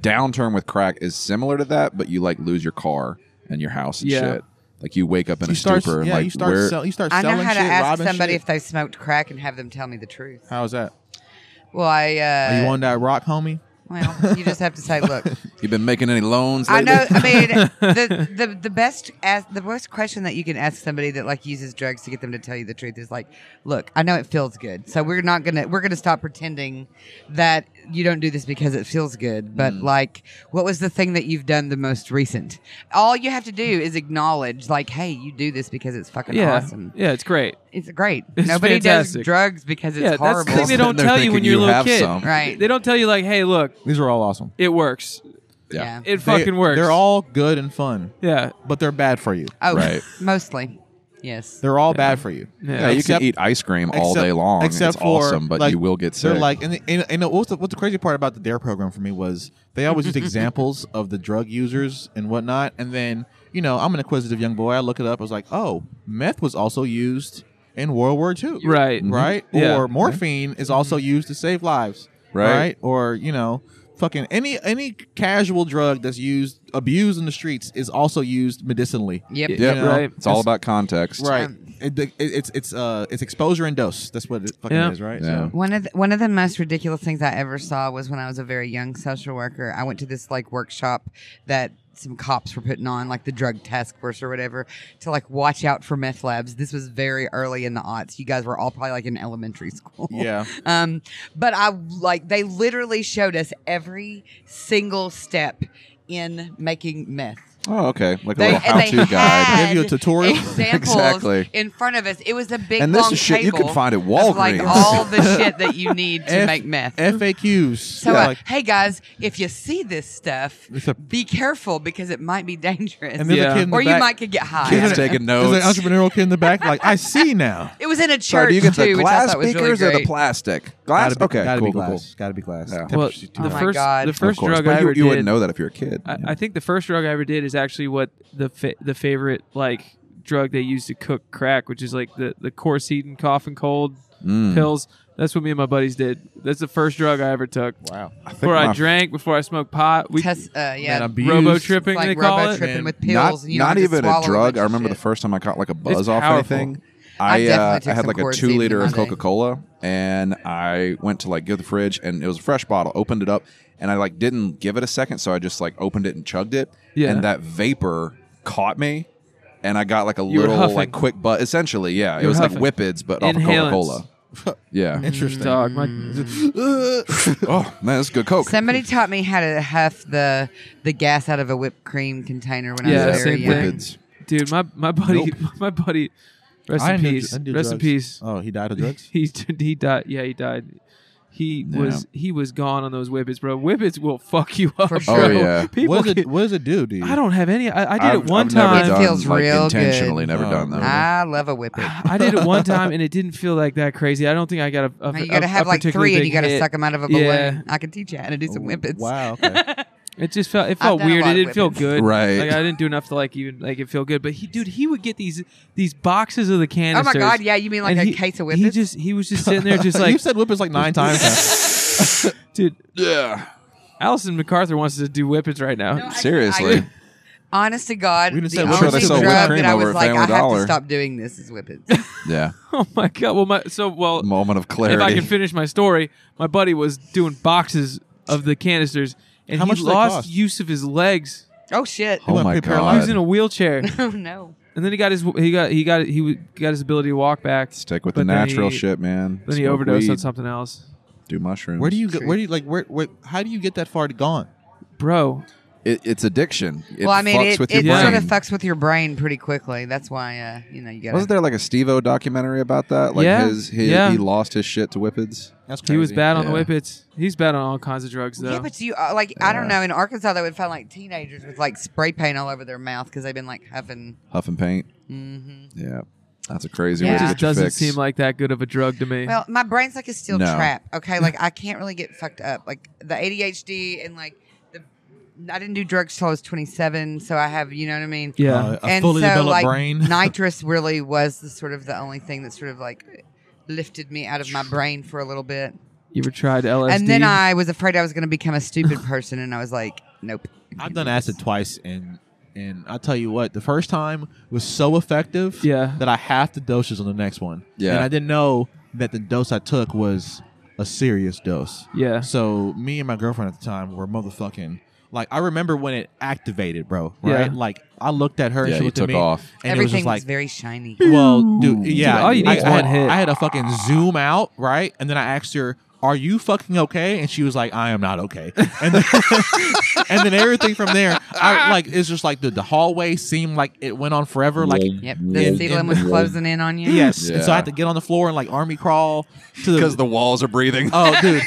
Speaker 2: downturn with crack is similar to that, but you like lose your car and your house and
Speaker 6: Yeah.
Speaker 2: shit. Like you wake up in
Speaker 7: you
Speaker 2: a
Speaker 7: start,
Speaker 2: stupor and
Speaker 7: yeah,
Speaker 2: like
Speaker 7: you start,
Speaker 2: where
Speaker 7: sell, you start
Speaker 8: I
Speaker 7: selling
Speaker 8: know how to
Speaker 7: shit,
Speaker 8: ask
Speaker 7: robbing
Speaker 8: somebody
Speaker 7: shit.
Speaker 8: if they smoked crack and have them tell me the truth.
Speaker 7: How's that?
Speaker 8: Well, I. Uh,
Speaker 7: Are you on that rock, homie?
Speaker 8: Well, you just have to say, look,
Speaker 2: you've been making any loans
Speaker 8: I
Speaker 2: lately.
Speaker 8: know. I mean, the the the best ask, the worst question that you can ask somebody that like uses drugs to get them to tell you the truth is like, look, I know it feels good, so we're not gonna we're gonna stop pretending that you don't do this because it feels good. But
Speaker 6: Mm.
Speaker 8: like, what was the thing that you've done the most recent? All you have to do is acknowledge, like, hey, you do this because it's fucking
Speaker 6: Yeah.
Speaker 8: awesome.
Speaker 6: Yeah, it's great.
Speaker 8: It's great.
Speaker 6: It's
Speaker 8: Nobody
Speaker 6: fantastic.
Speaker 8: does drugs because it's
Speaker 6: yeah,
Speaker 8: horrible.
Speaker 6: that's the thing they don't
Speaker 2: They're
Speaker 6: tell you when
Speaker 2: thinking
Speaker 6: you're a
Speaker 2: you
Speaker 6: little
Speaker 2: have
Speaker 6: kid.
Speaker 2: some.
Speaker 8: right.
Speaker 6: They don't tell you like, hey, look,
Speaker 7: These are all awesome.
Speaker 6: it works.
Speaker 2: yeah.
Speaker 6: It
Speaker 7: They-
Speaker 6: fucking works.
Speaker 7: They're all good and fun,
Speaker 6: yeah.
Speaker 7: but they're bad for you.
Speaker 8: Oh,
Speaker 2: Right.
Speaker 8: mostly. Yes.
Speaker 7: They're all bad for you.
Speaker 6: Yeah.
Speaker 2: Yeah, you
Speaker 7: Except-
Speaker 2: can eat ice cream all
Speaker 7: Except-
Speaker 2: day long. It's
Speaker 7: Except for,
Speaker 2: awesome, but
Speaker 7: like,
Speaker 2: you will get sick.
Speaker 7: They're like, and, and, and what's, the, what's the crazy part about the Dare program for me was they always used examples of the drug users and whatnot, and then you know I'm an inquisitive young boy. I look it up. I was like, oh, meth was also used in World War II,
Speaker 6: Right. Mm-hmm.
Speaker 7: Right,
Speaker 6: Yeah. Mm-hmm.
Speaker 7: or morphine is also used to save lives,
Speaker 2: Right.
Speaker 7: Or you know. Fucking any any casual drug that's used abused in the streets is also used medicinally.
Speaker 8: Yep.
Speaker 6: Yeah.
Speaker 2: yeah,
Speaker 7: you know,
Speaker 6: right.
Speaker 2: It's all about context.
Speaker 7: Right.
Speaker 8: Um,
Speaker 7: It- it- it's it's uh it's exposure and dose. That's what it fucking
Speaker 6: Yeah.
Speaker 7: is, right?
Speaker 2: Yeah.
Speaker 7: So-
Speaker 8: One of the, one of the most ridiculous things I ever saw was when I was a very young social worker. I went to this like workshop that some cops were putting on, like the drug task force or whatever, to like watch out for meth labs. This was very early in the aughts. You guys were all probably like in elementary school.
Speaker 7: Yeah.
Speaker 8: Um, but I like they literally showed us every single step in making meth.
Speaker 2: Oh, okay. Like a
Speaker 8: They-
Speaker 2: little
Speaker 8: and they
Speaker 2: how-to
Speaker 8: had
Speaker 2: guide.
Speaker 7: Give you a tutorial.
Speaker 8: Examples
Speaker 2: Exactly.
Speaker 8: in front of us. It was a big
Speaker 2: And this
Speaker 8: long
Speaker 2: is shit you
Speaker 8: table
Speaker 2: can find at
Speaker 8: of, like
Speaker 2: Walgreens.
Speaker 8: all the shit that you need to
Speaker 7: F-
Speaker 8: make meth.
Speaker 7: FAQs.
Speaker 8: so,
Speaker 7: Yeah.
Speaker 8: uh, hey guys, if you see this stuff,
Speaker 7: It's a-
Speaker 8: be careful because it might be dangerous,
Speaker 7: and then
Speaker 6: Yeah.
Speaker 7: the kid in the
Speaker 8: or you
Speaker 7: back-
Speaker 8: might could get high.
Speaker 2: Kids
Speaker 7: there's an-
Speaker 2: taking
Speaker 7: there's
Speaker 2: notes.
Speaker 7: an entrepreneurial kid in the back, like I see now.
Speaker 8: It was in a church
Speaker 2: Sorry, do you get
Speaker 8: too,
Speaker 2: the
Speaker 8: which I
Speaker 2: glass
Speaker 8: thought was really
Speaker 2: speakers or the
Speaker 8: great.
Speaker 2: plastic? Glass?
Speaker 7: Gotta be-
Speaker 2: okay,
Speaker 7: gotta
Speaker 2: cool,
Speaker 7: be
Speaker 2: cool,
Speaker 7: glass.
Speaker 2: cool.
Speaker 7: Gotta be glass.
Speaker 2: Yeah. Well,
Speaker 6: Well,
Speaker 7: Temperature's too
Speaker 6: the
Speaker 8: high.
Speaker 7: high.
Speaker 6: first
Speaker 8: Oh God.
Speaker 6: the
Speaker 8: Of
Speaker 6: first
Speaker 2: Of course,
Speaker 6: drug
Speaker 2: but
Speaker 6: I
Speaker 2: you,
Speaker 6: ever
Speaker 2: you
Speaker 6: did-
Speaker 2: wouldn't know that if you're a kid.
Speaker 6: I, I think the first drug I ever did is actually what the fa- the favorite like drug they use to cook crack, which is like the the coarse heating cough and cold
Speaker 2: Mm.
Speaker 6: pills. That's what me and my buddies did. That's the first drug I ever took.
Speaker 7: wow.
Speaker 6: Before I
Speaker 2: my-
Speaker 6: drank, before I smoked pot, we
Speaker 8: Test, uh, yeah,
Speaker 7: Man, I'm abused.
Speaker 6: robo tripping
Speaker 8: like
Speaker 6: they call
Speaker 8: robo
Speaker 6: it.
Speaker 8: tripping with pills.
Speaker 2: Not,
Speaker 8: and you
Speaker 2: not
Speaker 8: don't have to
Speaker 2: even
Speaker 8: swallow
Speaker 2: a drug.
Speaker 8: bunch
Speaker 2: I
Speaker 8: of
Speaker 2: remember
Speaker 8: shit.
Speaker 2: the first time I caught like a buzz
Speaker 6: It's
Speaker 2: off
Speaker 6: powerful.
Speaker 2: anything.
Speaker 8: I
Speaker 2: I,
Speaker 8: definitely
Speaker 2: uh,
Speaker 8: took
Speaker 2: I had
Speaker 8: some
Speaker 2: like a
Speaker 8: Coors
Speaker 2: two
Speaker 8: Eve
Speaker 2: liter
Speaker 8: in my
Speaker 2: of
Speaker 8: day.
Speaker 2: Coca Cola, and I went to like go to the fridge, and it was a fresh bottle. Opened it up, and I like didn't give it a second, so I just like opened it and chugged it,
Speaker 6: Yeah.
Speaker 2: and that vapor caught me, and I got like a
Speaker 6: You were
Speaker 2: little
Speaker 6: huffing.
Speaker 2: like quick but essentially, yeah,
Speaker 6: You
Speaker 2: it
Speaker 6: were
Speaker 2: was
Speaker 6: huffing.
Speaker 2: like Whippets but off of Coca
Speaker 6: Inhalants.
Speaker 2: Cola. Yeah.
Speaker 7: Interesting.
Speaker 6: Dog, my-
Speaker 8: Mm.
Speaker 2: oh man, that's good Coke.
Speaker 8: Somebody taught me how to huff the the gas out of a whipped cream container when I
Speaker 6: Yeah,
Speaker 8: was very
Speaker 6: same
Speaker 8: young.
Speaker 6: thing.
Speaker 2: Whippets.
Speaker 6: dude, my my buddy, my buddy, rest
Speaker 7: I
Speaker 6: in
Speaker 7: knew-
Speaker 6: peace,
Speaker 7: I knew
Speaker 6: rest in
Speaker 7: drugs.
Speaker 6: peace.
Speaker 7: Oh, he died of drugs.
Speaker 6: He he died. Yeah, he died. He was he was gone on those whippets, bro. Whippets will fuck you up.
Speaker 8: For
Speaker 6: bro.
Speaker 8: sure. Oh,
Speaker 2: yeah.
Speaker 6: people.
Speaker 7: what, does it,
Speaker 6: can-
Speaker 7: what does it do, dude?
Speaker 6: I don't have any. I, I did it
Speaker 2: I've,
Speaker 6: one
Speaker 2: I've
Speaker 6: time.
Speaker 2: Never done,
Speaker 8: It feels
Speaker 2: like,
Speaker 8: real good.
Speaker 2: Intentionally, never
Speaker 7: Oh,
Speaker 2: done that.
Speaker 8: I love a whippet. Uh,
Speaker 6: I did it one time and it didn't feel like that crazy. I don't think I got a. a
Speaker 8: Now you
Speaker 6: got to
Speaker 8: have like three, and you
Speaker 6: got
Speaker 8: gotta
Speaker 6: to
Speaker 8: suck them out of a balloon.
Speaker 6: Yeah.
Speaker 8: I can teach you how to do some whippets.
Speaker 7: Wow. Okay.
Speaker 6: It just felt it felt
Speaker 8: done a
Speaker 6: weird.
Speaker 8: lot
Speaker 6: It
Speaker 8: of
Speaker 6: didn't feel
Speaker 8: whippets.
Speaker 6: good.
Speaker 2: Right.
Speaker 6: Like I didn't do enough to like even like it feel good. But he, dude, he would get these these boxes of the
Speaker 8: Oh
Speaker 6: canisters.
Speaker 8: my god! Yeah, you mean like
Speaker 6: and
Speaker 8: a
Speaker 6: he-
Speaker 8: case of
Speaker 6: He
Speaker 8: whippets?
Speaker 6: just he was just sitting there, just like
Speaker 7: You've said whippets like nine times. now.
Speaker 6: dude.
Speaker 2: Yeah.
Speaker 6: Allison MacArthur wants us to do whippets right now.
Speaker 8: No, I-
Speaker 2: Seriously.
Speaker 8: I- honest to God,
Speaker 7: We
Speaker 8: the
Speaker 7: just
Speaker 8: only
Speaker 7: said whippets.
Speaker 8: drug
Speaker 7: Sure, they sell whipped
Speaker 8: that
Speaker 2: cream
Speaker 8: I
Speaker 2: over
Speaker 8: was
Speaker 2: at
Speaker 8: like, I
Speaker 2: Family
Speaker 8: have to
Speaker 2: Dollar.
Speaker 8: stop doing this is whippets.
Speaker 2: yeah.
Speaker 6: Oh my god. Well, my so well.
Speaker 2: Moment of clarity.
Speaker 6: If I can finish my story, my buddy was doing boxes of the canisters, and
Speaker 7: How
Speaker 6: he
Speaker 7: much do they
Speaker 6: lost
Speaker 7: cost?
Speaker 6: use of his legs.
Speaker 8: oh shit!
Speaker 7: You
Speaker 2: oh
Speaker 7: want
Speaker 2: my
Speaker 7: paper
Speaker 6: He
Speaker 2: god.
Speaker 6: was in a wheelchair,
Speaker 8: Oh no!
Speaker 6: and then he got his he got he got he w- got his ability to walk back.
Speaker 2: Stick with
Speaker 6: but
Speaker 2: the
Speaker 6: then
Speaker 2: natural
Speaker 6: he-
Speaker 2: shit, man.
Speaker 6: Then he
Speaker 2: Smoke
Speaker 6: overdosed on
Speaker 2: weed,
Speaker 6: something else,
Speaker 2: Do mushrooms.
Speaker 7: Where do you go? Where do you like? Where, where? How do you get that far to gone?
Speaker 6: bro.
Speaker 2: It, it's addiction. It
Speaker 8: well, I mean,
Speaker 2: fucks
Speaker 8: it,
Speaker 2: with
Speaker 8: it
Speaker 2: your
Speaker 8: sort
Speaker 2: brain.
Speaker 8: of fucks with your brain pretty quickly. That's why uh, you know you gotta.
Speaker 2: Wasn't there like a Steve-O documentary about that? Like
Speaker 6: Yeah.
Speaker 2: his, his
Speaker 6: Yeah.
Speaker 2: he lost his shit to whippets.
Speaker 7: That's crazy.
Speaker 6: He was bad on the
Speaker 2: Yeah.
Speaker 6: whippets. He's bad on all kinds of drugs though.
Speaker 8: Yeah, but you uh, like I don't know. In Arkansas, they would find like teenagers with like spray paint all over their mouth because they've been like huffing.
Speaker 2: Huff and paint.
Speaker 8: hmm
Speaker 2: Yeah. That's a crazy
Speaker 8: Yeah.
Speaker 2: way to
Speaker 6: it just
Speaker 2: get your
Speaker 6: doesn't
Speaker 2: fix.
Speaker 6: seem like that good of a drug to me.
Speaker 8: Well, my brain's like a steel
Speaker 2: No.
Speaker 8: trap. Okay, like I can't really get fucked up. Like the ADHD and like the I didn't do drugs till I was twenty seven, so I have you know what I mean.
Speaker 6: yeah,
Speaker 7: Uh, a
Speaker 8: and
Speaker 7: fully
Speaker 8: so
Speaker 7: developed
Speaker 8: like
Speaker 7: brain.
Speaker 8: nitrous really was the sort of the only thing that sort of like lifted me out of my brain for a little bit.
Speaker 6: you ever tried LSD?
Speaker 8: And then I was afraid I was going to become a stupid person, and I was like, nope.
Speaker 7: I've done acid twice, and and I tell you what, the first time was so effective,
Speaker 6: Yeah.
Speaker 7: that I halved the doses on the next one.
Speaker 2: Yeah.
Speaker 7: and I didn't know that the dose I took was a serious dose.
Speaker 6: Yeah.
Speaker 7: So me and my girlfriend at the time were motherfucking. Like I remember when it activated, bro. Right.
Speaker 6: Yeah.
Speaker 7: Like I looked at her and
Speaker 2: Yeah,
Speaker 7: she
Speaker 2: you
Speaker 7: looked
Speaker 2: took
Speaker 7: at me,
Speaker 2: off.
Speaker 7: and it was
Speaker 8: Everything
Speaker 7: just like
Speaker 8: very shiny.
Speaker 7: Well, dude, yeah.
Speaker 6: Dude, all you need
Speaker 7: I,
Speaker 6: is
Speaker 7: I
Speaker 6: one
Speaker 7: had,
Speaker 6: hit.
Speaker 7: I had to fucking zoom out, right? And then I asked her, "Are you fucking okay?" And she was like, "I am not okay." And then, and then everything from there, I like it's just like the, the hallway seemed like it went on forever, like.
Speaker 8: Yep. The
Speaker 7: In-
Speaker 8: ceiling
Speaker 7: in-
Speaker 8: was closing in on you.
Speaker 7: Yes, and so I
Speaker 2: Yeah.
Speaker 7: had to get on the floor and like army crawl to
Speaker 2: because the walls are breathing.
Speaker 7: Oh, dude,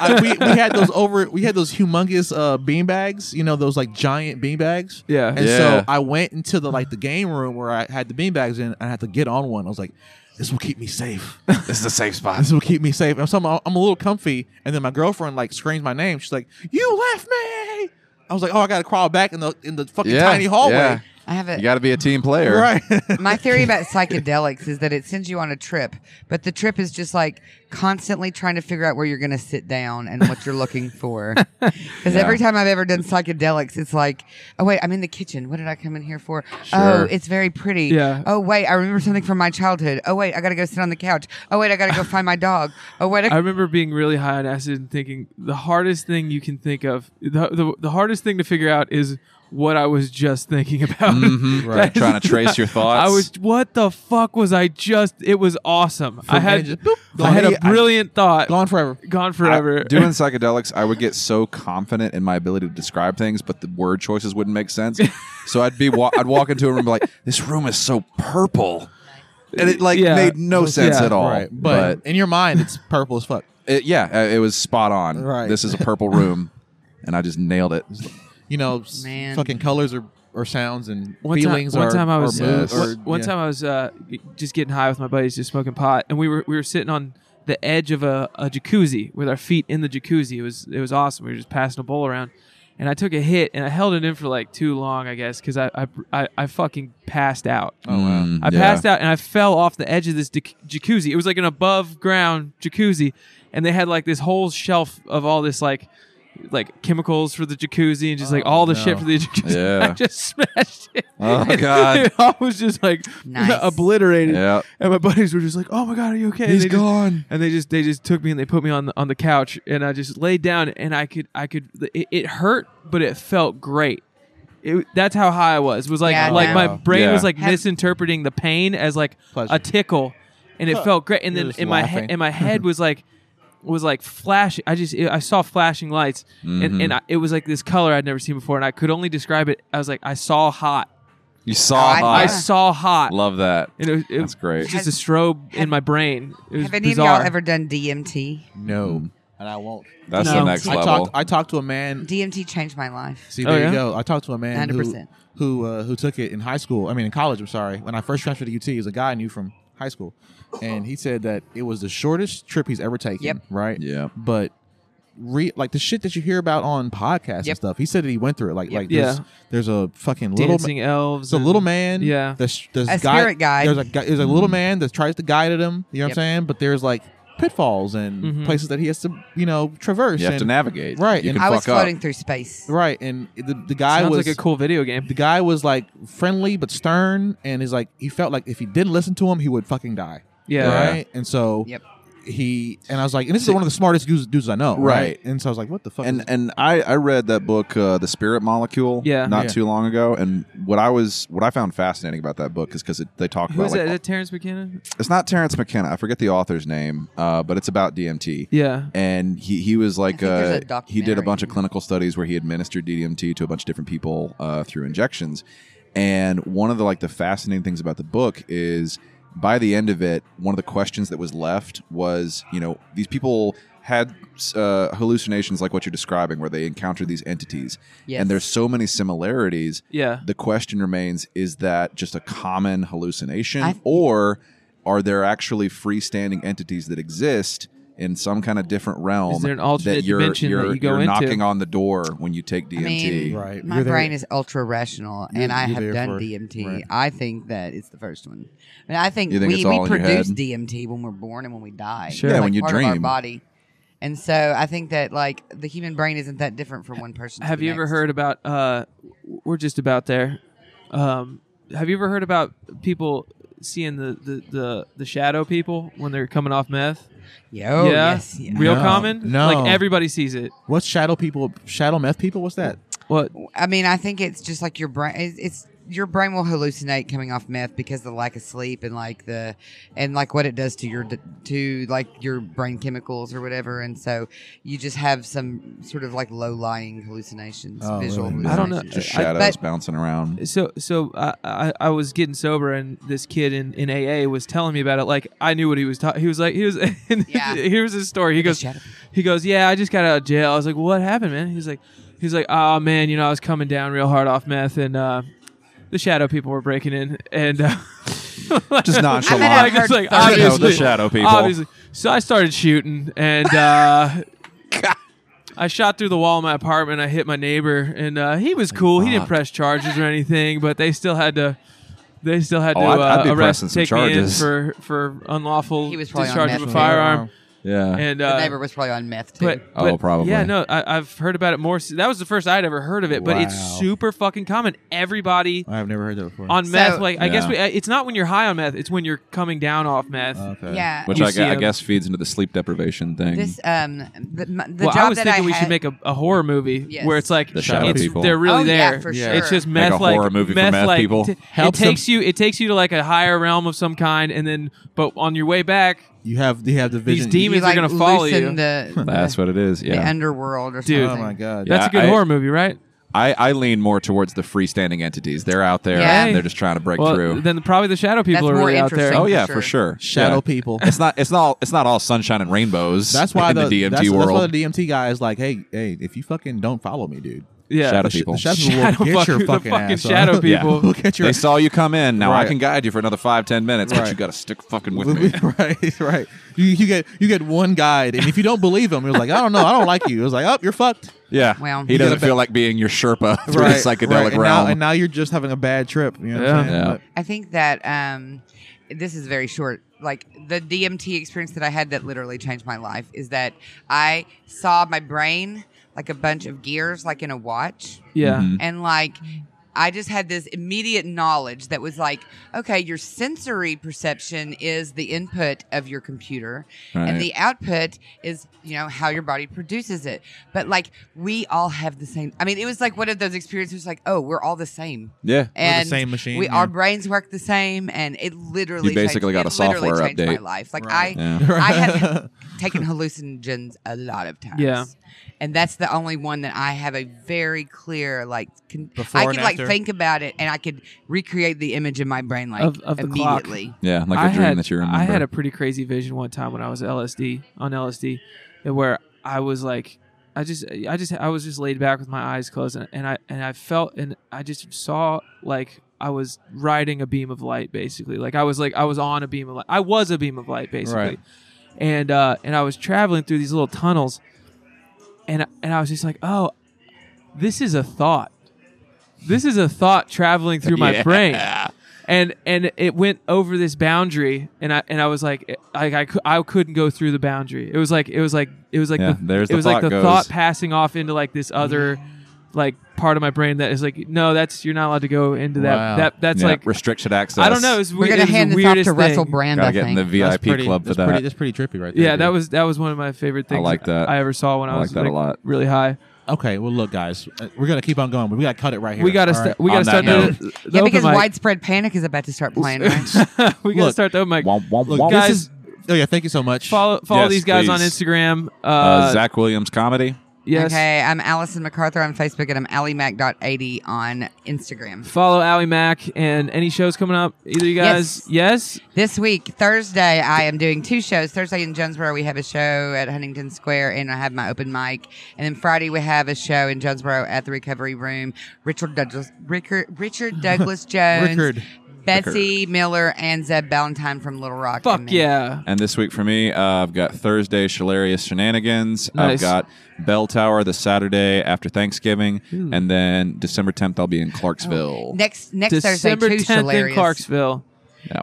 Speaker 7: I, we, we had those over. We had those humongous uh, bean bags. You know those like giant bean bags.
Speaker 6: Yeah.
Speaker 7: And
Speaker 2: Yeah.
Speaker 7: so I went into the like the game room where I had the bean bags in. And I had to get on one. I was like, this will keep me safe.
Speaker 2: this is a safe spot.
Speaker 7: this will keep me safe. I'm some, I'm a little comfy. And then my girlfriend like screams my name. She's like, you left me. I was like, oh, I gotta crawl back in the in the fucking
Speaker 2: Yeah,
Speaker 7: tiny hallway.
Speaker 2: yeah.
Speaker 8: I have a,
Speaker 2: You got to be a team player,
Speaker 7: Right.
Speaker 8: my theory about psychedelics is that it sends you on a trip, but the trip is just like constantly trying to figure out where you're going to sit down and what you're looking for. Because every time I've ever done psychedelics, it's like, oh wait, I'm in the kitchen. What did I come in here for? Oh,
Speaker 2: Sure.
Speaker 8: it's very pretty.
Speaker 6: Yeah.
Speaker 8: Oh wait, I remember something from my childhood. Oh wait, I got to go sit on the couch. Oh wait, I got to go find my dog. Oh wait,
Speaker 6: I
Speaker 8: I-
Speaker 6: remember being really high on acid and thinking the hardest thing you can think of, the, the, the hardest thing to figure out is what I was just thinking about.
Speaker 9: Mm-hmm, Right. Trying to trace your thoughts.
Speaker 6: I was what the fuck was I just? It was awesome. I had
Speaker 7: just boop,
Speaker 6: I had
Speaker 7: gone.
Speaker 6: a brilliant thought.
Speaker 7: gone forever.
Speaker 6: Gone forever.
Speaker 2: I- doing psychedelics, I would get so confident in my ability to describe things, but the word choices wouldn't make sense. So I'd be wa- I'd walk into a room and be like, "This room is so purple," and it like
Speaker 6: Yeah.
Speaker 2: made no sense
Speaker 6: yeah,
Speaker 2: at all.
Speaker 7: Right,
Speaker 2: But,
Speaker 7: but in your mind, it's purple as fuck.
Speaker 2: it, yeah, uh, it was spot on.
Speaker 7: Right.
Speaker 2: This is a purple room, and I just nailed it.
Speaker 7: you know, s-
Speaker 8: Man.
Speaker 7: fucking colors or, or sounds and
Speaker 6: one
Speaker 7: feelings.
Speaker 6: time, one
Speaker 7: are-
Speaker 6: time I
Speaker 7: are
Speaker 6: was uh,
Speaker 7: moods
Speaker 2: Yes.
Speaker 6: one,
Speaker 7: or-
Speaker 6: one
Speaker 7: yeah.
Speaker 6: time I was uh, just getting high with my buddies, just smoking pot, and we were we were sitting on the edge of a, a jacuzzi with our feet in the jacuzzi. It was it was awesome. We were just passing a bowl around, and I took a hit and I held it in for like too long, I guess, because I, I I I fucking passed out.
Speaker 2: Oh wow!
Speaker 6: I passed out and I fell off the edge of this dic- jacuzzi. It was like an above ground jacuzzi, and they had like this whole shelf of all this like like chemicals for the jacuzzi and just like all the shit
Speaker 7: no.
Speaker 6: for the jacuzzi.
Speaker 2: Oh, Yeah.
Speaker 6: I just smashed it.
Speaker 2: Oh,
Speaker 6: And
Speaker 2: God.
Speaker 6: It all was just like
Speaker 8: Nice.
Speaker 6: obliterated.
Speaker 2: Yeah.
Speaker 6: And my buddies were just like, "Oh my god, are you okay?"
Speaker 2: He's
Speaker 6: And they just-
Speaker 2: gone.
Speaker 6: and they just they just took me and they put me on the, on the couch and I just laid down and I could I could it, it hurt but it felt great. It, that's how high I was. It was like
Speaker 8: Yeah,
Speaker 6: like
Speaker 8: no.
Speaker 6: my brain
Speaker 2: Yeah.
Speaker 6: was like
Speaker 8: Have-
Speaker 6: misinterpreting the pain as like
Speaker 7: Pleasure.
Speaker 6: a tickle, and it felt great. And
Speaker 7: You're
Speaker 6: then
Speaker 7: just
Speaker 6: in my he-
Speaker 7: laughing.
Speaker 6: in my head was like was like flashing. I just I saw flashing lights, and and I, it was like this color I'd never seen before, and I could only describe it. I was like I saw hot.
Speaker 2: You saw.
Speaker 8: I-
Speaker 2: hot.
Speaker 6: I
Speaker 8: Yeah.
Speaker 6: saw hot.
Speaker 2: Love that.
Speaker 6: and it, was- it
Speaker 2: That's great.
Speaker 6: was Just a strobe in my brain. It was
Speaker 8: Have any
Speaker 6: bizarre.
Speaker 8: of y'all ever done DMT? Mm-hmm.
Speaker 7: No, and I won't.
Speaker 2: That's
Speaker 6: No.
Speaker 2: the next
Speaker 7: I
Speaker 2: level.
Speaker 7: talked. I talked to a man.
Speaker 8: DMT changed my life.
Speaker 7: See,
Speaker 6: Oh,
Speaker 7: there
Speaker 6: yeah?
Speaker 7: you go. I talked to a man who
Speaker 8: 100%.
Speaker 7: who uh, who took it in high school. I mean, in college. I'm sorry. When I first transferred to UT, it was a guy I knew from high school, and he said that it was the shortest trip he's ever taken.
Speaker 8: Yep.
Speaker 7: Right.
Speaker 2: Yeah.
Speaker 7: But. Re- like the shit that you hear about on podcasts and
Speaker 8: Yep.
Speaker 7: stuff. He said that he went through it. Like, like
Speaker 6: Yeah.
Speaker 7: there's, there's a fucking little ma-
Speaker 6: dancing elves.
Speaker 7: It's a
Speaker 6: and-
Speaker 7: little man.
Speaker 6: Yeah. Mm-hmm.
Speaker 7: There's, there's
Speaker 8: A
Speaker 7: guy-
Speaker 8: spirit guide.
Speaker 7: There's a guy, there's a little man that tries to guide at him. You know what
Speaker 8: Yep.
Speaker 7: I'm saying? But there's like pitfalls and
Speaker 6: Mhm.
Speaker 7: places that he has to you know traverse.
Speaker 2: You have
Speaker 7: and,
Speaker 2: to navigate.
Speaker 7: Right,
Speaker 2: You
Speaker 7: and
Speaker 2: can
Speaker 8: I was
Speaker 2: fuck up.
Speaker 8: floating through space.
Speaker 7: Right, and the, the guy
Speaker 6: Sounds
Speaker 7: was
Speaker 6: like a cool video game.
Speaker 7: the guy was like friendly but stern, and is like he felt like if he didn't listen to him, he would fucking die.
Speaker 6: Yeah.
Speaker 7: Right, and so
Speaker 8: Yep.
Speaker 7: he and I was like, and this is one of the smartest dudes, dudes I know.
Speaker 2: Right.
Speaker 7: and so I was like, what the fuck?
Speaker 2: and
Speaker 7: is-
Speaker 2: and I, I read that book uh, the spirit molecule
Speaker 6: Yeah.
Speaker 2: not
Speaker 7: Yeah.
Speaker 2: too long ago and what i was what i found fascinating about that book is because they talk
Speaker 6: Who
Speaker 2: about
Speaker 6: is that? Is
Speaker 2: like,
Speaker 6: that Terrence McKenna?
Speaker 2: it's not terrence mckenna i forget the author's name uh, but it's about dmt
Speaker 6: Yeah.
Speaker 2: and he, he was like
Speaker 8: think
Speaker 2: uh,
Speaker 8: there's a
Speaker 2: he did a bunch of
Speaker 8: documentary.
Speaker 2: clinical studies where he administered DDMT to a bunch of different people uh, through injections and one of the like the fascinating things about the book is by the end of it one of the questions that was left was you know these people had uh, hallucinations like what you're describing where they encounter these entities
Speaker 8: Yes.
Speaker 2: and there's so many similarities
Speaker 6: Yeah.
Speaker 2: the question remains is that just a common hallucination
Speaker 8: I-
Speaker 2: or are there actually freestanding entities that exist in some kind of different realm
Speaker 6: Is there an alternate
Speaker 2: that you're,
Speaker 6: dimension that
Speaker 2: you're,
Speaker 6: you go
Speaker 2: you're
Speaker 6: into?
Speaker 2: knocking on the door when you take DMT?
Speaker 8: I mean,
Speaker 7: Right,
Speaker 8: my
Speaker 7: you're there-
Speaker 8: brain is ultra rational,
Speaker 7: You're-
Speaker 8: and I
Speaker 7: you're
Speaker 8: have
Speaker 7: there
Speaker 8: done
Speaker 7: for-
Speaker 8: DMT.
Speaker 7: right.
Speaker 8: I think that it's the first one. I, mean, I think,
Speaker 2: You think
Speaker 8: we,
Speaker 2: it's all
Speaker 8: we
Speaker 2: in your
Speaker 8: produce
Speaker 2: head?
Speaker 8: DMT when we're born and when we die.
Speaker 6: Sure.
Speaker 2: Yeah,
Speaker 8: It's, like,
Speaker 2: when you
Speaker 8: part of our
Speaker 2: dream.
Speaker 8: body. And so I think that like the human brain isn't that different from one person. to
Speaker 6: Have
Speaker 8: the
Speaker 6: you ever
Speaker 8: next.
Speaker 6: heard about? Uh, we're just about there. Um, have you ever heard about people seeing the the, the, the shadow people when they're coming off meth?
Speaker 8: Yeah, oh,
Speaker 6: yeah,
Speaker 8: yes, yeah.
Speaker 6: real
Speaker 7: No,
Speaker 6: common.
Speaker 7: no.
Speaker 6: like everybody sees it.
Speaker 7: what's shadow people? Shadow meth people? What's that?
Speaker 6: What?
Speaker 8: I mean, I think it's just like your brain. It's, it's your brain will hallucinate coming off meth because of the lack of sleep and like the and like what it does to your d- to like your brain chemicals or whatever. And so you just have some sort of like low lying hallucinations,
Speaker 7: Oh,
Speaker 8: visual.
Speaker 7: really?
Speaker 6: I don't know.
Speaker 8: hallucinations.
Speaker 2: Just
Speaker 6: I-
Speaker 2: shadows
Speaker 8: but-
Speaker 2: bouncing around.
Speaker 6: Um, So so I, I I was getting sober and this kid in, in AA was telling me about it. Like I knew what he was talking. He was like he was. And
Speaker 8: Yeah.
Speaker 6: Here's his story. He goes.
Speaker 8: shadow.
Speaker 6: He goes. Yeah, I just got out of jail. I was like, what happened, man? He's like, he's like, oh man, you know, I was coming down real hard off meth and. uh the shadow people were breaking in, and uh,
Speaker 2: Just
Speaker 8: I
Speaker 2: nonchalant.
Speaker 8: bet I've
Speaker 6: like,
Speaker 8: heard
Speaker 6: it's
Speaker 8: 30.
Speaker 6: like obviously
Speaker 9: No, the shadow people.
Speaker 6: Obviously, so I started shooting, and uh, I shot through the wall of my apartment. I hit my neighbor, and uh, he was cool. He didn't press charges or anything, but they still had to. They still had
Speaker 2: Oh,
Speaker 6: to
Speaker 2: I'd- I'd be
Speaker 6: uh, arrest,
Speaker 2: pressing some
Speaker 6: take me in
Speaker 2: charges.
Speaker 6: for for unlawful
Speaker 8: He was probably on
Speaker 6: discharge
Speaker 8: meth
Speaker 6: of a
Speaker 8: with
Speaker 6: firearm.
Speaker 2: Yeah.
Speaker 6: And uh,
Speaker 8: the neighbor was probably on meth too.
Speaker 6: But,
Speaker 2: Oh,
Speaker 6: but-
Speaker 2: probably.
Speaker 6: Yeah, no, I, I've heard about it more. s- That was the first I'd ever heard of it, but
Speaker 2: Wow.
Speaker 6: it's super fucking common. Everybody
Speaker 7: I've Oh, never heard that before.
Speaker 6: on meth, like I guess
Speaker 2: Yeah.
Speaker 6: we, uh, it's not when you're high on meth; it's when you're coming down off meth.
Speaker 7: okay.
Speaker 8: yeah.
Speaker 2: Which
Speaker 6: You
Speaker 2: I,
Speaker 6: see
Speaker 2: gu- I
Speaker 6: him.
Speaker 2: guess feeds into the sleep deprivation thing.
Speaker 8: This um the, m- the
Speaker 6: well,
Speaker 8: job
Speaker 6: I was
Speaker 8: that
Speaker 6: thinking
Speaker 8: I
Speaker 6: we
Speaker 8: had-
Speaker 6: should make a, a horror movie
Speaker 8: Yes.
Speaker 6: where it's like
Speaker 2: The shadow
Speaker 6: it's-
Speaker 2: people.
Speaker 6: They're really
Speaker 8: Oh, yeah,
Speaker 6: there.
Speaker 8: for
Speaker 7: Yeah.
Speaker 6: It's just
Speaker 2: Like
Speaker 6: meth
Speaker 2: a
Speaker 6: like
Speaker 2: horror movie for
Speaker 6: meth,
Speaker 2: meth
Speaker 6: like,
Speaker 2: people.
Speaker 6: t- it
Speaker 7: Helps them.
Speaker 6: takes you. It takes you to like a higher realm of some kind, and then but on your way back,
Speaker 7: You have you have the vision.
Speaker 6: These
Speaker 8: you,
Speaker 6: demons are
Speaker 8: like,
Speaker 6: gonna follow
Speaker 8: loosen
Speaker 6: you.
Speaker 8: The,
Speaker 2: That's what it is.
Speaker 8: the
Speaker 2: Yeah.
Speaker 8: underworld or
Speaker 6: Dude.
Speaker 8: something.
Speaker 7: oh my god.
Speaker 2: Yeah,
Speaker 6: that's a good
Speaker 2: I-
Speaker 6: horror movie, right?
Speaker 2: I, I lean more towards the freestanding entities. They're out there
Speaker 8: Yeah.
Speaker 2: and they're just trying to break
Speaker 6: Well,
Speaker 2: through.
Speaker 6: then probably the shadow people
Speaker 8: That's
Speaker 6: are
Speaker 8: more
Speaker 6: really out there.
Speaker 8: interesting.
Speaker 2: oh yeah,
Speaker 8: for
Speaker 2: for sure.
Speaker 7: Shadow
Speaker 2: Yeah.
Speaker 7: people.
Speaker 2: It's not. It's not. All, it's not all sunshine and rainbows.
Speaker 7: That's why
Speaker 2: in the, DMT
Speaker 7: that's,
Speaker 2: world.
Speaker 7: That's why the DMT guy is like, hey, hey, if you fucking don't follow me, dude.
Speaker 6: yeah.
Speaker 2: Shadow
Speaker 7: the sh-
Speaker 2: people.
Speaker 7: The shadow,
Speaker 6: Shadow
Speaker 7: will get
Speaker 6: fuck-
Speaker 7: your
Speaker 6: the
Speaker 7: fucking,
Speaker 6: fucking
Speaker 7: ass, huh?
Speaker 6: shadow
Speaker 7: Yeah.
Speaker 6: people.
Speaker 7: We'll get your
Speaker 2: they saw you come in. Now
Speaker 7: Right.
Speaker 2: I can guide you for another five, ten minutes,
Speaker 7: Right.
Speaker 2: but you got to stick fucking with me.
Speaker 7: right, right. You, you get you get one guide, and if you don't believe him, he was like, I don't know, I don't like you. It was like, oh, you're fucked.
Speaker 2: Yeah.
Speaker 8: Well-
Speaker 2: he
Speaker 8: You
Speaker 2: doesn't
Speaker 7: gotta
Speaker 2: feel like being your Sherpa through the psychedelic
Speaker 7: right. And
Speaker 2: realm.
Speaker 7: now, and now you're just having a bad trip. You know what I'm
Speaker 6: Yeah.
Speaker 7: saying?
Speaker 2: Yeah.
Speaker 7: But-
Speaker 8: I think that um, this is very short. Like the DMT experience that I had that literally changed my life is that I saw my brain like a bunch of gears, like in a watch,
Speaker 6: Yeah.
Speaker 2: Mhm.
Speaker 8: and like. I just had this immediate knowledge that was like, okay, your sensory perception is the input of your computer,
Speaker 2: Right.
Speaker 8: and the output is, you know, how your body produces it. But like, we all have the same. I mean, it was like one of those experiences, like, oh, we're all the same
Speaker 2: yeah.
Speaker 7: the
Speaker 8: and
Speaker 7: same machine,
Speaker 8: We,
Speaker 7: yeah.
Speaker 8: Our brains work the same, and it literally
Speaker 2: You basically
Speaker 8: changed,
Speaker 2: got a
Speaker 8: it literally
Speaker 2: software
Speaker 8: changed My
Speaker 2: update.
Speaker 8: life, like
Speaker 7: Right.
Speaker 8: I,
Speaker 2: Yeah.
Speaker 8: I have taken hallucinogens a lot of times.
Speaker 6: Yeah.
Speaker 8: and that's the only one that I have a very clear like. Con-
Speaker 7: Before
Speaker 8: I
Speaker 7: and
Speaker 8: could like
Speaker 7: after?
Speaker 8: think about it, and I could recreate the image in my brain like
Speaker 6: Of- of the clock.
Speaker 8: immediately.
Speaker 2: Yeah. Like a
Speaker 6: I
Speaker 2: dream
Speaker 6: had,
Speaker 2: that you remember.
Speaker 6: I had a pretty crazy vision one time when I was LSD on LSD, and where I was like, I just, I just, I was just laid back with my eyes closed, and, and I, and I felt, and I just saw like I was riding a beam of light, basically. Like I was like I was on a beam of light. I was a beam of light, basically.
Speaker 7: Right.
Speaker 6: And uh, and I was traveling through these little tunnels, and and I was just like, oh, this is a thought. This is a thought traveling through my brain and and it went over this boundary and i and i was like like i, cou- I couldn't go through the boundary it was like it was like it was like
Speaker 2: Yeah,
Speaker 6: the,
Speaker 2: there's
Speaker 6: it
Speaker 2: the
Speaker 6: was like
Speaker 2: thought
Speaker 6: the
Speaker 2: goes.
Speaker 6: thought passing off into like this other like part of my brain that is like no that's you're not allowed to go into that
Speaker 7: Wow.
Speaker 6: that that's
Speaker 2: Yeah,
Speaker 6: like
Speaker 2: restricted access.
Speaker 6: i don't know it was
Speaker 8: We're
Speaker 6: weird-
Speaker 8: gonna
Speaker 6: it was
Speaker 8: hand
Speaker 6: the
Speaker 8: this off to
Speaker 6: weirdest
Speaker 8: Russell
Speaker 6: thing.
Speaker 8: Brand. I
Speaker 2: Gotta get in
Speaker 8: think.
Speaker 2: the
Speaker 7: That's
Speaker 2: VIP
Speaker 7: pretty-
Speaker 2: club for
Speaker 7: that's
Speaker 2: that.
Speaker 7: Pretty, that's pretty trippy, right there.
Speaker 6: yeah that
Speaker 7: dude.
Speaker 6: was that was one of my favorite things
Speaker 2: like that.
Speaker 6: i ever saw when i,
Speaker 2: I
Speaker 6: was
Speaker 2: like that a
Speaker 6: like,
Speaker 2: lot.
Speaker 6: really high
Speaker 7: okay. Well, look, guys, uh, we're gonna keep on going, but we gotta cut it right here.
Speaker 6: we gotta
Speaker 7: all right?
Speaker 6: st- we
Speaker 2: On
Speaker 6: gotta
Speaker 2: that
Speaker 6: start the, the
Speaker 8: Yeah,
Speaker 6: open
Speaker 8: because
Speaker 6: mic.
Speaker 8: widespread panic is about to start playing. Right?
Speaker 6: we gotta
Speaker 7: Look.
Speaker 6: start the open mic
Speaker 2: Womp, womp,
Speaker 7: Look,
Speaker 2: womp.
Speaker 6: guys-
Speaker 7: this is. Oh yeah, thank you so much.
Speaker 6: follow follow
Speaker 2: Yes,
Speaker 6: these guys on
Speaker 2: please.
Speaker 6: instagram uh,
Speaker 2: uh, Zach Williams comedy.
Speaker 6: yes
Speaker 8: Okay, I'm Allison MacArthur on Facebook, and I'm AllieMac.80 on Instagram.
Speaker 6: follow Allie Mack and any shows coming up. Either you guys, yes,
Speaker 8: This week, Thursday, I am doing two shows. Thursday in Jonesboro, we have a show at Huntington Square, and I have my open mic. And then Friday, we have a show in Jonesboro at the Recovery Room. Richard Douglas, Rickard, Richard Douglas Jones,
Speaker 7: Rickard.
Speaker 8: Betsy Miller, and Zeb Ballantyne from Little Rock.
Speaker 6: fuck
Speaker 8: and me.
Speaker 6: yeah.
Speaker 2: And this week for me, uh, I've got Thursday Shalarius Shenanigans.
Speaker 6: Nice.
Speaker 2: I've got Bell Tower the Saturday after Thanksgiving, and then December 10th I'll be in Clarksville.
Speaker 8: Next next
Speaker 6: December
Speaker 8: Thursday, too,
Speaker 6: 10th in
Speaker 8: hilarious.
Speaker 6: Clarksville.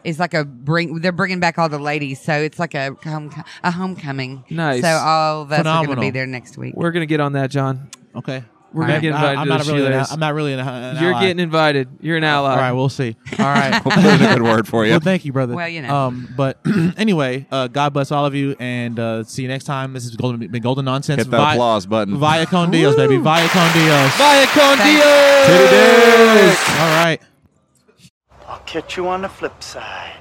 Speaker 8: It's like a bring. They're bringing back all the ladies, so it's like a home a homecoming.
Speaker 6: Nice.
Speaker 8: So all of us are going to
Speaker 7: Phenomenal.
Speaker 8: be there next week.
Speaker 6: We're gonna get on that, John.
Speaker 7: Okay.
Speaker 6: We're
Speaker 7: I'm-
Speaker 6: gonna get invited
Speaker 7: I'm
Speaker 6: to
Speaker 7: not
Speaker 6: the
Speaker 7: really. An,
Speaker 6: Sheilas.
Speaker 7: I'm not really an, an
Speaker 6: You're
Speaker 7: ally.
Speaker 6: getting invited. You're an ally.
Speaker 7: All right, we'll see. All right.
Speaker 2: There's a good word for you.
Speaker 7: Well, thank you, brother.
Speaker 8: Well, you know.
Speaker 7: Um, but anyway, uh, God bless all of you, and uh, see you next time. This has golden, been golden nonsense.
Speaker 2: Hit that
Speaker 7: Vi-
Speaker 2: applause button.
Speaker 7: Via con Dios, baby. Via con Dios.
Speaker 6: Vaya con
Speaker 8: Thanks.
Speaker 6: Dios!
Speaker 7: All right.
Speaker 3: I'll catch you on the flip side.